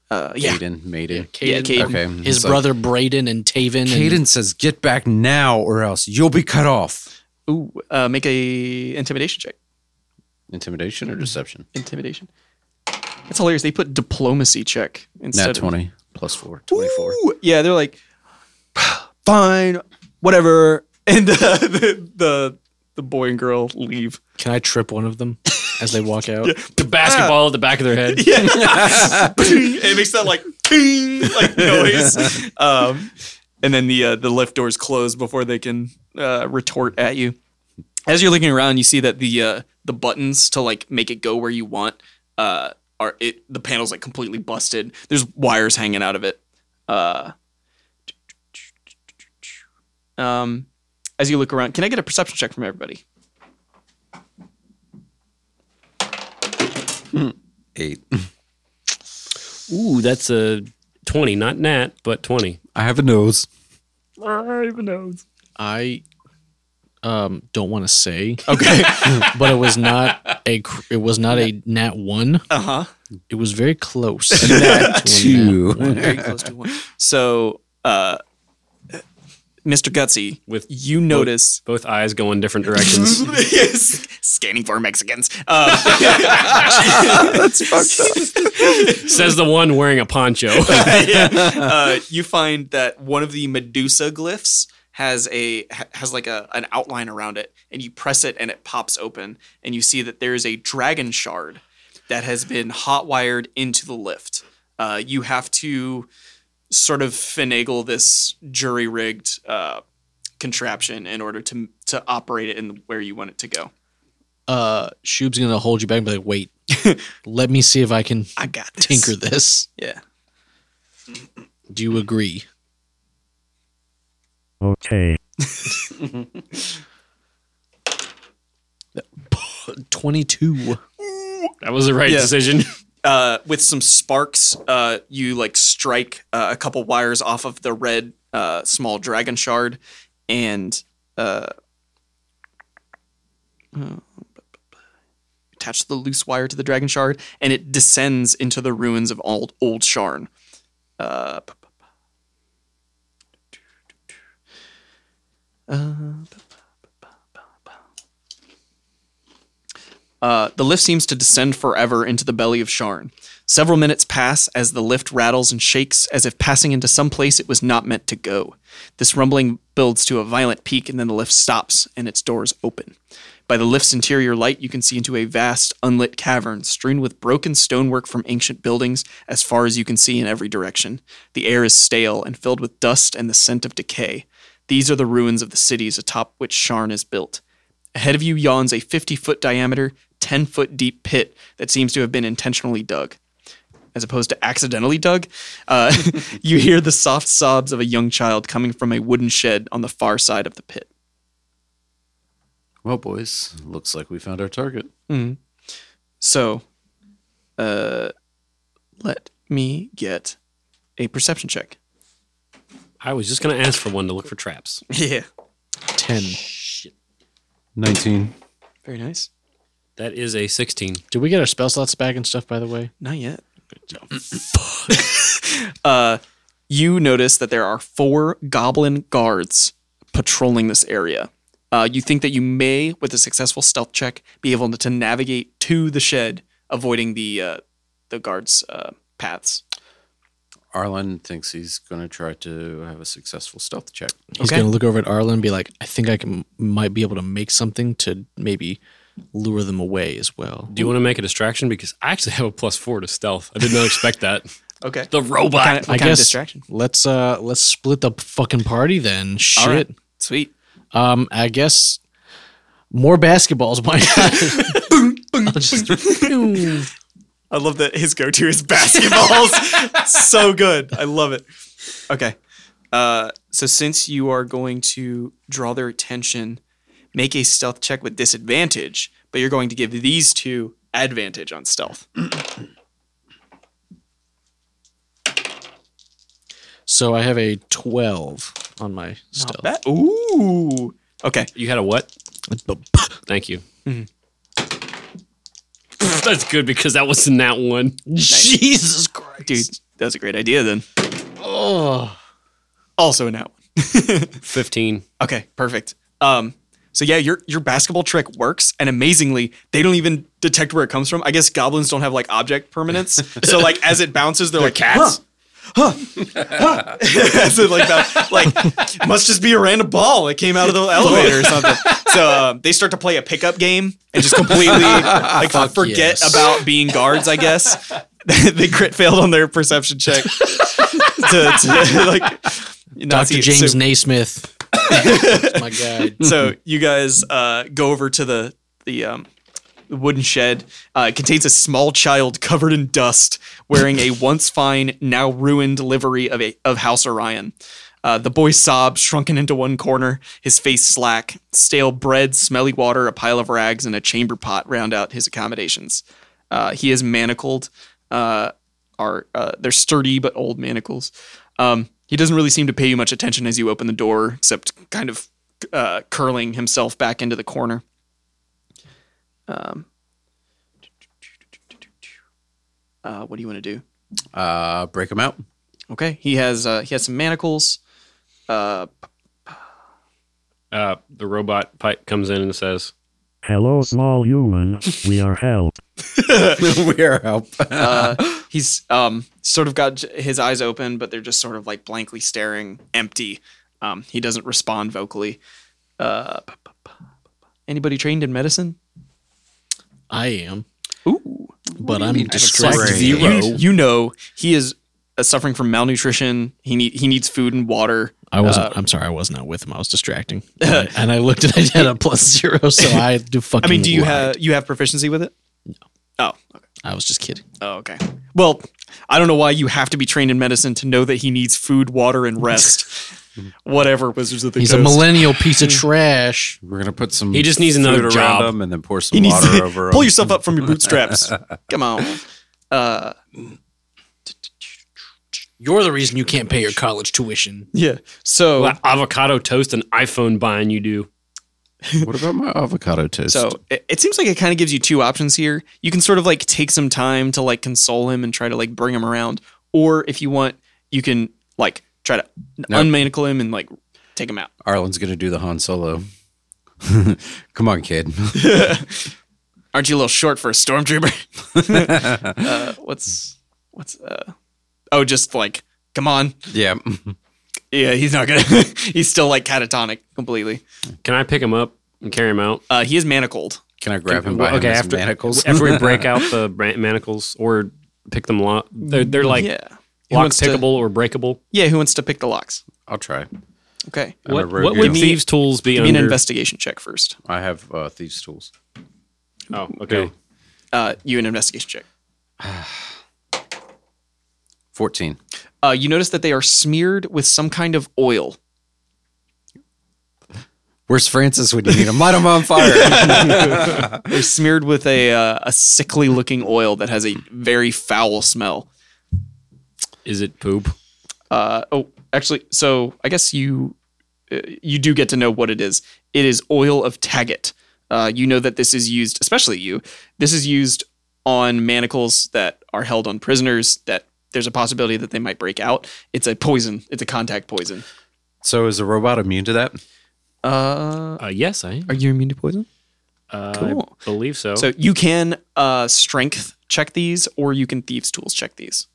Uh, yeah. Caden made it. Yeah, Caden. Okay, His it's like, brother Braden and Taven. and- Caden says, "Get back now, or else you'll be cut off." Ooh, uh, make a intimidation check. Intimidation or deception? Intimidation. That's hilarious. They put diplomacy check instead. Nat of- twenty plus four. Twenty four. Ooh, yeah, they're like, *sighs* fine, whatever. And *laughs* uh, the, the the boy and girl leave. Can I trip one of them as they walk out? The Ah. basketball at the back of their *laughs* head. Yeah, *laughs* it makes that like ting like noise. Um, and then the uh, the lift doors close before they can uh, retort at you. As you're looking around, you see that the uh, the buttons to like make it go where you want uh, are it the panel's like completely busted. There's wires hanging out of it. Uh, um, as you look around, can I get a perception check from everybody? Eight. *laughs* Ooh, that's a 20, not Nat, but 20. I have a nose. I um, don't want to say. Okay, *laughs* but it was not a cr- it was not a nat one. Uh huh. It was *laughs* very close. Two. very close to one. *laughs* So, uh, Mr. Gutsy, With you notice both eyes going different *laughs* directions. *laughs* scanning for Mexicans. Uh, *laughs* Says the one wearing a *laughs* poncho. *laughs* yeah. uh, you find that one of the Medusa glyphs has a ha- has like a an outline around it, and you press it, and it pops open, and you see that there is a dragon shard that has been hotwired into the lift. Uh, you have to sort of finagle this jury rigged uh, contraption in order to to operate it in where you want it to go. Uh, Shoob's gonna hold you back and be *laughs* like, "Wait, let me see if I can I got this. tinker this." Yeah. Do you agree? *laughs* Okay. Twenty-two. that was the right Yeah. decision. uh, with some sparks, uh, you like strike uh, a couple wires off of the red uh, small dragon shard, and uh, uh, attach the loose wire to the dragon shard, and it descends into the ruins of old old Sharn. Uh, Uh, the lift seems to descend forever into the belly of Sharn. Several minutes pass as the lift rattles and shakes as if passing into some place it was not meant to go. This rumbling builds to a violent peak and then the lift stops and its doors open. By the lift's interior light, you can see into a vast, unlit cavern strewn with broken stonework from ancient buildings as far as you can see in every direction. The air is stale and filled with dust and the scent of decay. These are the ruins of the cities atop which Sharn is built. Ahead of you yawns a 50 foot diameter, 10 foot deep pit that seems to have been intentionally dug. As opposed to accidentally dug, uh, *laughs* you hear the soft sobs of a young child coming from a wooden shed on the far side of the pit. Well, boys, looks like we found our target. So, uh, let me get a perception check. I was just going to ask for one to look for traps. Yeah. Ten. Nineteen. Very nice. That is a 16. Did we get our spell slots back and stuff? By the way, Not yet. *laughs* uh, you notice that there are four goblin guards patrolling this area. Uh, you think that you may, with a successful stealth check, be able to navigate to the shed, avoiding the uh, the guards' uh, paths. Arlen thinks he's going to try to have a successful stealth check. he's Okay. gonna look over at Arlen and be like, "I think I can might be able to make something to maybe lure them away as well. Do you want to make a distraction? Because I actually have a plus four to stealth. I did not expect that. Okay. *laughs* The robot. Kind of, I kind of guess- distraction. Let's uh let's split the fucking party then. Shit. All right. Sweet. Um, I guess more basketballs. *laughs* Why not? I'll just- boom. I love that his go-to is *laughs* basketballs. so good. I love it. Okay. Uh, so since you are going to draw their attention, make a stealth check with disadvantage, but you're going to give these two advantage on stealth. Oh. So I have a twelve on my stealth. That- ooh. Okay. You had a what? *laughs* Thank you. *laughs* That's good because that wasn't that one. Jesus Christ, Dude, that was a great idea then. Oh, Also an out. 15. Okay, perfect. Um, so yeah, your your basketball trick works, and amazingly, they don't even detect where it comes from. I guess goblins don't have like object permanence, so like as it bounces, they're, like cats. Huh. Huh. *laughs* Huh. so like, that, like must just be a random ball that came out of the elevator or something. So um, they start to play a pickup game and just completely like forget yes. about being guards. I guess *laughs* they crit failed on their perception check. to, to *laughs* like not Dr. see- *laughs* James so- Naismith. That's my guy. *laughs* so you guys uh, go over to the the um, the wooden shed. Uh, it contains a small child covered in dust, wearing a once fine, now ruined livery of a, of House Orion. Uh, the boy sobs, shrunken into one corner, his face slack. Stale bread, smelly water, a pile of rags, and a chamber pot round out his accommodations. Uh, he is manacled. Uh, are uh, they're sturdy but old manacles. Um, he doesn't really seem to pay you much attention as you open the door, except kind of uh, curling himself back into the corner. Um, uh, what do you want to do? Uh, break them *laughs* out. Okay, he has uh, he has some manacles. Uh, Uh, the robot pipe comes in and says, Hello, small human. We are help. we are help. uh, he's um, sort of got j- his eyes open, but they're just sort of like blankly staring, empty. Um, he doesn't respond vocally. Uh, p- p- p- anybody trained in medicine? *laughs* I am, Ooh. but I'm Right. distracted. zero. You, you know he is uh, suffering from malnutrition. He need he needs food and water. I wasn't. I'm sorry. I was not with him. I was distracting. And I- and I looked and I had a plus zero, so I do I fucking. mean, do you lied. have you have proficiency with it? No. Oh. I was just kidding. Oh, okay. Well, I don't know why you have to be trained in medicine to know that he needs food, water, and *laughs* rest. Whatever Wizards of the He's a Coast. millennial piece of trash. We're gonna put some. He just needs another food job. around him and then pour some He needs water to over *laughs* pull him. yourself *laughs* up from your bootstraps. Come on. Uh, You're the reason you can't pay your college tuition. yeah. So "Well, avocado toast and iPhone buying you do. What about my avocado toast? So it, it seems like it kind of gives you two options here. You can sort of like take some time to like console him and try to like bring him around, or if you want, you can like try to No. unmanacle him and like take him out. Arlen's gonna do the Han Solo. *laughs* Come on, *laughs* kid. Aren't you a little short for a stormtrooper? *laughs* uh, what's what's uh oh just like come on. yeah. Yeah, he's not gonna *laughs* he's still like catatonic completely. Can I pick him up and carry him out? Uh he is manacled. Can I grab him by okay, his after- manacles? *laughs* After *laughs* we break out the bra- manacles or pick them lock, they're, they're like yeah. Who lock wants to- pickable or breakable. yeah, who wants to pick the locks? I'll try. Okay. I'm a What, rogue what would now. thieves' tools be Give me an under? investigation check first. I have uh, thieves' tools. oh, okay. Uh you an investigation check. Fourteen. uh, you notice that they are smeared with some kind of oil. Where's Francis when you need him? Light him on fire. *laughs* They're smeared with a uh, a sickly looking oil that has a very foul smell. Is it poop? Uh, oh, actually, so I guess you uh, you do get to know what it is. It is oil of Taggett. Uh, you know that this is used, especially you. This is used on manacles that are held on prisoners. That there's a possibility that they might break out. It's a poison. It's a contact poison. so is the robot immune to that? Uh, Uh, yes, I am. are you immune to poison? Uh, Cool. I believe Oh. so. So you can uh, strength check these, or you can thieves tools check these.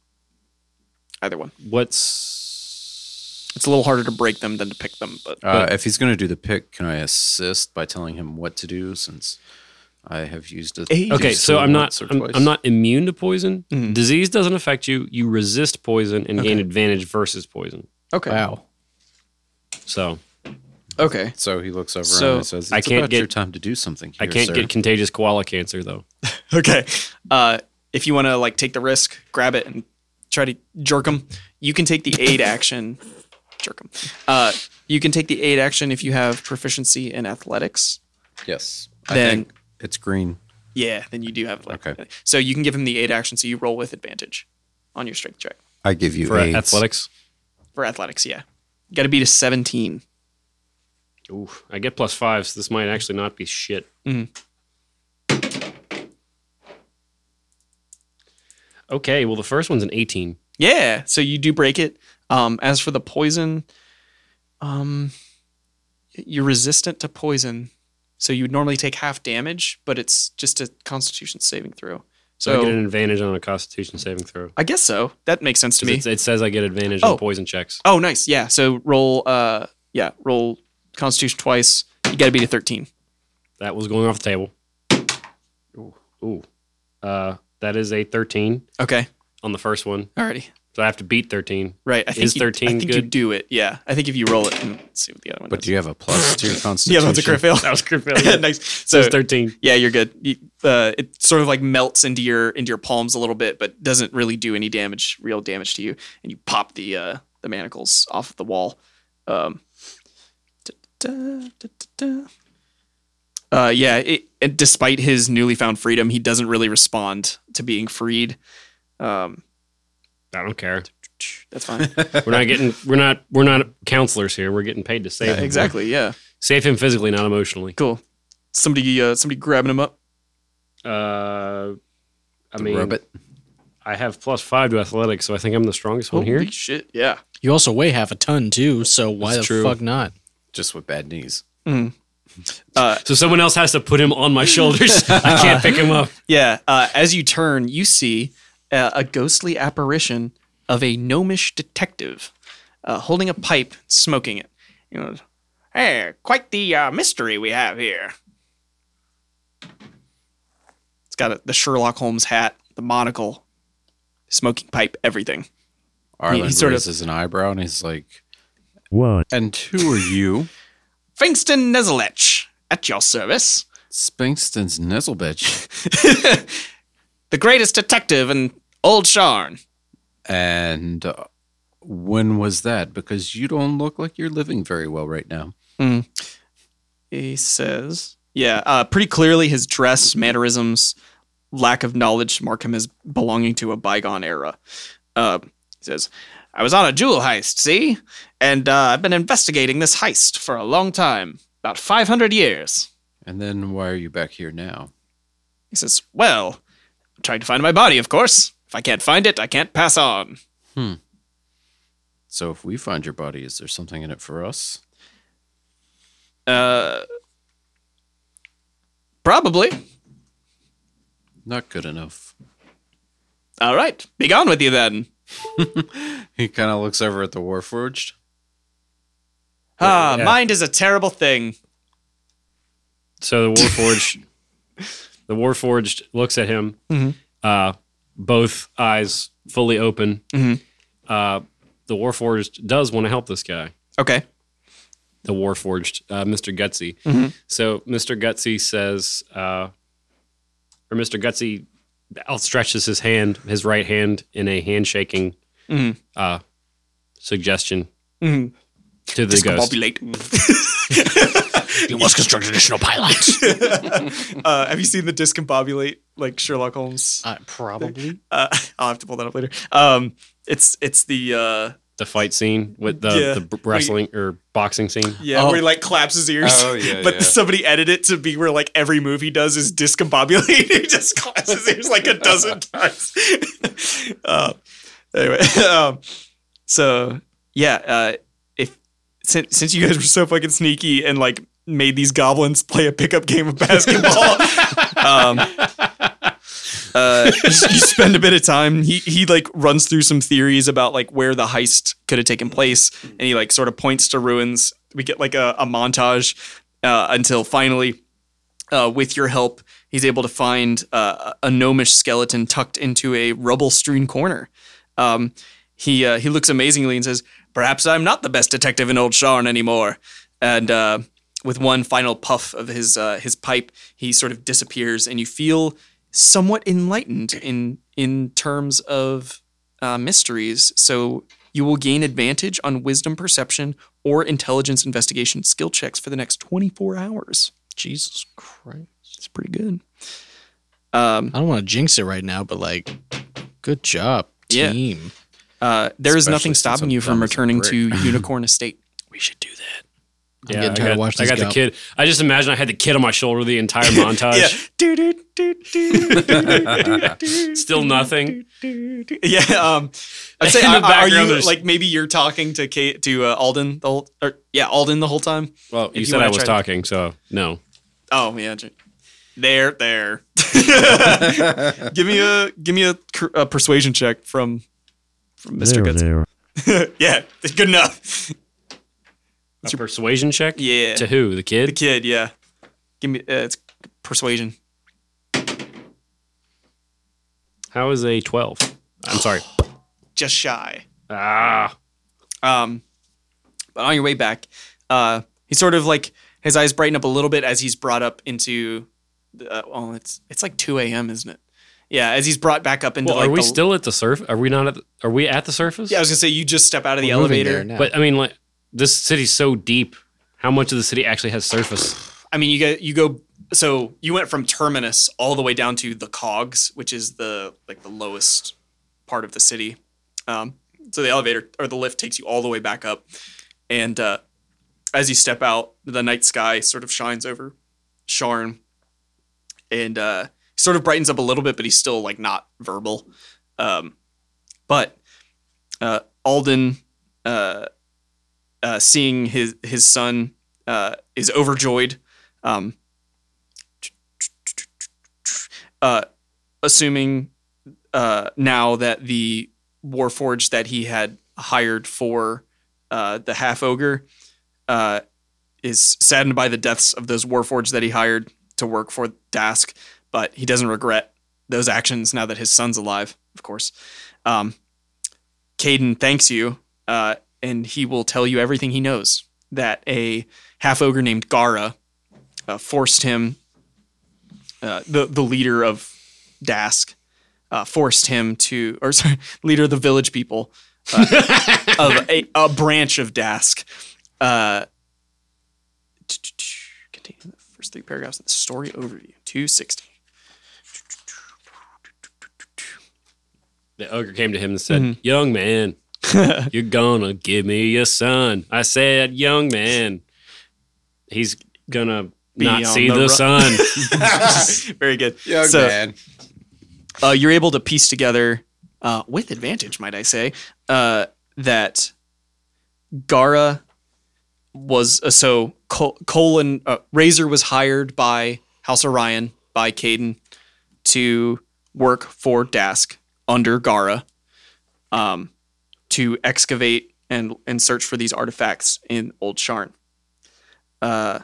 Either one. What's It's a little harder to break them than to pick them, but Uh, if he's gonna do the pick, can I assist by telling him what to do? Since I have used it. Ages. Okay, so I'm not once or I'm, twice. I'm not immune to poison. Mhm. Disease doesn't affect you. You resist poison and gain Okay. advantage versus poison. Okay. Wow. So Okay. *laughs* *laughs* So he looks over So, and says, "It's I can't about get- your time to do something." I here, can't sir." get contagious koala cancer though. Okay. Uh, if you want to like take the risk, grab it and try to jerk them. You can take the *laughs* aid action. Jerk them. Uh, you can take the aid action if you have proficiency in athletics. Yes. I Then- think it's green. Yeah, then you do have like. Okay. So you can give him the aid action, so you roll with advantage on your strength check I give you For aids. athletics, for athletics. Yeah, you got to beat a seventeen. Ooh, I get plus five, so this might actually not be shit. Mhm. Okay, well the first one's an 18. Yeah, so you do break it. Um, as for the poison, um, you're resistant to poison, so you would normally take half damage, but it's just a Constitution saving throw. So, I So get an advantage on a Constitution saving throw. 'Cause I guess so. That makes sense to me. it's- It says I get advantage Oh. on poison checks. Oh, nice. Yeah. So roll. Uh, yeah, roll Constitution twice. You got to beat a thirteen. That was going off the table. Ooh, ooh. Uh, that is a 13 Okay. on the first one. Alrighty. So I have to beat *laughs* 13. Right. I think Is you- 13 I think you good? do it. Yeah. I think if you roll it and see what the other one But is. do you have a plus *laughs* to your yeah, constitution? that's a crit fail. *laughs* *laughs* That was good. nice. So, it's 13. yeah, you're good. You, uh, it sort of like melts into your into your palms a little bit, but doesn't really do any damage, real damage to you. And you pop the uh, the manacles off the wall. Um, da-da-da, da-da-da. Uh, yeah, it, it, despite his newly found freedom, he doesn't really respond to being freed. Um, I don't care. that's *laughs* fine. We're not getting we're not we're not counselors here. We're getting paid to save *laughs* him. exactly. Yeah. Save him physically, not emotionally. Cool. Somebody, uh, somebody grabbing him up. Uh I The mean rabbit. I have plus 5 to athletics, so I think I'm the strongest one here. Holy shit! Yeah. You also weigh half a ton too, so why That's the true. fuck not? Just with bad knees. Uh, So someone else has to put him on my shoulders. I can't pick him up. yeah. Uh, as you turn, you see uh, a ghostly apparition of a gnomish detective uh, holding a pipe, smoking it. You know, hey, quite the uh, mystery we have here. It's got a, the Sherlock Holmes hat, the monocle, smoking pipe, everything. Ireland sort of- raises an eyebrow and he's like, What? "And who are *laughs* you, Fingston Nezelech, at your service. *laughs* Spinkston's nizzle bitch?" The greatest detective in Old Sharn. And uh, when was that? Because you don't look like you're living very well right now. He says, yeah, uh, pretty clearly his dress, mannerisms, lack of knowledge mark him as belonging to a bygone era. Uh, he says, I was on a jewel heist, see? And uh, I've been investigating this heist for a long time about 500 years. And then why are you back here now? He says, Well, I'm trying to find my body, of course. If I can't find it, I can't pass on. So if we find your body, is there something in it for us? Uh, probably. Not good enough. *laughs* All right, be gone with you then. He kind of looks over at the *laughs* Warforged. Ah, mind is a terrible thing. So the Warforged, the Warforged looks at him, Mm-hmm. Mhm. uh, both eyes fully open. Mm-hmm. Mhm. Uh, the Warforged does want to help this guy. Okay. The Warforged, uh, Mr. Gutsy. Mhm. So Mr. Gutsy says, uh, or Mr. Gutsy outstretches his hand, his right hand, in a handshaking Mhm. uh, suggestion Mm-hmm. to the ghost. You must construct additional *laughs* pilots. *laughs* uh, have you seen the discombobulate like Sherlock Holmes? uh, probably. Uh, I'll have to pull that up later. Um, it's it's the uh, The fight scene with the, Yeah. the b- wrestling or boxing scene. yeah where he like claps his ears. Oh, yeah, *laughs* but yeah. somebody edited it to be where like every move he does is discombobulated. *laughs* he just claps his ears like a *laughs* dozen times. *laughs* uh, anyway, *laughs* um, so yeah, uh, if since since you guys were so fucking sneaky and like made these goblins play a pickup game of basketball. *laughs* um, uh, *laughs* you spend a bit of time. He he like runs through some theories about like where the heist could have taken place, and he like sort of points to ruins. We get like a, a montage uh, until finally uh, with your help, he's able to find uh, a gnomish skeleton tucked into a rubble-strewn corner. Um, he uh, he looks amazingly and says, "Perhaps I'm not the best detective in Old Sharn anymore." And uh, with one final puff of his uh, his pipe, he sort of disappears, and you feel somewhat enlightened in in terms of uh, mysteries. So you will gain advantage on wisdom, perception, or intelligence investigation skill checks for the next 24 hours. Jesus Christ. It's pretty good. Um, I don't want to jinx it right now, but like, good job, Yeah. team. uh, there is nothing Especially since stopping I'm you from dumb as a returning brick. to *laughs* Unicorn Estate. We should do that. I'm Yeah, getting tired I got, of watching I this got the go. kid. I just imagine I had the kid on my shoulder the entire montage. Still nothing. *laughs* yeah. Um, I'd say, In are- the are background, you there's- like maybe you're talking to Kate to uh, Alden the whole, or yeah, Alden the whole time? Well, you, you said wanna I was try to- talking, so no. Oh yeah, j- there, *laughs* there. give me a give me a, cur- a persuasion check from from Mister There, Guts. there. *laughs* yeah, it's good enough. It's your persuasion check. Yeah, To who? The the kid. kid. Yeah, give me uh, it's persuasion. How is a twelve? I'm sorry. Just shy. ah, Um, but on your way back, uh, he sort of like his eyes brighten up a little bit as he's brought up into. the- Uh, well, it's it's like two a.m., isn't it? Yeah, as he's brought back up into. well, like are we the- still at the surf? Are we not at? The, are we at the surface? Yeah, I was gonna say you just step out of the We're moving elevator. there now. But I mean, like this city's so deep. How much of the city actually has surface? I mean, you get you go. So you went from terminus all the way down to the cogs, which is the like the lowest part of the city. Um, so the elevator or the lift takes you all the way back up, and uh, as you step out, the night sky sort of shines over Sharn, and uh, sort of brightens up a little bit, but he's still like not verbal. Um, but uh, Alden, uh, uh, seeing his his son uh, is overjoyed. Um, uh, assuming uh, now that the warforge that he had hired for uh, the half ogre uh, is saddened by the deaths of those warforged that he hired to work for Dask, but he doesn't regret those actions now that his son's alive, of course. Um, Caden thanks you, uh, and he will tell you everything he knows that a half ogre named Gara uh, forced him, uh, the the leader of Dask, uh, forced him to, or *laughs* sorry, leader of the village people uh, of a, a branch of Dask. Uh, containing the first three paragraphs of the story overview, two sixty. The ogre came to him and said, Mm-hmm. *laughs* "Young man, you're gonna give me your son." I said, "Young man, he's gonna not on see the the ru- *laughs* sun." *laughs* Very good. Yeah, So- man. uh, you're able to piece together, uh, with advantage, might I say, uh, that Gara was uh, so Col- Colin uh, Razor was hired by House Orion by Caden to work for Dask under Gara um, to excavate and and search for these artifacts in Old Sharn. Uh,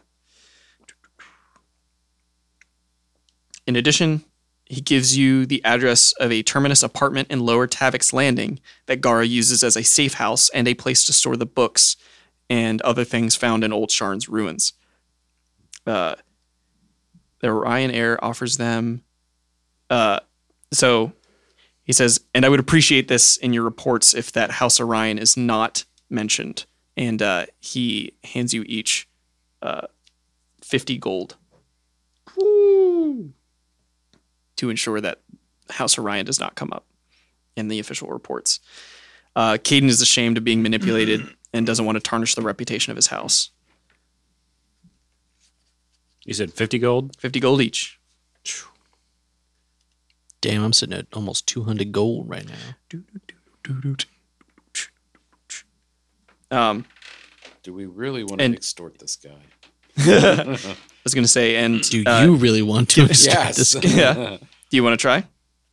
in addition, he gives you the address of a terminus apartment in Lower Tavix Landing that Gara uses as a safe house and a place to store the books and other things found in Old Sharn's ruins. Uh, the Orion Air offers them. Uh, so he says, and I would appreciate this in your reports if that House Orion is not mentioned. And uh, he hands you each uh, 50 gold to ensure that House Orion does not come up in the official reports. Uh, Caden is ashamed of being manipulated and doesn't want to tarnish the reputation of his house. you said fifty gold. *laughs* 50 gold each. Damn, I'm sitting at almost 200 gold right now. Um, Do we really want to And- extort this guy? I was going to say, and Do uh, you really want *laughs* to extort this? *laughs* yeah. Do you want to try?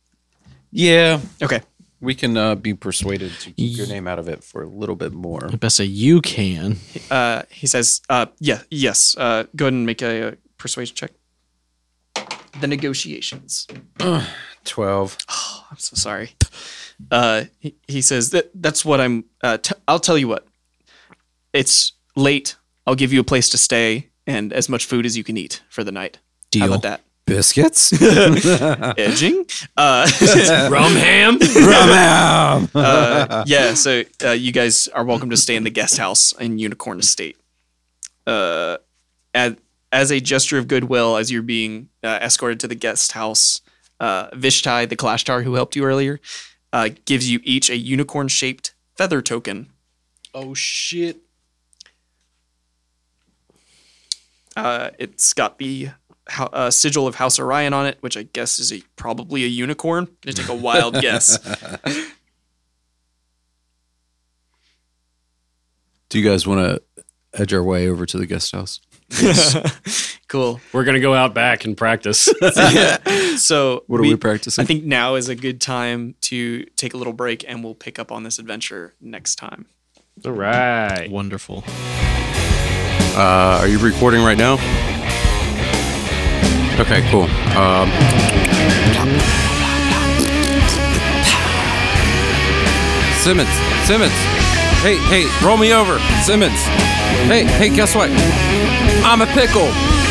*laughs* yeah. Okay. We can uh, be persuaded to keep your name out of it for a little bit more. I best say you can. Uh, he says, uh, yeah, yes. Uh, go ahead and make a, a uh, persuasion check. The negotiations. 12. I'm so sorry. Uh, he, he says that that's what I'm. Uh, t- I'll tell you what. It's late. I'll give you a place to stay and as much food as you can eat for the night. How Deal. about that? *laughs* Biscuits? Edging. Uh, *laughs* Rum ham. uh, yeah. So uh, you guys are welcome to stay in the guest house in Unicorn Estate. Uh, as, as a gesture of goodwill, as you're being uh, escorted to the guest house, uh, Vishtai, the Kalashtar who helped you earlier, uh, gives you each a unicorn-shaped feather token. Oh shit. Uh, it's got the ho- uh, sigil of House Orion on it, which I guess is a probably a unicorn. i take a wild guess. Do you guys want to edge our way over to the guest house? Cool. We're gonna go out back and practice. *laughs* So What are we, practicing? I think now is a good time to take a little break, and we'll pick up on this adventure next time. All right. Wonderful. Uh, are you recording right now? Okay, cool. Um, Simmons, Simmons. Hey, hey, roll me over, Simmons. Hey, hey, guess what? I'm a pickle.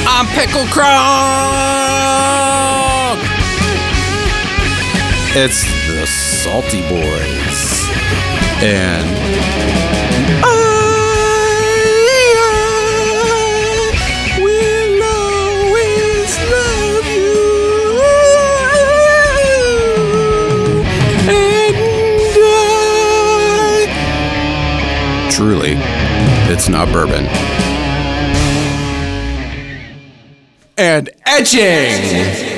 I'm pickle Krog. It's the Salty Boys and Truly, it's not bourbon. And etching!